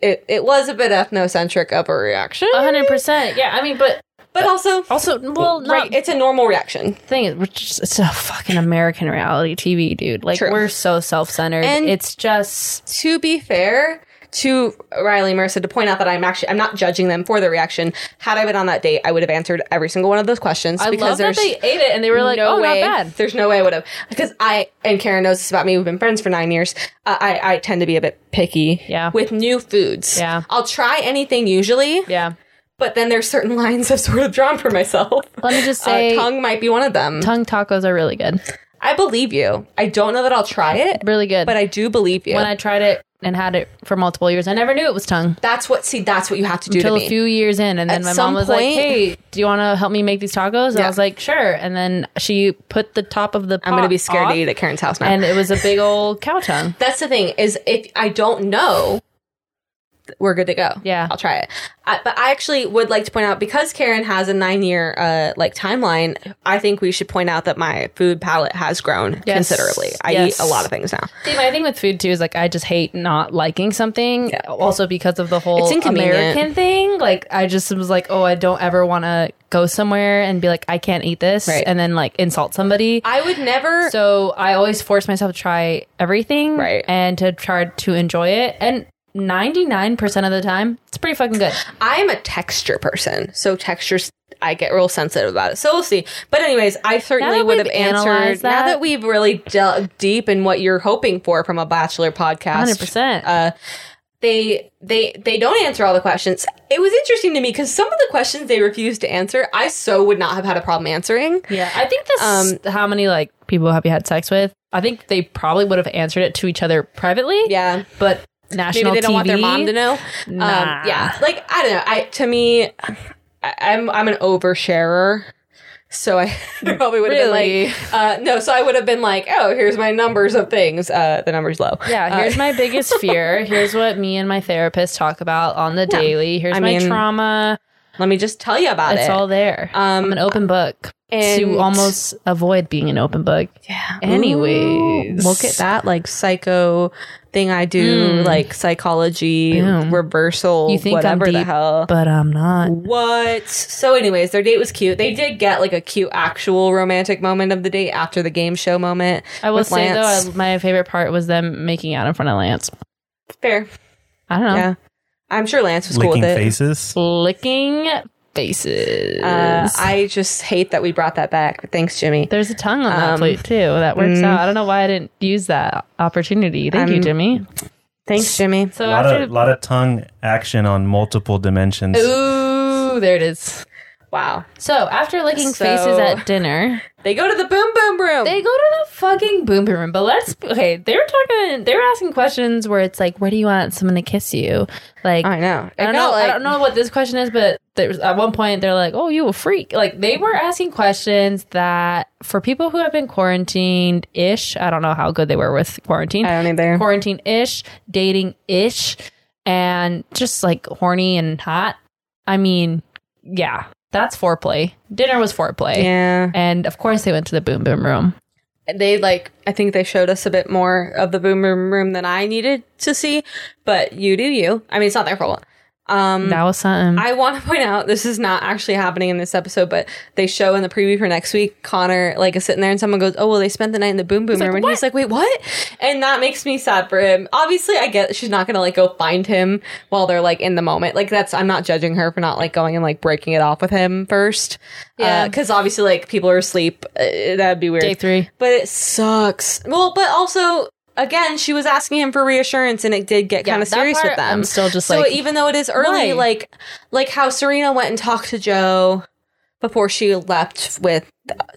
[SPEAKER 3] it it was a bit ethnocentric of a reaction,
[SPEAKER 2] A hundred percent. Yeah, I mean, but
[SPEAKER 3] but also
[SPEAKER 2] Uh, also, well, not
[SPEAKER 3] right, it's a normal reaction.
[SPEAKER 2] thing is, we're just, it's a fucking American reality TV, dude. Like
[SPEAKER 3] True.
[SPEAKER 2] we're so self centered.
[SPEAKER 3] And-
[SPEAKER 2] It's just
[SPEAKER 3] To be fair to Riley and Marissa, to point out that I'm actually I'm not judging them for their reaction. Had I been on that date, I would have answered every single one of those questions
[SPEAKER 2] I love that they ate it and they were like,
[SPEAKER 3] no
[SPEAKER 2] oh,
[SPEAKER 3] way.
[SPEAKER 2] not bad.
[SPEAKER 3] There's no way I would have because I and Karen knows this about me. We've been friends for nine years. Uh, I I tend to be a bit picky.
[SPEAKER 2] Yeah.
[SPEAKER 3] With new foods.
[SPEAKER 2] Yeah.
[SPEAKER 3] I'll try anything usually,
[SPEAKER 2] Yeah.
[SPEAKER 3] but then there's certain [laughs] lines I've sort of drawn for myself.
[SPEAKER 2] Let me just
[SPEAKER 3] [laughs] Uh,
[SPEAKER 2] say, tongue-,
[SPEAKER 3] tongue might be one of them.
[SPEAKER 2] tacos are really good.
[SPEAKER 3] I believe you. I don't know that I'll try it,
[SPEAKER 2] Really good.
[SPEAKER 3] but I do believe you.
[SPEAKER 2] when I tried it and had it for multiple years, I never knew it was tongue.
[SPEAKER 3] that's what. See, that's what you have to do to
[SPEAKER 2] until a
[SPEAKER 3] me.
[SPEAKER 2] few years in and then
[SPEAKER 3] At
[SPEAKER 2] my mom
[SPEAKER 3] some
[SPEAKER 2] was like
[SPEAKER 3] point-
[SPEAKER 2] hey do you want to help me make these tacos and
[SPEAKER 3] Yeah.
[SPEAKER 2] i was like sure and then she put the top of the
[SPEAKER 3] I'm gonna
[SPEAKER 2] pot
[SPEAKER 3] be scared
[SPEAKER 2] off,
[SPEAKER 3] to eat at Karen's house now.
[SPEAKER 2] and it was a big old cow
[SPEAKER 3] [laughs]
[SPEAKER 2] tongue
[SPEAKER 3] that's the thing is, if I don't know, we're good to go.
[SPEAKER 2] Yeah.
[SPEAKER 3] I'll try it. I, but I actually would like to point out because Karen has a nine year uh, like timeline. I think we should point out that my food palate has grown
[SPEAKER 2] Yes.
[SPEAKER 3] considerably. I
[SPEAKER 2] Yes.
[SPEAKER 3] eat a lot of things now.
[SPEAKER 2] See, my thing with food too is like I just hate not liking something. Also because of the whole
[SPEAKER 3] It's inconvenient.
[SPEAKER 2] American thing. Like I just was like, oh, I don't ever want to go somewhere and be like, I can't eat this,
[SPEAKER 3] Right.
[SPEAKER 2] and then like insult somebody.
[SPEAKER 3] I would never.
[SPEAKER 2] so I always force myself to try everything,
[SPEAKER 3] Right.
[SPEAKER 2] and to try to enjoy it. And ninety nine percent of the time, it's pretty fucking good.
[SPEAKER 3] I'm a texture person, so textures I get real sensitive about it. So we'll see. But anyways, I certainly
[SPEAKER 2] that
[SPEAKER 3] would
[SPEAKER 2] we've
[SPEAKER 3] have answered
[SPEAKER 2] analyzed
[SPEAKER 3] now
[SPEAKER 2] that-
[SPEAKER 3] that we've really dug deep in what you're hoping for from a bachelor podcast.
[SPEAKER 2] Hundred percent.
[SPEAKER 3] Uh, they they they don't answer all the questions. It was interesting to me because some of the questions they refused to answer, I so would not have had a problem answering.
[SPEAKER 2] Yeah, I think this.
[SPEAKER 3] um,
[SPEAKER 2] how many like people have you had sex with? I think they probably would have answered it to each other privately.
[SPEAKER 3] Yeah.
[SPEAKER 2] but national
[SPEAKER 3] Maybe they don't want their
[SPEAKER 2] TV.
[SPEAKER 3] mom to know.
[SPEAKER 2] Nah.
[SPEAKER 3] Um, yeah, like I don't know. I to me, I, I'm I'm an oversharer, so I [laughs] probably would have
[SPEAKER 2] Really?
[SPEAKER 3] been like, uh, no. So I would have been like, oh, here's my numbers of things. Uh, the numbers low.
[SPEAKER 2] Yeah,
[SPEAKER 3] Uh,
[SPEAKER 2] here's my
[SPEAKER 3] [laughs]
[SPEAKER 2] biggest fear. Here's what me and my therapist talk about on the daily. Here's
[SPEAKER 3] I
[SPEAKER 2] my
[SPEAKER 3] mean,
[SPEAKER 2] trauma.
[SPEAKER 3] let me just tell you about
[SPEAKER 2] It's
[SPEAKER 3] it.
[SPEAKER 2] all there.
[SPEAKER 3] Um,
[SPEAKER 2] I'm an open book
[SPEAKER 3] and-
[SPEAKER 2] to almost avoid being an open book.
[SPEAKER 3] Yeah.
[SPEAKER 2] Anyways.
[SPEAKER 3] Ooh, look at that like psycho thing I do,
[SPEAKER 2] Mm.
[SPEAKER 3] like psychology
[SPEAKER 2] Boom.
[SPEAKER 3] reversal.
[SPEAKER 2] You think
[SPEAKER 3] whatever
[SPEAKER 2] I'm
[SPEAKER 3] the
[SPEAKER 2] deep,
[SPEAKER 3] hell.
[SPEAKER 2] but I'm not.
[SPEAKER 3] What? So, anyways, their date was cute. They did get like a cute actual romantic moment of the date after the game show moment.
[SPEAKER 2] I will
[SPEAKER 3] with
[SPEAKER 2] say
[SPEAKER 3] Lance.
[SPEAKER 2] though, I, my favorite part was them making out in front of Lance.
[SPEAKER 3] fair.
[SPEAKER 2] I don't know,
[SPEAKER 3] Yeah, I'm sure Lance was cool
[SPEAKER 1] Licking
[SPEAKER 3] with it.
[SPEAKER 1] faces.
[SPEAKER 2] licking faces.
[SPEAKER 3] Uh, I just hate that we brought that back. But thanks, Jimmy.
[SPEAKER 2] There's a tongue on that
[SPEAKER 3] Um,
[SPEAKER 2] plate too. That works out. I don't know why I didn't use that opportunity. Thank you,
[SPEAKER 3] I'm-
[SPEAKER 2] Jimmy.
[SPEAKER 3] Thanks, Jimmy.
[SPEAKER 2] So
[SPEAKER 1] A lot
[SPEAKER 2] after
[SPEAKER 1] of, lot of tongue action on multiple dimensions.
[SPEAKER 2] ooh, there it is.
[SPEAKER 3] Wow.
[SPEAKER 2] So after licking
[SPEAKER 3] So-
[SPEAKER 2] faces at dinner,
[SPEAKER 3] They go to the boom boom room.
[SPEAKER 2] they go to the fucking boom boom room. But let's okay. They're talking. They're asking questions where it's like, where do you want someone to kiss you? Like
[SPEAKER 3] I know.
[SPEAKER 2] I don't know. I don't know what this question is, but there's at one point they're like, "Oh, you a freak!" Like they were asking questions that for people who have been quarantined ish. I don't know how good they were with quarantine.
[SPEAKER 3] I don't either.
[SPEAKER 2] Quarantine ish, dating ish, and just like horny and hot. I mean, yeah, that's foreplay. Dinner was foreplay,
[SPEAKER 3] Yeah.
[SPEAKER 2] and of course they went to the boom boom room.
[SPEAKER 3] they like I think they showed us a bit more of the boom room room than I needed to see, but you do you. I mean, it's not their fault. Um,
[SPEAKER 2] That was something.
[SPEAKER 3] I want to point out this is not actually happening in this episode, but they show in the preview for next week. Connor like is sitting there, and someone goes, "Oh well, they spent the night in the boom boom room," and he's like, "Wait, what?" And that makes me sad for him. Obviously, I get she's not gonna like go find him while they're like in the moment. Like that's I'm not judging her for not like going and like breaking it off with him first.
[SPEAKER 2] Yeah.
[SPEAKER 3] because obviously like people are asleep. Uh, that'd be weird
[SPEAKER 2] Day three.
[SPEAKER 3] but it sucks. Well, but also again, she was asking him for reassurance, and it did get
[SPEAKER 2] Yeah,
[SPEAKER 3] kind of
[SPEAKER 2] that
[SPEAKER 3] serious
[SPEAKER 2] part,
[SPEAKER 3] with them.
[SPEAKER 2] I'm still just
[SPEAKER 3] so
[SPEAKER 2] like,
[SPEAKER 3] even though it is early,
[SPEAKER 2] why?
[SPEAKER 3] like like how Serena went and talked to Joe before she left with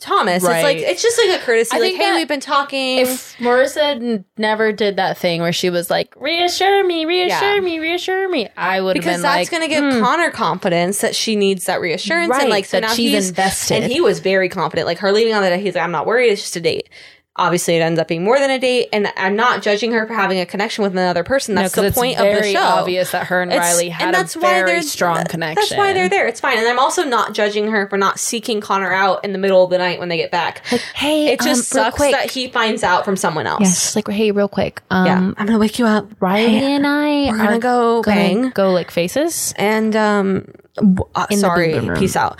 [SPEAKER 3] Thomas. It's like
[SPEAKER 2] Right.
[SPEAKER 3] it's just like a courtesy.
[SPEAKER 2] I
[SPEAKER 3] like,
[SPEAKER 2] think
[SPEAKER 3] hey,
[SPEAKER 2] that
[SPEAKER 3] we've been talking.
[SPEAKER 2] if Marissa n- never did that thing where she was like, reassure me, reassure
[SPEAKER 3] Yeah.
[SPEAKER 2] me, reassure me, I would have
[SPEAKER 3] because
[SPEAKER 2] been
[SPEAKER 3] that's
[SPEAKER 2] like, hmm.
[SPEAKER 3] going to give Connor confidence that she needs that reassurance
[SPEAKER 2] Right,
[SPEAKER 3] and like so
[SPEAKER 2] that
[SPEAKER 3] now
[SPEAKER 2] she's
[SPEAKER 3] he's
[SPEAKER 2] invested.
[SPEAKER 3] And he was very confident. Like her leaving on the day, he's like, I'm not worried. It's just a date. Obviously, it ends up being more than a date, and I'm not judging her for having a connection with another person. That's the point
[SPEAKER 2] very
[SPEAKER 3] of the show.
[SPEAKER 2] obvious that her and
[SPEAKER 3] It's-
[SPEAKER 2] Riley had a very strong
[SPEAKER 3] th-
[SPEAKER 2] connection.
[SPEAKER 3] That's why they're there. It's fine, and I'm also not judging her for not seeking Connor out in the middle of the night when they get back.
[SPEAKER 2] hey, um,
[SPEAKER 3] It just sucks that he finds out from someone else.
[SPEAKER 2] yeah, she's like, hey, real quick, um,
[SPEAKER 3] yeah, I'm gonna wake you up.
[SPEAKER 2] Riley and I
[SPEAKER 3] We're gonna
[SPEAKER 2] are
[SPEAKER 3] go
[SPEAKER 2] gonna
[SPEAKER 3] bang.
[SPEAKER 2] go like faces.
[SPEAKER 3] and um w- uh,
[SPEAKER 2] In the
[SPEAKER 3] sorry
[SPEAKER 2] boom boom room.
[SPEAKER 3] peace out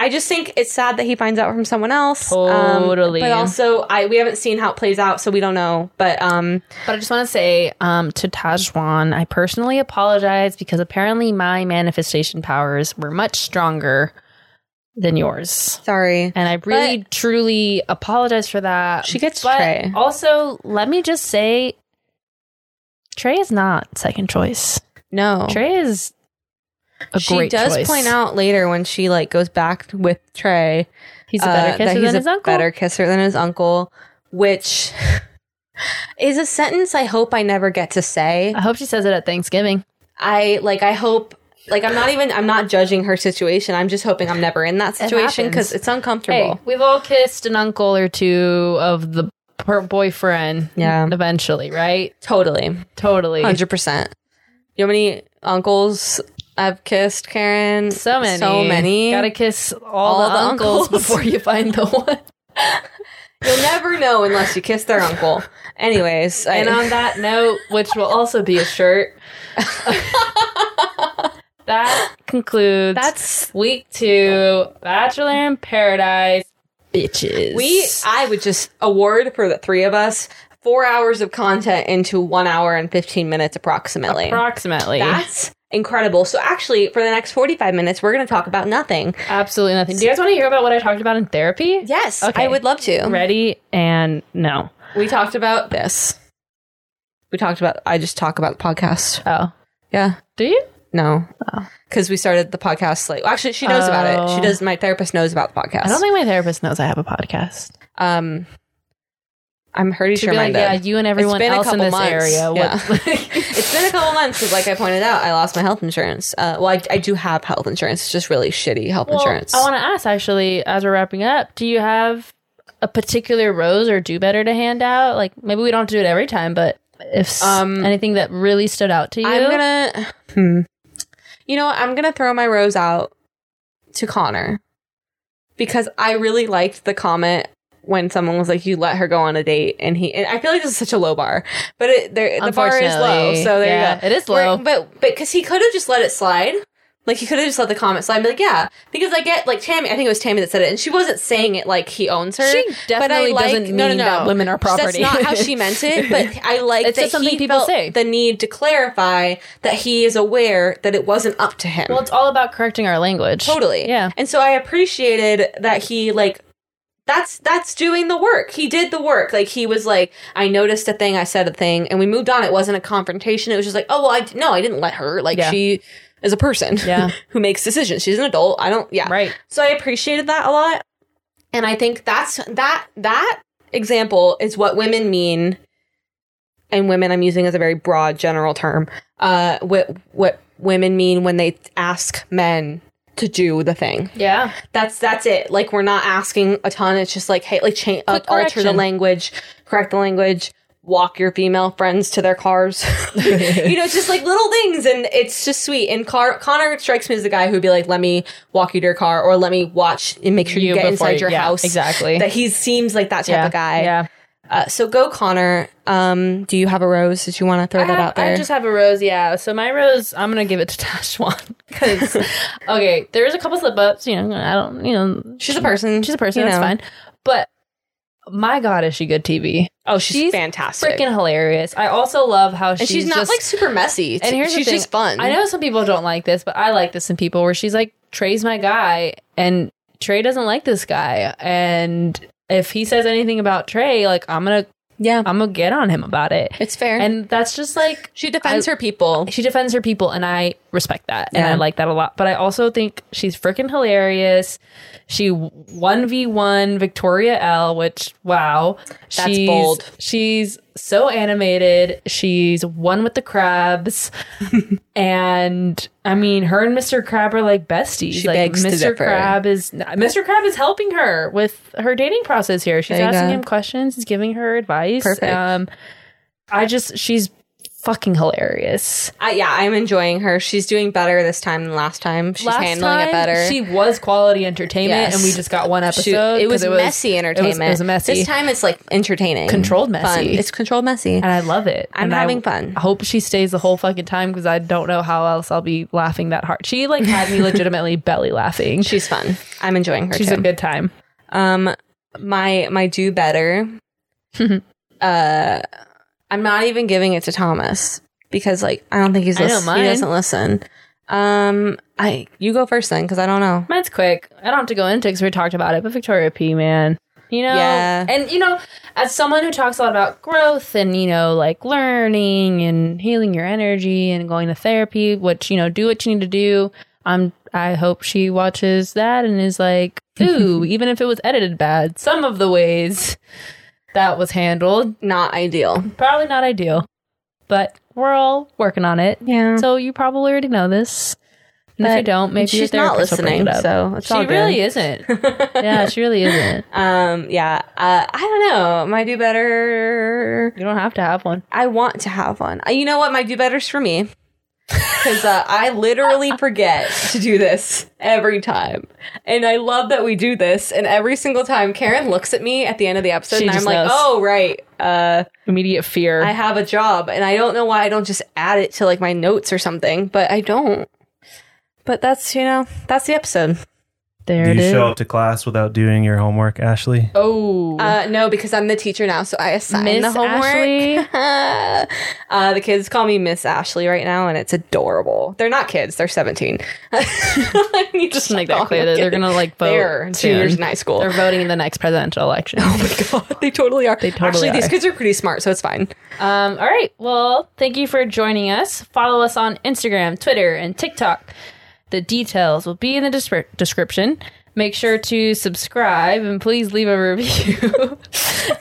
[SPEAKER 3] i just think it's sad that he finds out from someone else um,
[SPEAKER 2] Totally.
[SPEAKER 3] but also i we haven't seen how it plays out so we don't know but um
[SPEAKER 2] But I just want to say um, to Tajwan, I personally apologize because apparently my manifestation powers were much stronger than yours.
[SPEAKER 3] sorry
[SPEAKER 2] And I really truly apologize for that.
[SPEAKER 3] She gets
[SPEAKER 2] but
[SPEAKER 3] Trey.
[SPEAKER 2] Also, let me just say Trey is not second choice.
[SPEAKER 3] no
[SPEAKER 2] Trey is a
[SPEAKER 3] Oh. she
[SPEAKER 2] great
[SPEAKER 3] does
[SPEAKER 2] choice.
[SPEAKER 3] point out later when she like goes back with trey
[SPEAKER 2] he's a
[SPEAKER 3] uh,
[SPEAKER 2] better
[SPEAKER 3] that
[SPEAKER 2] kisser
[SPEAKER 3] he's
[SPEAKER 2] than
[SPEAKER 3] a
[SPEAKER 2] his uncle.
[SPEAKER 3] better kisser than his uncle which [laughs] is a sentence i hope i never get to say
[SPEAKER 2] I hope she says it at Thanksgiving.
[SPEAKER 3] I like I hope like I'm not even I'm not judging her situation. I'm just hoping I'm never in that situation because
[SPEAKER 2] happens.
[SPEAKER 3] it's uncomfortable.
[SPEAKER 2] Hey, we've all kissed an uncle or two of the per- boyfriend.
[SPEAKER 3] Yeah.
[SPEAKER 2] Eventually, right?
[SPEAKER 3] Totally.
[SPEAKER 2] Totally.
[SPEAKER 3] Hundred percent. You know how many uncles I've kissed, Karen?
[SPEAKER 2] So many.
[SPEAKER 3] So many.
[SPEAKER 2] Gotta kiss all, the,
[SPEAKER 3] All the
[SPEAKER 2] uncles,
[SPEAKER 3] uncles.
[SPEAKER 2] before you find the one.
[SPEAKER 3] You'll never know unless you kiss their uncle. Anyways,
[SPEAKER 2] [laughs]
[SPEAKER 3] I, [laughs]
[SPEAKER 2] And on that note, which will also be a shirt, [laughs] that concludes
[SPEAKER 3] that's
[SPEAKER 2] week two Bachelor in Paradise. Bitches.
[SPEAKER 3] we I would just award for the three of us four hours of content into one hour and fifteen minutes approximately.
[SPEAKER 2] approximately
[SPEAKER 3] That's incredible. So actually for the next forty five minutes we're gonna talk about nothing.
[SPEAKER 2] absolutely nothing. Do you guys want to hear about what I talked about in therapy?
[SPEAKER 3] Yes,
[SPEAKER 2] Okay.
[SPEAKER 3] I would love to.
[SPEAKER 2] Ready and no.
[SPEAKER 3] We talked about this. We talked about. I just talk about the podcast.
[SPEAKER 2] Oh,
[SPEAKER 3] Yeah.
[SPEAKER 2] do you?
[SPEAKER 3] No. Because we started the podcast like. well, actually, she knows about it. She
[SPEAKER 2] Oh.
[SPEAKER 3] does. My therapist knows about the podcast.
[SPEAKER 2] I don't think my therapist knows I have a podcast.
[SPEAKER 3] Um. I'm pretty
[SPEAKER 2] To
[SPEAKER 3] sure
[SPEAKER 2] be
[SPEAKER 3] my
[SPEAKER 2] like, yeah,
[SPEAKER 3] dad.
[SPEAKER 2] you and everyone
[SPEAKER 3] been a
[SPEAKER 2] else in
[SPEAKER 3] couple
[SPEAKER 2] this
[SPEAKER 3] months.
[SPEAKER 2] area. What,
[SPEAKER 3] [laughs] it's been a couple months because, like I pointed out, I lost my health insurance. Uh, well, I, I do have health insurance. It's just really shitty
[SPEAKER 2] [laughs]
[SPEAKER 3] health
[SPEAKER 2] Well,
[SPEAKER 3] [laughs] insurance.
[SPEAKER 2] I want to ask actually, as we're wrapping up, do you have a particular rose or do better to hand out? Like maybe we don't have to do it every time, but if s-
[SPEAKER 3] Um,
[SPEAKER 2] anything that really stood out to you,
[SPEAKER 3] I'm gonna. Hmm. You know, what? I'm gonna throw my rose out to Connor because I really liked the comment when someone was like, "You let her go on a date," and he. And I feel like this is such a low bar, but it, there, the bar is low.
[SPEAKER 2] Unfortunately.
[SPEAKER 3] So there
[SPEAKER 2] Yeah,
[SPEAKER 3] you go.
[SPEAKER 2] It is
[SPEAKER 3] We're-
[SPEAKER 2] low.
[SPEAKER 3] but but because he could have just let it slide. Like he could have just let the comment slide and be like, yeah. Because I get like Tammy, I think it was Tammy that said it, and she wasn't saying it like he owns her.
[SPEAKER 2] She definitely doesn't mean that women are property.
[SPEAKER 3] That's not how she meant it, but
[SPEAKER 2] [laughs]
[SPEAKER 3] I like
[SPEAKER 2] It's
[SPEAKER 3] that
[SPEAKER 2] just something
[SPEAKER 3] he
[SPEAKER 2] people
[SPEAKER 3] felt
[SPEAKER 2] say.
[SPEAKER 3] the need to clarify that he is aware that it wasn't up to him.
[SPEAKER 2] well, it's all about correcting our language.
[SPEAKER 3] totally.
[SPEAKER 2] Yeah.
[SPEAKER 3] And so I appreciated that he like that's that's doing the work. He did the work. Like he was like, I noticed a thing, I said a thing, and we moved on. It wasn't a confrontation. It was just like, oh well, I no, I didn't let her. Like
[SPEAKER 2] Yeah.
[SPEAKER 3] she is a person
[SPEAKER 2] Yeah.
[SPEAKER 3] [laughs] who makes decisions. She's an adult. I don't. Yeah.
[SPEAKER 2] Right.
[SPEAKER 3] So I appreciated that a lot. And I think that's that that example is what women mean and women I'm using as a very broad general term. Uh what what women mean when they ask men to do the thing.
[SPEAKER 2] Yeah.
[SPEAKER 3] That's that's it. Like we're not asking a ton. It's just like hey, like change uh, alter the
[SPEAKER 2] correction.
[SPEAKER 3] language, correct the language, walk your female friends to their cars. [laughs] you know, it's just like little things, and it's just sweet. And Car- Connor strikes me as the guy who'd be like, "Let me walk you to your car, or let me watch and make sure you,
[SPEAKER 2] You
[SPEAKER 3] get
[SPEAKER 2] before
[SPEAKER 3] inside
[SPEAKER 2] you-
[SPEAKER 3] your
[SPEAKER 2] yeah,
[SPEAKER 3] house."
[SPEAKER 2] exactly.
[SPEAKER 3] That he seems like that type
[SPEAKER 2] yeah.
[SPEAKER 3] of guy.
[SPEAKER 2] Yeah.
[SPEAKER 3] Uh, so go, Connor. Um, do you have a rose? Did you want to throw that
[SPEAKER 2] have-
[SPEAKER 3] out there?
[SPEAKER 2] I just have a rose, yeah. So my rose, I'm gonna give it to [laughs] Tashwan
[SPEAKER 3] [laughs]
[SPEAKER 2] because okay, there's a couple slip ups. You know, I don't, you know,
[SPEAKER 3] she's a person.
[SPEAKER 2] she's a person.
[SPEAKER 3] you
[SPEAKER 2] That's
[SPEAKER 3] know.
[SPEAKER 2] fine. But my God, is she good TV?
[SPEAKER 3] Oh, she's,
[SPEAKER 2] She's
[SPEAKER 3] fantastic.
[SPEAKER 2] Freaking hilarious. I also love how
[SPEAKER 3] and she's, not
[SPEAKER 2] just,
[SPEAKER 3] like super messy.
[SPEAKER 2] And here's the
[SPEAKER 3] she's
[SPEAKER 2] thing,
[SPEAKER 3] just fun.
[SPEAKER 2] I know some people don't like this, but I like this in people where she's like, Trey's my guy, and Trey doesn't like this guy, and if he says anything about Trey, like I'm gonna,
[SPEAKER 3] Yeah,
[SPEAKER 2] I'm gonna get on him about it,
[SPEAKER 3] it's fair.
[SPEAKER 2] and that's just like
[SPEAKER 3] She defends her people.
[SPEAKER 2] she defends her people and i respect that and
[SPEAKER 3] Yeah.
[SPEAKER 2] i like that a lot but i also think she's freaking hilarious she 1v1 victoria l which wow
[SPEAKER 3] That's
[SPEAKER 2] she's,
[SPEAKER 3] bold.
[SPEAKER 2] she's so animated she's one with the
[SPEAKER 3] [laughs]
[SPEAKER 2] crabs and i mean her and mr crab are like besties
[SPEAKER 3] She
[SPEAKER 2] like
[SPEAKER 3] begs to
[SPEAKER 2] mr
[SPEAKER 3] differ.
[SPEAKER 2] crab is mr crab is helping her with her dating process here she's
[SPEAKER 3] There you
[SPEAKER 2] asking
[SPEAKER 3] go.
[SPEAKER 2] him questions he's giving her advice
[SPEAKER 3] Perfect.
[SPEAKER 2] um i just she's fucking hilarious
[SPEAKER 3] I, yeah, I'm enjoying her. She's doing better this time than last time. She's handling it better.
[SPEAKER 2] She was quality entertainment,
[SPEAKER 3] Yes.
[SPEAKER 2] and we just got one episode.
[SPEAKER 3] She- it,
[SPEAKER 2] 'cause
[SPEAKER 3] was messy entertainment.
[SPEAKER 2] It was, it was messy,
[SPEAKER 3] This time it's like entertaining,
[SPEAKER 2] controlled messy,
[SPEAKER 3] fun. It's controlled messy.
[SPEAKER 2] and I love it.
[SPEAKER 3] I'm
[SPEAKER 2] And I-
[SPEAKER 3] having fun.
[SPEAKER 2] I hope she stays the whole fucking time because I don't know how else I'll be laughing that hard. She like had
[SPEAKER 3] [laughs]
[SPEAKER 2] me legitimately belly laughing.
[SPEAKER 3] She's fun. I'm enjoying her.
[SPEAKER 2] She's
[SPEAKER 3] too.
[SPEAKER 2] a good time.
[SPEAKER 3] Um, my my
[SPEAKER 2] [laughs]
[SPEAKER 3] do better. uh, I'm not even giving it to Thomas because like I don't think he's
[SPEAKER 2] I know
[SPEAKER 3] listening.
[SPEAKER 2] mine.
[SPEAKER 3] He doesn't listen. Um, I you go first then because I don't know.
[SPEAKER 2] Mine's quick. I don't have to go into because we talked about it, but Victoria P, man. You know,
[SPEAKER 3] Yeah.
[SPEAKER 2] and you know, as someone who talks a lot about growth and you know, like learning and healing your energy and going to therapy, which you know, do what you need to do. I'm. I hope she watches that and is
[SPEAKER 3] [laughs]
[SPEAKER 2] like, ooh, even if it was edited bad, some of the ways that was handled
[SPEAKER 3] Not ideal.
[SPEAKER 2] probably not ideal, but we're all working on it.
[SPEAKER 3] Yeah.
[SPEAKER 2] So you probably already know this. And if
[SPEAKER 3] But
[SPEAKER 2] you don't, maybe your
[SPEAKER 3] she's not
[SPEAKER 2] therapist will bring
[SPEAKER 3] listening,
[SPEAKER 2] it up.
[SPEAKER 3] so it's
[SPEAKER 2] she
[SPEAKER 3] all good.
[SPEAKER 2] really
[SPEAKER 3] [laughs]
[SPEAKER 2] isn't. yeah, she really isn't.
[SPEAKER 3] Um, yeah. Uh, I don't know. My do better.
[SPEAKER 2] You don't have to have one.
[SPEAKER 3] I want to have one. Uh, you know what? My do better's for me. Because uh, I literally forget to do this every time. And I love that we do this. And every single time, Karen looks at me at the end of the episode
[SPEAKER 2] She
[SPEAKER 3] and I'm
[SPEAKER 2] just
[SPEAKER 3] like,
[SPEAKER 2] knows.
[SPEAKER 3] oh, right. Uh,
[SPEAKER 2] Immediate fear.
[SPEAKER 3] I have a job. And I don't know why I don't just add it to like my notes or something, but I don't. But that's, you know, that's the episode.
[SPEAKER 2] there
[SPEAKER 1] Do
[SPEAKER 2] it
[SPEAKER 1] you
[SPEAKER 2] is.
[SPEAKER 1] show up to class without doing your homework, Ashley?
[SPEAKER 2] oh,
[SPEAKER 3] Uh, no, because I'm the teacher now, so I assign
[SPEAKER 2] Miss
[SPEAKER 3] the homework. [laughs]
[SPEAKER 2] Ashley.
[SPEAKER 3] uh, the kids call me Miss Ashley right now, and it's adorable. They're not kids; they're seventeen. [laughs] I need to
[SPEAKER 2] Just
[SPEAKER 3] stop
[SPEAKER 2] make that
[SPEAKER 3] calling
[SPEAKER 2] clear
[SPEAKER 3] them
[SPEAKER 2] that they're
[SPEAKER 3] kids.
[SPEAKER 2] gonna like
[SPEAKER 3] [laughs]
[SPEAKER 2] vote.
[SPEAKER 3] They're
[SPEAKER 2] soon.
[SPEAKER 3] juniors in high school.
[SPEAKER 2] They're voting in the next presidential [laughs] election.
[SPEAKER 3] [laughs] oh my god, they totally are. They
[SPEAKER 2] totally
[SPEAKER 3] Actually,
[SPEAKER 2] are.
[SPEAKER 3] these kids are pretty smart, so it's fine.
[SPEAKER 2] Um, all right. Well, thank you for joining us. Follow us on Instagram, Twitter, and TikTok. The details will be in the descri- description. Make sure to subscribe and please leave a review. [laughs]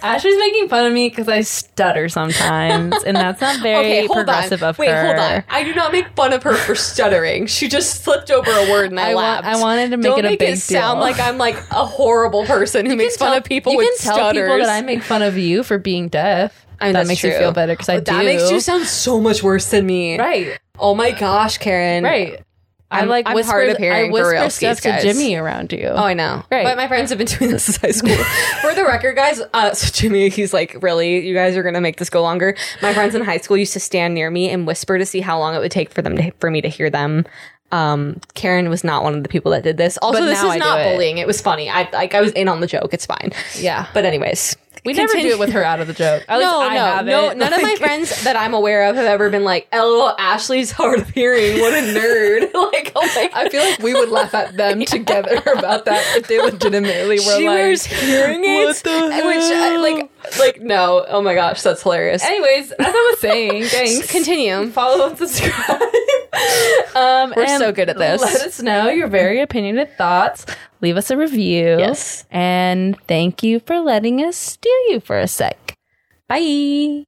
[SPEAKER 2] Ashley's making fun of me because I stutter sometimes, and that's not very
[SPEAKER 3] Okay, hold on.
[SPEAKER 2] progressive of
[SPEAKER 3] Wait,
[SPEAKER 2] her.
[SPEAKER 3] hold on. I do not make fun of her for stuttering. She just slipped over a word and I,
[SPEAKER 2] I wa-
[SPEAKER 3] laughed.
[SPEAKER 2] I wanted to make
[SPEAKER 3] Don't
[SPEAKER 2] it a
[SPEAKER 3] make
[SPEAKER 2] big
[SPEAKER 3] it sound
[SPEAKER 2] deal.
[SPEAKER 3] like I'm like a horrible person who makes fun
[SPEAKER 2] tell-
[SPEAKER 3] of people
[SPEAKER 2] you
[SPEAKER 3] with
[SPEAKER 2] can tell
[SPEAKER 3] stutters.
[SPEAKER 2] people that I make fun of you for being deaf.
[SPEAKER 3] I mean,
[SPEAKER 2] that
[SPEAKER 3] that's
[SPEAKER 2] makes you
[SPEAKER 3] true.
[SPEAKER 2] feel better because I
[SPEAKER 3] But that
[SPEAKER 2] do.
[SPEAKER 3] makes you sound so much worse than me.
[SPEAKER 2] right,
[SPEAKER 3] Oh my gosh, Karen.
[SPEAKER 2] right. i
[SPEAKER 3] I'm-
[SPEAKER 2] like
[SPEAKER 3] I'm
[SPEAKER 2] whisper.
[SPEAKER 3] hard of
[SPEAKER 2] I
[SPEAKER 3] hearing for
[SPEAKER 2] whisper
[SPEAKER 3] real,
[SPEAKER 2] stuff
[SPEAKER 3] skis,
[SPEAKER 2] to
[SPEAKER 3] guys.
[SPEAKER 2] Jimmy around you.
[SPEAKER 3] Oh, I know.
[SPEAKER 2] Right.
[SPEAKER 3] But my friends have been doing this since high
[SPEAKER 2] [laughs]
[SPEAKER 3] school. For the record, guys, uh, so Jimmy, he's like, really? You guys are going to make this go longer? My friends in high school used to stand near me and whisper to see how long it would take for them to, for me to hear them. Um, Karen was not one of the people that did this. Also,
[SPEAKER 2] But
[SPEAKER 3] this
[SPEAKER 2] now
[SPEAKER 3] is
[SPEAKER 2] I do
[SPEAKER 3] not
[SPEAKER 2] it.
[SPEAKER 3] bullying. It. was funny. I like I was in on the joke. It's fine.
[SPEAKER 2] Yeah.
[SPEAKER 3] But anyways,
[SPEAKER 2] we never do it with her out of the joke. At least
[SPEAKER 3] no,
[SPEAKER 2] I
[SPEAKER 3] no,
[SPEAKER 2] haven't.
[SPEAKER 3] no. None of my friends that I'm aware of have ever been like, "Oh, Ashley's hard of hearing. What a nerd!" [laughs] like, oh my.
[SPEAKER 4] I
[SPEAKER 2] [laughs]
[SPEAKER 4] feel like we would laugh at them together about that if they legitimately were
[SPEAKER 3] she
[SPEAKER 4] like,
[SPEAKER 3] wears hearing aids, which I, like, like no, oh my gosh, that's hilarious.
[SPEAKER 2] Anyways, as I [laughs] was saying, thanks.
[SPEAKER 3] Continue.
[SPEAKER 2] Follow and
[SPEAKER 3] [laughs]
[SPEAKER 2] subscribe. um,
[SPEAKER 3] We're
[SPEAKER 2] and
[SPEAKER 3] so good at this.
[SPEAKER 2] Let us know your very opinionated thoughts. Leave us a review.
[SPEAKER 3] Yes.
[SPEAKER 2] And thank you for letting us steal you for a sec. Bye.